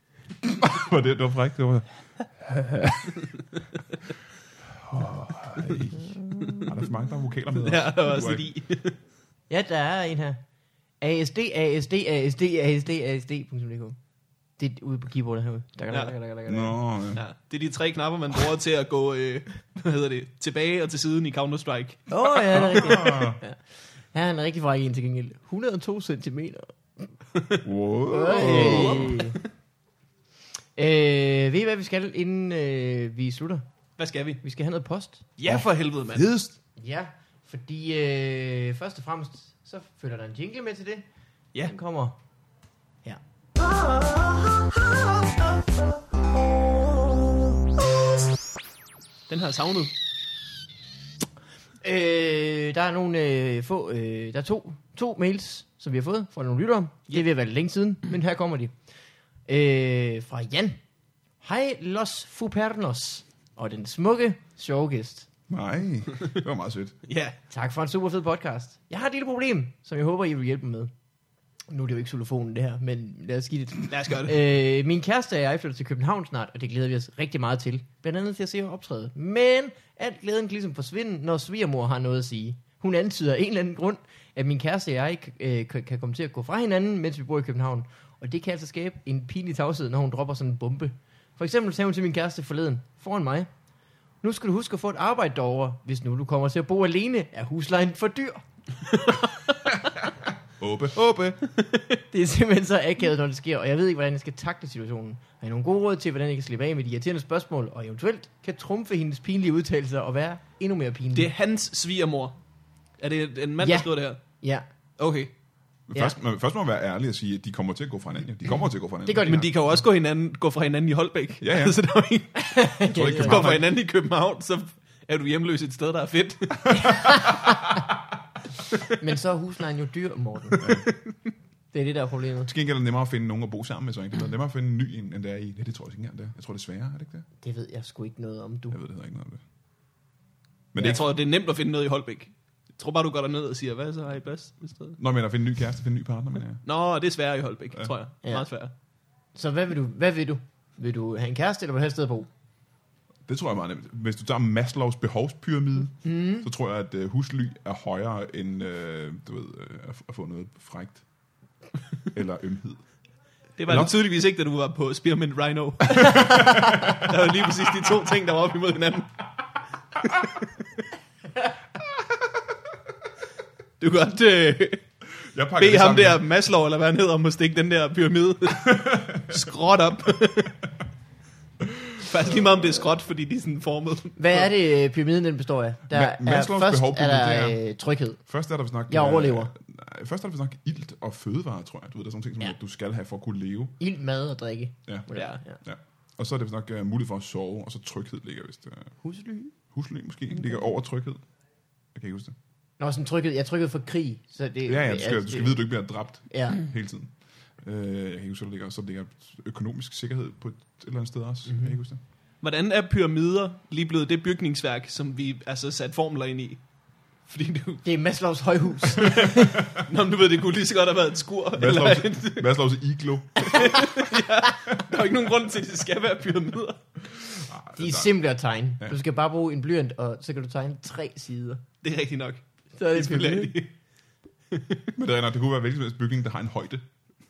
Speaker 3: var det, det var frækt. Det var... Ej. Ej, der er for mange, der er vokaler med.
Speaker 1: Ja, der var
Speaker 3: Du
Speaker 1: også
Speaker 3: er
Speaker 1: lidt
Speaker 3: ikke-
Speaker 1: i.
Speaker 2: Ja, der er en her. ASD, ASD, ASD, ASD, ASD.dk Det er ude på keyboardet herude. Der kan,
Speaker 1: Ja.
Speaker 2: der, der, der, der,
Speaker 3: Nå,
Speaker 2: der.
Speaker 3: ja.
Speaker 1: Ja, det er de tre knapper, man bruger til at gå, øh, hvad hedder det, tilbage og til siden i Counter-Strike.
Speaker 2: Åh, ja, det er rigtigt.
Speaker 3: Ah,
Speaker 2: Her er en rigtig fræk en til gengæld. 102 centimeter.
Speaker 3: Wow.
Speaker 2: Hey. øh, ved I, hvad vi skal, inden øh, vi slutter?
Speaker 1: Hvad skal vi?
Speaker 2: Vi skal have noget post.
Speaker 1: Ja, for helvede, mand.
Speaker 3: Fedest.
Speaker 2: Ja, fordi øh, først og fremmest, så følger der en jingle med til det.
Speaker 1: Ja.
Speaker 2: Den kommer her.
Speaker 4: Ah, ah,
Speaker 1: Den har jeg savnet.
Speaker 2: Øh, der er nogle øh, få, øh, der er to, to mails, som vi har fået fra nogle lyttere. Det er ved at være længe siden, men her kommer de. Øh, fra Jan. Hej Los Fupernos og den smukke, sjove gæst.
Speaker 3: Nej, det var meget sødt.
Speaker 1: Ja,
Speaker 2: Tak for en super fed podcast. Jeg har et lille problem, som jeg håber, I vil hjælpe mig med. Nu er det jo ikke solofonen det her, men lad os give det.
Speaker 1: lad os gøre det.
Speaker 2: Øh, min kæreste og jeg flytter til København snart, og det glæder vi os rigtig meget til. Blandt andet til at se her optræde. Men at glæden kan ligesom forsvinde, når svigermor har noget at sige. Hun antyder af en eller anden grund, at min kæreste og jeg øh, kan kan komme til at gå fra hinanden, mens vi bor i København. Og det kan altså skabe en pinlig tavshed, når hun dropper sådan en bombe. For eksempel sagde hun til min kæreste forleden, foran mig, nu skal du huske at få et arbejde derovre. Hvis nu du kommer til at bo alene, er huslejen for dyr.
Speaker 3: Åbe, åbe.
Speaker 2: Det er simpelthen så akavet, når det sker, og jeg ved ikke, hvordan jeg skal takle situationen. Har I nogle gode råd til, hvordan jeg kan slippe af med de irriterende spørgsmål, og eventuelt kan trumfe hendes pinlige udtalelser og være endnu mere pinlig?
Speaker 1: Det er hans svigermor. Er det en mand,
Speaker 2: Ja.
Speaker 1: der skriver det her?
Speaker 2: Ja,
Speaker 1: Okay.
Speaker 2: Ja.
Speaker 3: Først, man, først må man være ærlig og sige, at de kommer til at gå fra hinanden. jo. De kommer til at gå fra hinanden.
Speaker 2: Det gør de.
Speaker 1: Men de kan jo også gå, hinanden, gå fra hinanden i Holbæk.
Speaker 3: Ja, ja.
Speaker 1: så der er jo en,
Speaker 3: Jeg tror, det
Speaker 1: hvis
Speaker 3: kan
Speaker 1: du går fra hinanden i København, så er du hjemløs et sted, der er fedt.
Speaker 2: men så er huslejen jo dyr, Morten. det er det, der er problemet.
Speaker 3: Til gengæld er det nemmere at finde nogen at bo sammen med, så ikke? Det er nemmere at finde en ny, end end det er i. Ja, det tror jeg ikke engang, det er. Jeg tror, det er sværere, er det ikke det?
Speaker 2: Det ved jeg sgu ikke noget om, du.
Speaker 3: Jeg ved det heller ikke noget om det. Men det er
Speaker 1: Jeg
Speaker 3: ikke,
Speaker 1: tror, det er nemt at finde noget i Holbæk. tror bare, du går derned og siger, hvad så har I plads i stedet?
Speaker 3: Nå, men at finde en ny kæreste, finde en ny partner, men ja.
Speaker 1: Nå, det er sværere i Holbæk,
Speaker 3: Ja.
Speaker 1: ja. tror jeg.
Speaker 2: Ja.
Speaker 1: Ja. Meget sværere.
Speaker 2: Så hvad vil du? Hvad vil du? Vil du have en kæreste, eller vil du have et sted at bo?
Speaker 3: Det tror jeg er meget nemt. Hvis du tager Maslows behovspyramide, mm. så tror jeg, at øh, husly er højere end øh, du ved, øh, at- at få noget frægt. Eller ømhed.
Speaker 1: Det var
Speaker 3: Nå.
Speaker 1: det tydeligvis ikke, da du var på Spearmint Rhino. der var lige præcis de to ting, der var op imod hinanden. du kan godt øh,
Speaker 3: Jeg pakker
Speaker 1: bede
Speaker 3: det
Speaker 1: ham
Speaker 3: sammen.
Speaker 1: der, Maslow, eller hvad han hedder, om at stikke den der pyramide skråt op. Faktisk lige meget om det er skråt, fordi de er sådan formet.
Speaker 2: Hvad er det, øh, pyramiden den består af? Der
Speaker 3: Ma-
Speaker 2: er,
Speaker 3: Maslows
Speaker 2: først
Speaker 3: behov-
Speaker 2: er
Speaker 3: pyramide,
Speaker 2: der øh, tryghed.
Speaker 3: Først er der vist nok...
Speaker 2: Jeg overlever.
Speaker 3: Øh, nej, først er der vist nok ilt og fødevarer, tror jeg. Du ved, der er sådan nogle ting, som
Speaker 2: Ja.
Speaker 3: ja. du skal have for at kunne leve.
Speaker 2: Ild, mad og drikke.
Speaker 3: Ja.
Speaker 1: Ja.
Speaker 2: ja.
Speaker 3: ja. Og så er det vist nok uh, mulighed for at sove, og så tryghed ligger vist. Uh,
Speaker 2: Husly.
Speaker 3: husly måske ligger over tryghed. Jeg kan ikke huske det.
Speaker 2: Nå, sådan trykket, jeg trykkede for krig, så det...
Speaker 3: Ja, ja, du skal, du skal vide, at du ikke bliver dræbt
Speaker 2: Ja,
Speaker 3: hele tiden. Øh, jeg kan ikke huske, at der ligger, så ligger økonomisk sikkerhed på et eller andet sted også.
Speaker 2: Mhm.
Speaker 3: Mm-hmm. Jeg kan ikke huske det.
Speaker 1: Hvordan er pyramider lige blevet det bygningsværk, som vi altså sat formler ind i? Fordi du,
Speaker 2: det er Maslows højhus.
Speaker 1: Nå, men du ved, det kunne lige så godt have været et skur. Eller, et-
Speaker 3: Maslows, Maslows iglo. Ah,
Speaker 1: der er jo ikke nogen grund til, at det skal være pyramider.
Speaker 3: Ah,
Speaker 2: De er
Speaker 3: der-
Speaker 2: simple at tegne.
Speaker 3: Ja.
Speaker 2: Du skal bare bruge en blyant, og så kan du tegne tre sider.
Speaker 1: Det er rigtigt nok.
Speaker 2: Så er det
Speaker 1: Inspireret
Speaker 2: pyramiden.
Speaker 1: i.
Speaker 3: Men det, er nok- det kunne være hvilken som helst bygning, der har en højde.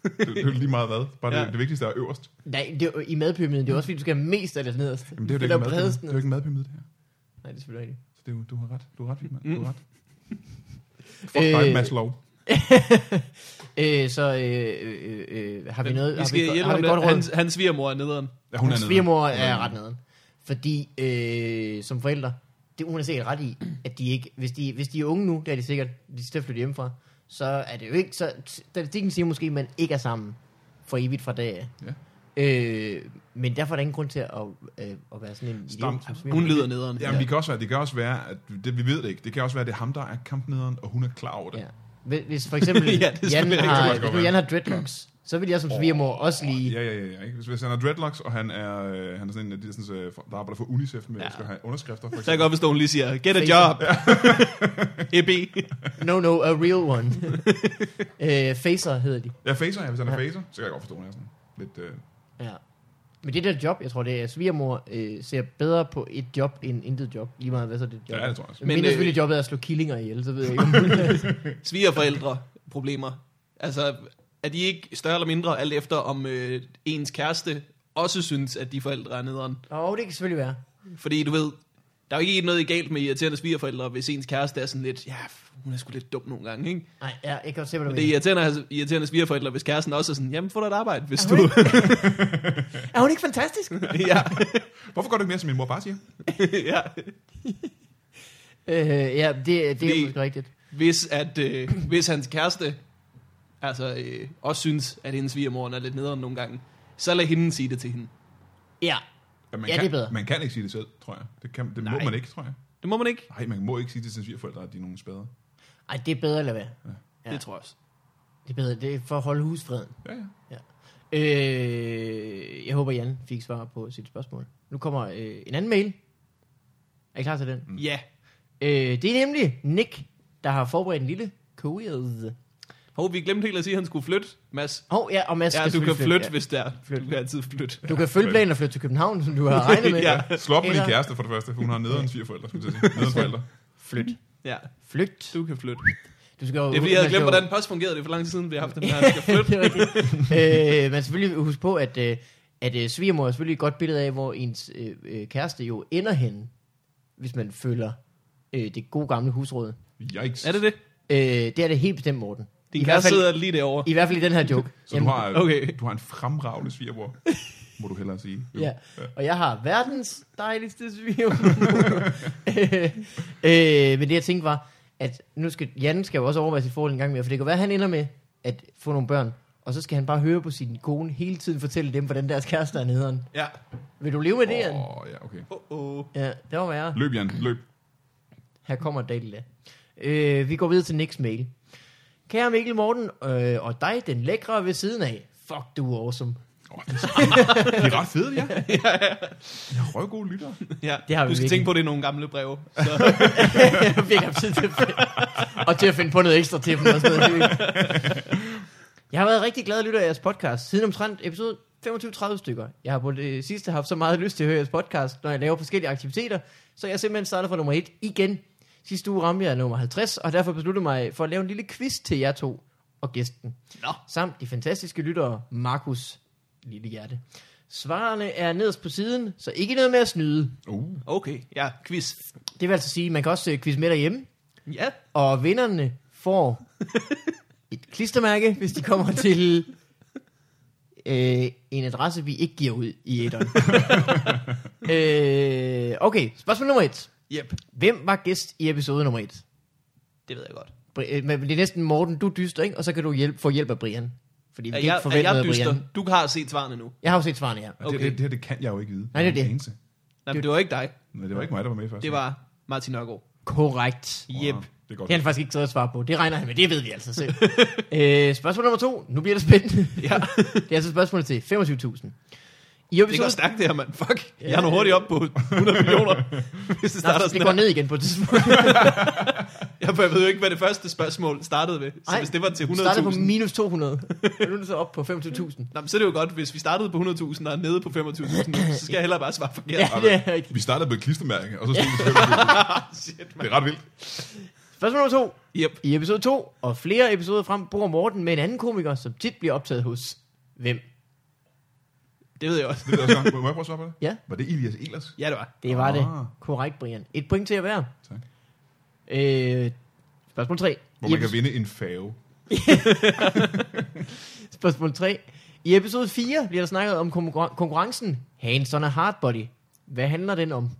Speaker 3: Det, det er jo lige meget hvad. Bare ja.
Speaker 1: Ja.
Speaker 3: det, det vigtigste er øverst.
Speaker 2: Nej, det er, jo- i madpyramiden, det er også fordi, du skal have mest af det nederst.
Speaker 3: Jamen, det er jo det,
Speaker 2: det
Speaker 3: det er
Speaker 2: der
Speaker 3: ikke
Speaker 2: bredest
Speaker 3: en madpyramide. det er jo ikke en madpyramide, det her.
Speaker 2: nederst. Nej, det er selvfølgelig rigtigt.
Speaker 3: Så det er jo, du har ret. Du har ret, Vigman. Du har ret. Fuck
Speaker 2: Mm. Øh,
Speaker 3: dig, Maslow.
Speaker 2: Øh, så øh, øh, øh, har vi noget...
Speaker 1: Vi
Speaker 2: har vi,
Speaker 1: skal
Speaker 2: go-
Speaker 1: hjælpe
Speaker 2: har
Speaker 1: ham
Speaker 2: vi godt
Speaker 1: lidt.
Speaker 2: råd?
Speaker 1: Hans, hans svigermor er nederen.
Speaker 3: Ja,
Speaker 2: Hun
Speaker 3: nede.
Speaker 2: svigermor
Speaker 3: Hun
Speaker 2: er
Speaker 3: nede.
Speaker 2: ret neden. Fordi øh, som forældre, det er hun sikkert ret i, at de ikke, hvis de, hvis de er unge nu, det er de sikkert, de skal flytte hjemmefra, så er det jo ikke, så statistikken siger måske, at man ikke er sammen for evigt fra dag af.
Speaker 3: Ja.
Speaker 2: Øh, men derfor er der ingen grund til at, øh, at være sådan en
Speaker 3: Stam.
Speaker 2: idiot. som svigermor.
Speaker 1: Hun lider nederen.
Speaker 3: Jamen, det kan også være, det kan også være, at det, vi ved det ikke. Det kan også være, at det er ham, der er kampnederen, og hun er klar over det.
Speaker 2: Ja. Hvis- Hvis for eksempel
Speaker 1: Ja,
Speaker 2: ja,
Speaker 1: det er
Speaker 2: Jan,
Speaker 1: selvfølgelig
Speaker 2: har,
Speaker 3: rigtig godt
Speaker 2: hvis nu
Speaker 3: være.
Speaker 2: Jan har dreadlocks, så vil jeg som svigermor også lige...
Speaker 3: Ja, ja, ja. ja ikke? Hvis, hvis han har dreadlocks, og han er, øh, han er sådan en, af de der, sådan, øh, for- der arbejder for UNICEF med, ja.
Speaker 1: Ja.
Speaker 3: skal have underskrifter, for
Speaker 1: Så jeg kan godt forstå, at hun lige siger, get a
Speaker 2: Face
Speaker 1: job. E EB.
Speaker 2: No, no, a real one. øh, facer hedder de.
Speaker 3: Ja, facer, ja, hvis han er
Speaker 2: Ja.
Speaker 3: facer, så kan jeg godt forstå, at han er sådan lidt... Øh,
Speaker 2: Ja. Men det der job, jeg tror, det er svigermor, øh, ser bedre på et job end intet job. Lige meget hvad så det job
Speaker 3: ja, det tror jeg også.
Speaker 2: Men, Men
Speaker 1: Men,
Speaker 2: øh,
Speaker 1: øh,
Speaker 2: selvfølgelig jobbet er at slå killinger ihjel, så ved jeg ikke, om hun er
Speaker 1: Svigerforældre problemer. Altså, er de ikke større eller mindre, alt efter om øh, ens kæreste også synes, at de forældre er nederen?
Speaker 2: Åh, det kan selvfølgelig være.
Speaker 1: Fordi du ved, der er jo ikke noget galt med irriterende svigerforældre, hvis ens kæreste er sådan lidt, ja, hun er sgu lidt dum nogle gange, ikke?
Speaker 2: Nej, ja, jeg kan godt se, hvad du
Speaker 1: Men det er
Speaker 2: mener.
Speaker 1: irriterende, at have irriterende svigerforældre, hvis kæresten også er sådan, jamen få dig et arbejde, hvis du...
Speaker 2: Er hun Er hun ikke fantastisk?
Speaker 1: ja,
Speaker 3: Hvorfor går du ikke mere, som min mor bare siger?
Speaker 1: ja.
Speaker 2: øh, ja, det, det er
Speaker 1: Fordi-
Speaker 2: måske rigtigt.
Speaker 1: Hvis, at, øh, hvis hans kæreste altså, øh, også synes, at hendes svigermor er lidt nederen nogle gange, så lad hende sige det til hende.
Speaker 2: Ja,
Speaker 3: Ja, man
Speaker 2: Ja,
Speaker 3: kan,
Speaker 2: det er bedre.
Speaker 3: Man kan ikke sige det selv, tror jeg. Det, kan, det må
Speaker 1: Nej.
Speaker 3: man ikke, tror jeg.
Speaker 1: Det må man ikke.
Speaker 3: Nej, man må ikke sige til sine svigerforældre, at de er nogle spader.
Speaker 2: Ej, det er bedre at lade være. Ja.
Speaker 1: Ja. Det tror jeg også.
Speaker 2: Det er bedre, det er for at holde husfreden.
Speaker 3: Ja, ja.
Speaker 2: Øh, jeg håber, Jan fik svar på sit spørgsmål. Nu kommer øh, en anden mail. Er I klar til den?
Speaker 1: Ja.
Speaker 2: Øh, det er nemlig Nick, der har forberedt en lille quiz.
Speaker 1: Hov, vi glemte helt at sige, at han skulle flytte, Mads.
Speaker 2: Åh, oh, ja, og Mads
Speaker 1: Ja,
Speaker 2: skal
Speaker 1: du kan
Speaker 2: selvfølgelig
Speaker 1: flytte,
Speaker 2: ja.
Speaker 1: hvis det er.
Speaker 2: Flyt.
Speaker 1: Du kan altid flytte.
Speaker 2: Du kan følge planen og flytte til København, som du har regnet med.
Speaker 1: Ja.
Speaker 3: Slå op med din
Speaker 2: Eller-
Speaker 3: kæreste for det første, for hun har nederen svigerforældre, skulle jeg til at sige. Nederen forældre.
Speaker 2: Flyt.
Speaker 1: Ja,
Speaker 2: Flyt.
Speaker 1: du kan flytte.
Speaker 2: Du skal jo,
Speaker 1: Det er fordi, jeg havde glemt, hvordan post fungerede. Det er for lang tid siden, vi har haft den her, at skal flytte.
Speaker 2: det er rigtigt. øh, man skal selvfølgelig huske på, at, øh, at øh, svigermor er selvfølgelig et godt billede af, hvor ens øh, øh, kæreste jo ender henne, hvis man følger øh, det gode gamle husråd.
Speaker 3: Yikes.
Speaker 1: Er det det?
Speaker 2: Øh, det er det helt bestemt, Morten.
Speaker 1: Din
Speaker 2: I, hvert
Speaker 1: kæreste
Speaker 2: fald,
Speaker 1: sidder lige derovre.
Speaker 2: I hvert fald i den her joke.
Speaker 3: Så du har, øh,
Speaker 1: okay.
Speaker 3: du har en fremragende svigerbror, må du hellere sige. Jo.
Speaker 2: Ja, og jeg har verdens dejligste svigermor. øh, øh, men det jeg tænkte var, at nu skal, Jan skal jo også overveje sit forhold en gang mere, for det kan være, at han ender med at få nogle børn, og så skal han bare høre på sin kone hele tiden fortælle dem, hvordan deres kæreste er nederen.
Speaker 1: Ja.
Speaker 2: Vil du leve med det, Jan?
Speaker 3: Åh, oh, ja, okay.
Speaker 1: Oh, oh.
Speaker 2: Ja, det var værre.
Speaker 3: Løb, Jan, løb.
Speaker 2: Her kommer Dalila. Øh, vi går videre til Nicks mail. Kære Mikkel Morten øh, og dig, den lækre ved siden af. Fuck, du er awesome.
Speaker 3: Oh, det er så- de er ret fede, ja. ja, ja. Jeg har røvgode lyttere.
Speaker 1: Ja,
Speaker 2: Det har vi
Speaker 1: du skal
Speaker 2: virkelig.
Speaker 1: tænke på, det er nogle gamle breve. Så,
Speaker 2: jeg har virkelig haft tid til det. Og til at finde på noget ekstra til dem. Og sådan noget. Det er vildt. Jeg har været rigtig glad at lytte af jeres podcast. Siden omtrent episode 25-30 stykker. Jeg har på det sidste haft så meget lyst til at høre jeres podcast, når jeg laver forskellige aktiviteter. Så jeg er simpelthen startet fra nummer 1 igen. Sidste uge ramte jeg nummer 50, og derfor besluttede mig for at lave en lille quiz til jer to og gæsten
Speaker 1: nå,
Speaker 2: samt de fantastiske lyttere Markus Lillehjerte. Svarene er nederst på siden, så ikke noget med at snyde.
Speaker 3: Uh,
Speaker 1: okay. Ja, quiz.
Speaker 2: Det vil altså sige, at man kan også øh, quizze med derhjemme,
Speaker 1: Ja,
Speaker 2: og vinderne får et klistermærke, hvis de kommer til øh, en adresse, vi ikke giver ud i æderen. øh, okay, spørgsmål nummer et.
Speaker 1: yep.
Speaker 2: Hvem var gæst i episode nummer et?
Speaker 1: Det ved jeg godt.
Speaker 2: Bri- øh, men Det er næsten Morten, du dyster, ikke? Og så kan du hjælp, få hjælp af Brian. Fordi vi
Speaker 1: Er
Speaker 2: kan
Speaker 1: jeg,
Speaker 2: ikke
Speaker 1: er
Speaker 2: forvente noget
Speaker 1: jeg
Speaker 2: af
Speaker 1: dyster?
Speaker 2: Brian.
Speaker 1: Du har set svarene nu.
Speaker 2: Jeg har jo set svarene her.
Speaker 3: og det,
Speaker 1: Okay.
Speaker 3: det, det, her, det kan jeg jo ikke vide.
Speaker 2: Nej, det er
Speaker 3: Jeg er
Speaker 2: det.
Speaker 3: den eneste.
Speaker 1: Nej, men det var ikke dig.
Speaker 3: Nej, det var ikke mig, der var med først.
Speaker 1: Det var Martin Nørgaard.
Speaker 2: Korrekt.
Speaker 1: Yep.
Speaker 3: Wow, Det er godt.
Speaker 2: Det har han faktisk ikke taget at svare på. Det regner han med. Det ved vi altså selv. øh, spørgsmål nummer to. Nu bliver det spændende.
Speaker 1: Ja,
Speaker 2: det er altså spørgsmålet til 25.000. I
Speaker 1: det går
Speaker 2: episode...
Speaker 1: stærkt det her, mand. Fuck. Jeg er nu hurtigt op på 100 millioner, hvis det
Speaker 2: Nej,
Speaker 1: starter
Speaker 2: det
Speaker 1: sådan
Speaker 2: går
Speaker 1: her.
Speaker 2: ned igen på et tidspunkt.
Speaker 1: Jeg for jeg ved jo ikke, hvad det første spørgsmål startede ved. Så
Speaker 2: Nej,
Speaker 1: hvis det var til
Speaker 2: Det startede på
Speaker 1: 100.000...
Speaker 2: minus 200. Og nu er det så op på 25.000.
Speaker 1: Nå, men så er det jo godt, hvis vi startede på 100.000 og er nede på 25.000 nu, så skal jeg hellere bare svare forkert.
Speaker 2: Ja, det er rigtigt.
Speaker 3: Vi startede med et klistermærke, og så stod vi selvfølgelig.
Speaker 1: Shit,
Speaker 3: Det
Speaker 1: mand.
Speaker 3: er ret vildt.
Speaker 2: Spørgsmål nummer to.
Speaker 1: Yep.
Speaker 2: I episode 2 og flere episoder frem bor Morten med en anden komiker, som tit bliver optaget hos hvem?
Speaker 1: Det ved jeg også.
Speaker 3: Det ved jeg også godt. Må må jeg prøve at svare på det?
Speaker 2: Ja.
Speaker 3: Var det Elias Elers?
Speaker 1: Ja, det var.
Speaker 2: Det var
Speaker 3: Ah.
Speaker 2: det. Korrekt, Brian. Et point til at være.
Speaker 3: Tak.
Speaker 2: Øh, spørgsmål 3.
Speaker 3: Hvor man kan vinde en fave.
Speaker 2: Spørgsmål 3. I episode 4 bliver der snakket om konkurren- konkurrencen Hands on a Hardbody. Hvad handler den om?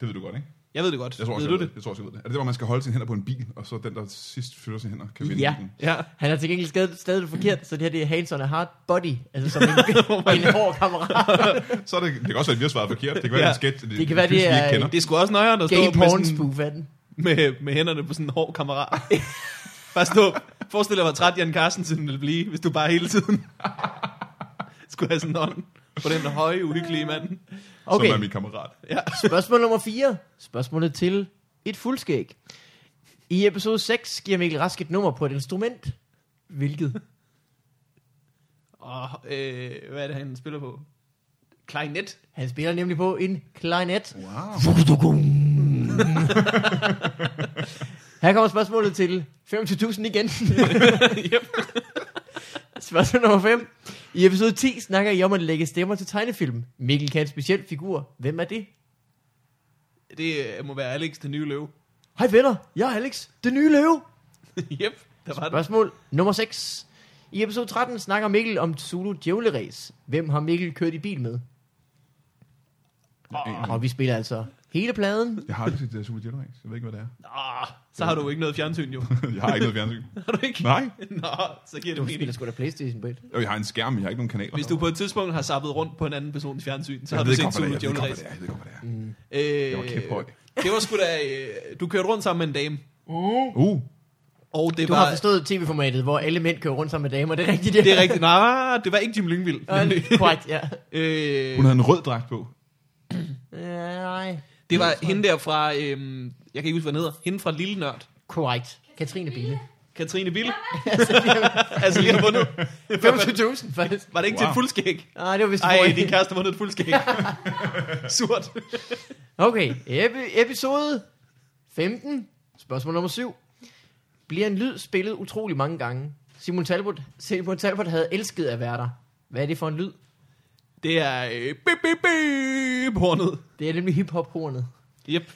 Speaker 3: Det ved du godt, ikke?
Speaker 1: Jeg ved det godt.
Speaker 3: Jeg tror også,
Speaker 1: ved
Speaker 3: jeg
Speaker 1: du
Speaker 3: ved
Speaker 1: det?
Speaker 3: Jeg tror også, jeg ved det. Er det der, hvor man skal holde sine hænder på en bil, og så den, der sidst flytter sine hænder, kan vinde
Speaker 2: Ja.
Speaker 3: bilen?
Speaker 1: Ja.
Speaker 2: Han har til gengæld stadig, stadig det forkert, så det her det er Hands on a Hardbody. Altså som
Speaker 1: Oh
Speaker 2: en, en hård kammerat.
Speaker 3: Så er det, det kan også være, at vi har svaret forkert. Det kan være,
Speaker 1: Ja.
Speaker 3: ja. en sketch, det,
Speaker 2: kan være, det
Speaker 3: vi
Speaker 2: er-
Speaker 3: ikke kender.
Speaker 1: Det er sgu også nøjere, at stå
Speaker 2: Gay
Speaker 1: med,
Speaker 2: porn
Speaker 1: sådan,
Speaker 2: spoof af den.
Speaker 1: med, med hænderne på sådan en hård kammerat. bare stå. Forestil dig, hvor træt Jan Carstensen ville blive, hvis du bare hele tiden skulle have sådan en ånd på den høje, uhyggelige mand.
Speaker 3: Okay. Som er
Speaker 2: Okay,
Speaker 3: min kammerat.
Speaker 2: spørgsmål nummer 4. Spørgsmålet til et fuldskæg. I episode 6 giver Mikkel Rask et nummer på et instrument. Hvilket?
Speaker 1: Og øh, hvad er det, han spiller på? Klarinet.
Speaker 2: Han spiller nemlig på en klarinet.
Speaker 3: Wow.
Speaker 2: Her kommer spørgsmålet til 25.000 igen. Spørgsmål nummer 5. I episode 10 snakker I om at lægge stemmer til tegnefilm. Mikkel kan en speciel figur. Hvem er det?
Speaker 1: Det øh, må være Alex, den nye løve.
Speaker 2: Hej venner, jeg er Alex, det nye løve.
Speaker 1: yep, der var det.
Speaker 2: Spørgsmål nummer 6. I episode 13 snakker Mikkel om Zulu Djævleræs. Hvem har Mikkel kørt i bil med? Og vi spiller altså hele pladen.
Speaker 3: Jeg har aldrig set uh, Super Jedi Jeg ved ikke, hvad det er.
Speaker 1: Ah, så har du jo ikke noget fjernsyn, jo.
Speaker 3: Jeg har ikke noget fjernsyn.
Speaker 1: Har du ikke?
Speaker 3: Nej.
Speaker 1: Nå, så giver det
Speaker 2: Du
Speaker 1: mening.
Speaker 2: spiller sgu da Playstation på et.
Speaker 3: Jo, jeg har en skærm, men jeg har ikke nogen kanaler.
Speaker 1: Hvis du på et tidspunkt har zappet rundt på en anden persons fjernsyn, så
Speaker 3: jeg
Speaker 1: har du
Speaker 3: ved
Speaker 1: set
Speaker 3: godt, hvad
Speaker 1: Zulu
Speaker 3: det er. Jeg ved
Speaker 1: Djævlen
Speaker 3: godt,
Speaker 1: Race.
Speaker 3: hvad det er.
Speaker 1: Øh,
Speaker 3: Jeg ved godt, hvad det er. Jeg var kæft høj.
Speaker 1: det var sgu da... Øh, du kørte rundt sammen med en dame,
Speaker 3: Uh,
Speaker 1: og det
Speaker 2: Du
Speaker 1: var...
Speaker 2: har forstået tv-formatet, hvor alle mænd kører rundt sammen med damer. Det er rigtigt, ja.
Speaker 1: Det er rigtigt. Nej, det var ikke Jim Lyngvild. nemlig.
Speaker 2: rigtigt. Korrekt, ja.
Speaker 1: øh,
Speaker 3: hun havde en rød dragt på.
Speaker 2: Ja, Nej.
Speaker 1: det var hende der fra... Øh, jeg kan ikke huske, hvad den hedder. Hende fra Lille Nørd.
Speaker 2: Korrekt. Katrine Bille.
Speaker 1: Katrine Bille. altså lige har vundet.
Speaker 2: 25.000 faktisk.
Speaker 1: Var det ikke wow. til et
Speaker 3: Wow.
Speaker 1: fuldskæg?
Speaker 2: Nej, det var vist
Speaker 1: Ej,
Speaker 2: Ej,
Speaker 1: din kæreste har vundet et fuldskæg. Surt.
Speaker 2: Okay, Epi- episode 15, spørgsmål nummer 7. Bliver en lyd spillet utrolig mange gange? Simon Talbot, Simon Talbot havde elsket at være der. Hvad er det for en lyd?
Speaker 1: Det er... Øh, bip, bip, bip, hornet.
Speaker 2: Det er nemlig hiphop-hornet.
Speaker 1: Yep.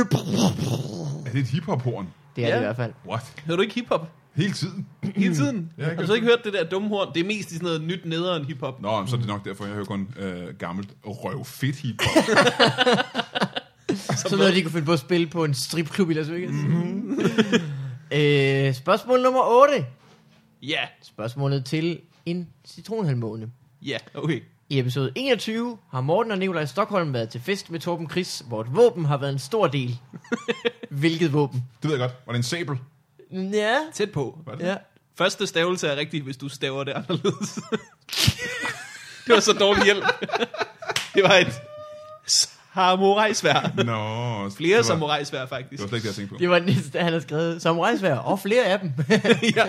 Speaker 3: Er det et hiphop-horn?
Speaker 2: Det er
Speaker 1: Ja.
Speaker 2: det i hvert fald.
Speaker 3: What?
Speaker 1: Hører du ikke hiphop?
Speaker 3: Hele tiden?
Speaker 1: Hele tiden?
Speaker 3: Mm. Ja, jeg
Speaker 1: har du
Speaker 3: kan
Speaker 1: så ikke hørt det der dumme horn? Det er mest i sådan noget nyt nederen hiphop.
Speaker 3: Nå, men så er det nok derfor, jeg hører kun øh, gammelt røvfedt hiphop.
Speaker 2: Sådan noget, de kunne finde på at spille på en stripklub i Las Vegas.
Speaker 1: Mhm.
Speaker 2: øh, spørgsmål nummer 8.
Speaker 1: Ja,
Speaker 2: Spørgsmålet til en citronhalvmåne.
Speaker 1: ja, okay.
Speaker 2: I episode 21 har Morten og Nikolaj Stockholm været til fest med Torben Chris, hvor et våben har været en stor del. Hvilket våben?
Speaker 3: Det ved jeg godt. Var det en sabel?
Speaker 2: Ja.
Speaker 1: Tæt på.
Speaker 3: Var det?
Speaker 2: ja.
Speaker 1: Første stavelse er rigtig, hvis du staver det anderledes. det var så dårlig hjælp. det var et samurai-svær.
Speaker 3: Nå, det
Speaker 1: Flere
Speaker 3: var-
Speaker 1: samurai-svær,
Speaker 3: Det
Speaker 1: faktisk.
Speaker 3: var slet ikke det, jeg tænkte på.
Speaker 2: Det var den næste, han havde skrevet. Samurajsvær, og flere af dem.
Speaker 1: ja.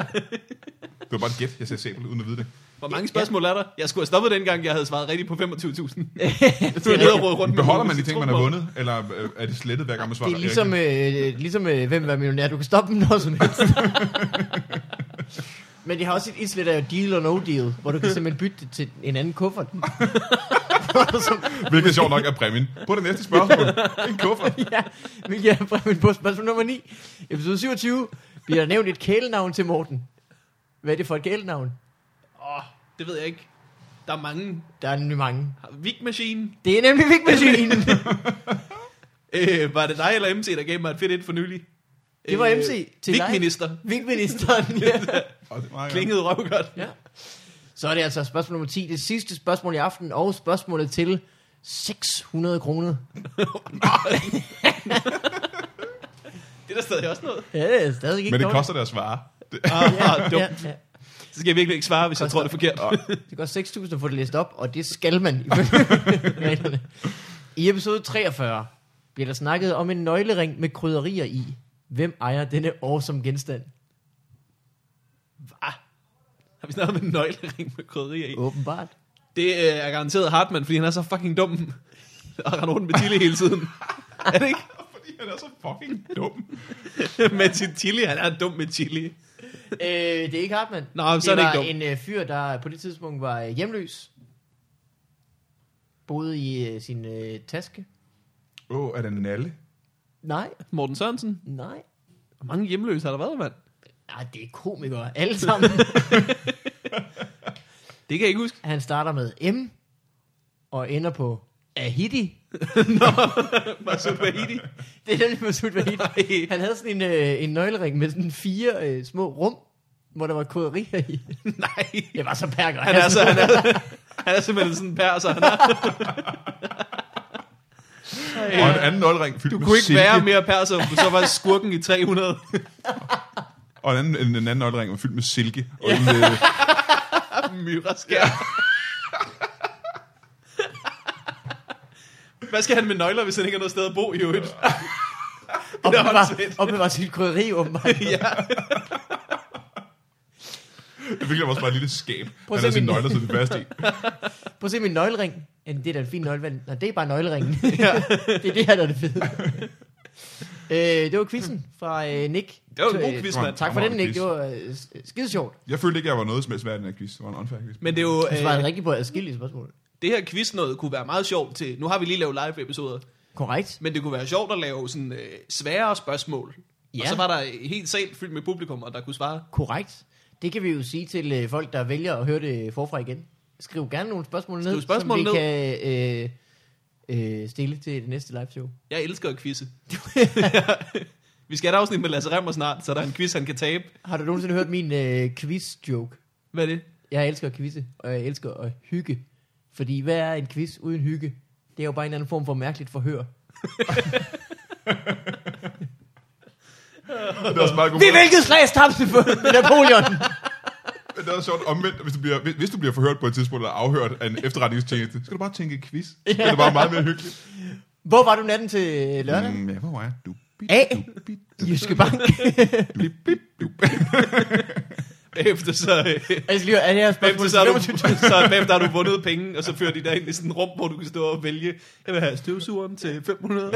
Speaker 3: Det var bare et gæt, jeg sagde sabel, uden at vide det.
Speaker 1: Hvor mange spørgsmål er der? Jeg skulle have stoppet dengang, jeg havde svaret rigtigt på 25.000. Så er jeg nede og rode rundt med
Speaker 3: Beholder
Speaker 1: hovedet
Speaker 3: man de
Speaker 1: til
Speaker 3: ting, man
Speaker 1: tro
Speaker 3: har
Speaker 1: på.
Speaker 3: vundet, eller øh, er det slettet hver gang, man svarer?
Speaker 2: Det er ligesom, øh, ligesom øh, hvem var millionær. Du kan stoppe dem når som helst. Men de har også et islet af deal or no deal, hvor du kan simpelthen bytte det til en anden kuffert. Hvor du som,
Speaker 1: øh,
Speaker 3: Hvilket er sjovt nok er præmien. På det næste spørgsmål. En kuffert.
Speaker 2: ja, hvilket er brevet på spørgsmål nummer 9. Episode 27 bliver der nævnt et kælenavn til Morten. Hvad er det for et kælenavn?
Speaker 1: Åh, det ved jeg ikke. Der er mange.
Speaker 2: Der er nemlig mange.
Speaker 1: Vic Machine.
Speaker 2: Det er nemlig vigmaskinen.
Speaker 1: Øh, var det dig eller MC, der gav mig et fedt ind for nylig? Øh,
Speaker 2: Det var MC til dig.
Speaker 1: Vic-minister.
Speaker 2: Vigministeren, ja.
Speaker 3: Og det er meget godt.
Speaker 1: Klingede røvgodt.
Speaker 2: ja. Så er det altså spørgsmål nummer 10. Det sidste spørgsmål i aften, og spørgsmålet til 600 kroner.
Speaker 1: Det er der stadig også noget.
Speaker 2: Ja, det er stadig ikke
Speaker 3: Men det
Speaker 2: dårligt.
Speaker 3: koster det at svare. Det,
Speaker 1: Ah, ah,
Speaker 2: Ja,
Speaker 1: dumt.
Speaker 2: ja.
Speaker 1: Så skal jeg virkelig ikke svare, hvis jeg
Speaker 2: Koster-
Speaker 1: tror, det er forkert.
Speaker 2: Det koster 6.000 at få det læst op, og det skal man ifølge reglerne. I episode 43 bliver der snakket om en nøglering med krydderier i. Hvem ejer denne awesome genstand?
Speaker 1: Ah, har vi snakket om en nøglering med krydderier i?
Speaker 2: Åbenbart.
Speaker 1: Det øh, er garanteret Hartmann, fordi han er så fucking dum. Og render rundt med Tilly hele tiden. er det ikke?
Speaker 3: fordi han er så fucking dum.
Speaker 1: med sin Tilly, han er dum med Tilly.
Speaker 2: Øh, det er ikke Hartmann.
Speaker 1: Nå, men
Speaker 2: det
Speaker 1: så er det
Speaker 2: var
Speaker 1: ikke dumt.
Speaker 2: en øh, fyr, der på det tidspunkt var øh, hjemløs. Boede i øh, sin øh, taske.
Speaker 3: Åh, oh, er det en nalle?
Speaker 2: Nej,
Speaker 1: Morten Sørensen,
Speaker 2: nej.
Speaker 1: hvor mange hjemløse har der været, mand?
Speaker 2: Nej, det er komikere. Alle sammen.
Speaker 1: Det kan jeg ikke huske.
Speaker 2: Han starter med M og ender på Ahidi.
Speaker 1: Masud Bahidi.
Speaker 2: Det er nemlig Masoud Vahid. Han havde sådan en, øh, en nøglering med sådan fire øh, små rum, hvor der var krydderier i.
Speaker 1: Nej.
Speaker 2: Det var så perker.
Speaker 1: Han er, så, han, er, han er simpelthen sådan en perser. Han er,
Speaker 3: Og en anden nålring fyldt
Speaker 1: du
Speaker 3: med
Speaker 1: kunne ikke
Speaker 3: silke.
Speaker 1: være mere perser, for så var skurken i 300.
Speaker 3: Og en anden, en, en anden nålring var fyldt med silke. Og en, øh,
Speaker 1: Myraskær. Hvad skal han med nøgler, hvis han ikke har noget sted at bo i øvrigt?
Speaker 2: Og
Speaker 1: Det er
Speaker 2: var,
Speaker 1: åndssvagt.
Speaker 2: og var sit krydderi åbenbart.
Speaker 1: ja.
Speaker 3: det fik også bare et lille skab.
Speaker 2: Prøv at
Speaker 3: Han
Speaker 2: se
Speaker 3: har sine
Speaker 2: min-
Speaker 3: nøgler siddet fast i.
Speaker 2: Prøv at se min nøglering. Ja, det er da en fin nøglering. Nå, det er bare nøgleringen.
Speaker 1: ja.
Speaker 2: det er det her, der er det fede. øh, det var quizzen fra øh, Nick.
Speaker 1: Det var en
Speaker 2: Så,
Speaker 1: god
Speaker 2: øh,
Speaker 1: quiz,
Speaker 3: Kom.
Speaker 1: mand.
Speaker 2: Tak for den,
Speaker 3: Fremragende
Speaker 2: Nick. Det
Speaker 3: quiz.
Speaker 2: var øh, s- skide sjovt.
Speaker 3: Jeg følte ikke, jeg var noget som helst værd i den her quiz. Det var en unfair quiz.
Speaker 1: Men det er jo...
Speaker 2: Du
Speaker 1: Øh,
Speaker 2: svarede rigtigt på adskillige spørgsmål.
Speaker 1: det her quiz noget kunne være meget sjovt til... Nu har vi lige lavet live-episoder.
Speaker 2: Korrekt.
Speaker 1: Men det kunne være sjovt at lave sådan øh, svære spørgsmål. Ja. Og
Speaker 2: Ja.
Speaker 1: så var der en helt sal fyldt med publikum, og der kunne svare.
Speaker 2: Korrekt. Det kan vi jo sige til øh, folk, der vælger at høre det forfra igen. Skriv gerne nogle spørgsmål ned,
Speaker 1: Skriv spørgsmål
Speaker 2: som vi
Speaker 1: ned.
Speaker 2: kan øh, øh, stille til det næste live show.
Speaker 1: Jeg elsker at quizze. Vi skal have et afsnit med Lasse Remmer snart, så der er en quiz, han kan tabe.
Speaker 2: Har du nogensinde hørt min øh, quiz-joke?
Speaker 1: Hvad er det?
Speaker 2: Jeg elsker at quizze, og jeg elsker at hygge. Fordi hvad er en quiz uden hygge? Det er jo bare en eller anden form for mærkeligt forhør.
Speaker 3: Det er også meget god
Speaker 2: Ved hvilket slag tabte for Napoleon?
Speaker 3: Men det er også sjovt omvendt, hvis du, bliver, hvis- hvis du bliver forhørt på et tidspunkt, eller afhørt af en efterretningstjeneste, så skal du bare tænke quiz. Det er det bare meget mere hyggeligt.
Speaker 2: Hvor var du natten til lørdag?
Speaker 3: Mm, ja, hvor var jeg? Du, bip,
Speaker 2: A.
Speaker 3: du, bip, du,
Speaker 2: Jyske Bank.
Speaker 3: bip, bip, du, bip.
Speaker 1: Bagefter så, øh,
Speaker 2: altså, lige, er det her
Speaker 1: bagefter,
Speaker 2: spørgsmål?
Speaker 1: så, har du,
Speaker 2: 25?
Speaker 1: så bagefter har du vundet penge, og så fører de dig ind i sådan et rum, hvor du kan stå og vælge. Jeg vil have støvsugeren til 500.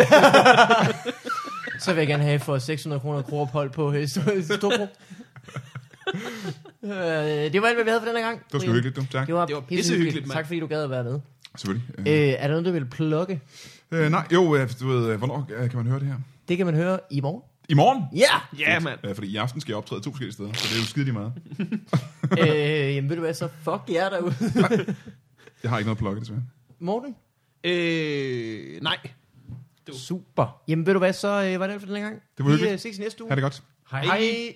Speaker 2: Så vil jeg gerne have for 600 kroner krophold på øh, Sto- Storbro. øh, det var alt, hvad vi havde for den her gang.
Speaker 3: Det var sgu hyggeligt, du. Tak.
Speaker 2: Det var,
Speaker 1: Det var
Speaker 2: pissehyggeligt.
Speaker 1: pissehyggeligt, mand.
Speaker 2: Tak fordi du gad at være med.
Speaker 3: Selvfølgelig. Øh,
Speaker 2: Øh, er der noget, du vil plukke?
Speaker 3: Øh, nej, jo, øh, du ved, øh, hvornår øh, kan man høre det her?
Speaker 2: Det kan man høre i morgen.
Speaker 3: I morgen?
Speaker 2: Ja!
Speaker 1: ja, mand.
Speaker 3: Øh, fordi i aften skal jeg optræde to forskellige steder, så det er jo skide lige meget.
Speaker 2: øh, jamen ved du hvad, så fuck jer derude.
Speaker 3: Jeg har ikke noget at plukke, desværre.
Speaker 2: Morten?
Speaker 1: Øh, nej.
Speaker 2: Super. Jamen ved du hvad, så øh, var det alt for den her gang.
Speaker 3: Det
Speaker 2: Vi
Speaker 3: var hyggeligt.
Speaker 2: øh, ses i næste uge.
Speaker 3: Ha' det godt.
Speaker 2: Hej.
Speaker 1: Hej.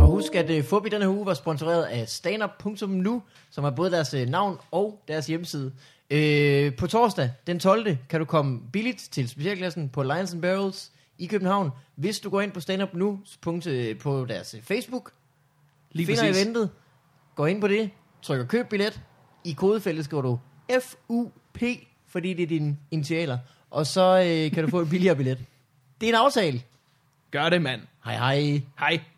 Speaker 2: Og husk, at uh, Fubi denne her uge var sponsoreret af standup.nu, som har både deres uh, navn og deres hjemmeside. Øh, Uh, på torsdag, den 12. kan du komme billigt til specialklassen på Lions and Barrels i København. Hvis du går ind på standup nu, punkt, øh, på deres øh, Facebook,
Speaker 1: Lige
Speaker 2: finder
Speaker 1: præcis.
Speaker 2: eventet, går ind på det, trykker køb billet, i kodefeltet skriver du FUP, fordi det er dine initialer, og så øh, kan du få en billigere billet. Det er en aftale.
Speaker 1: Gør det, mand.
Speaker 2: Hej hej.
Speaker 1: Hej.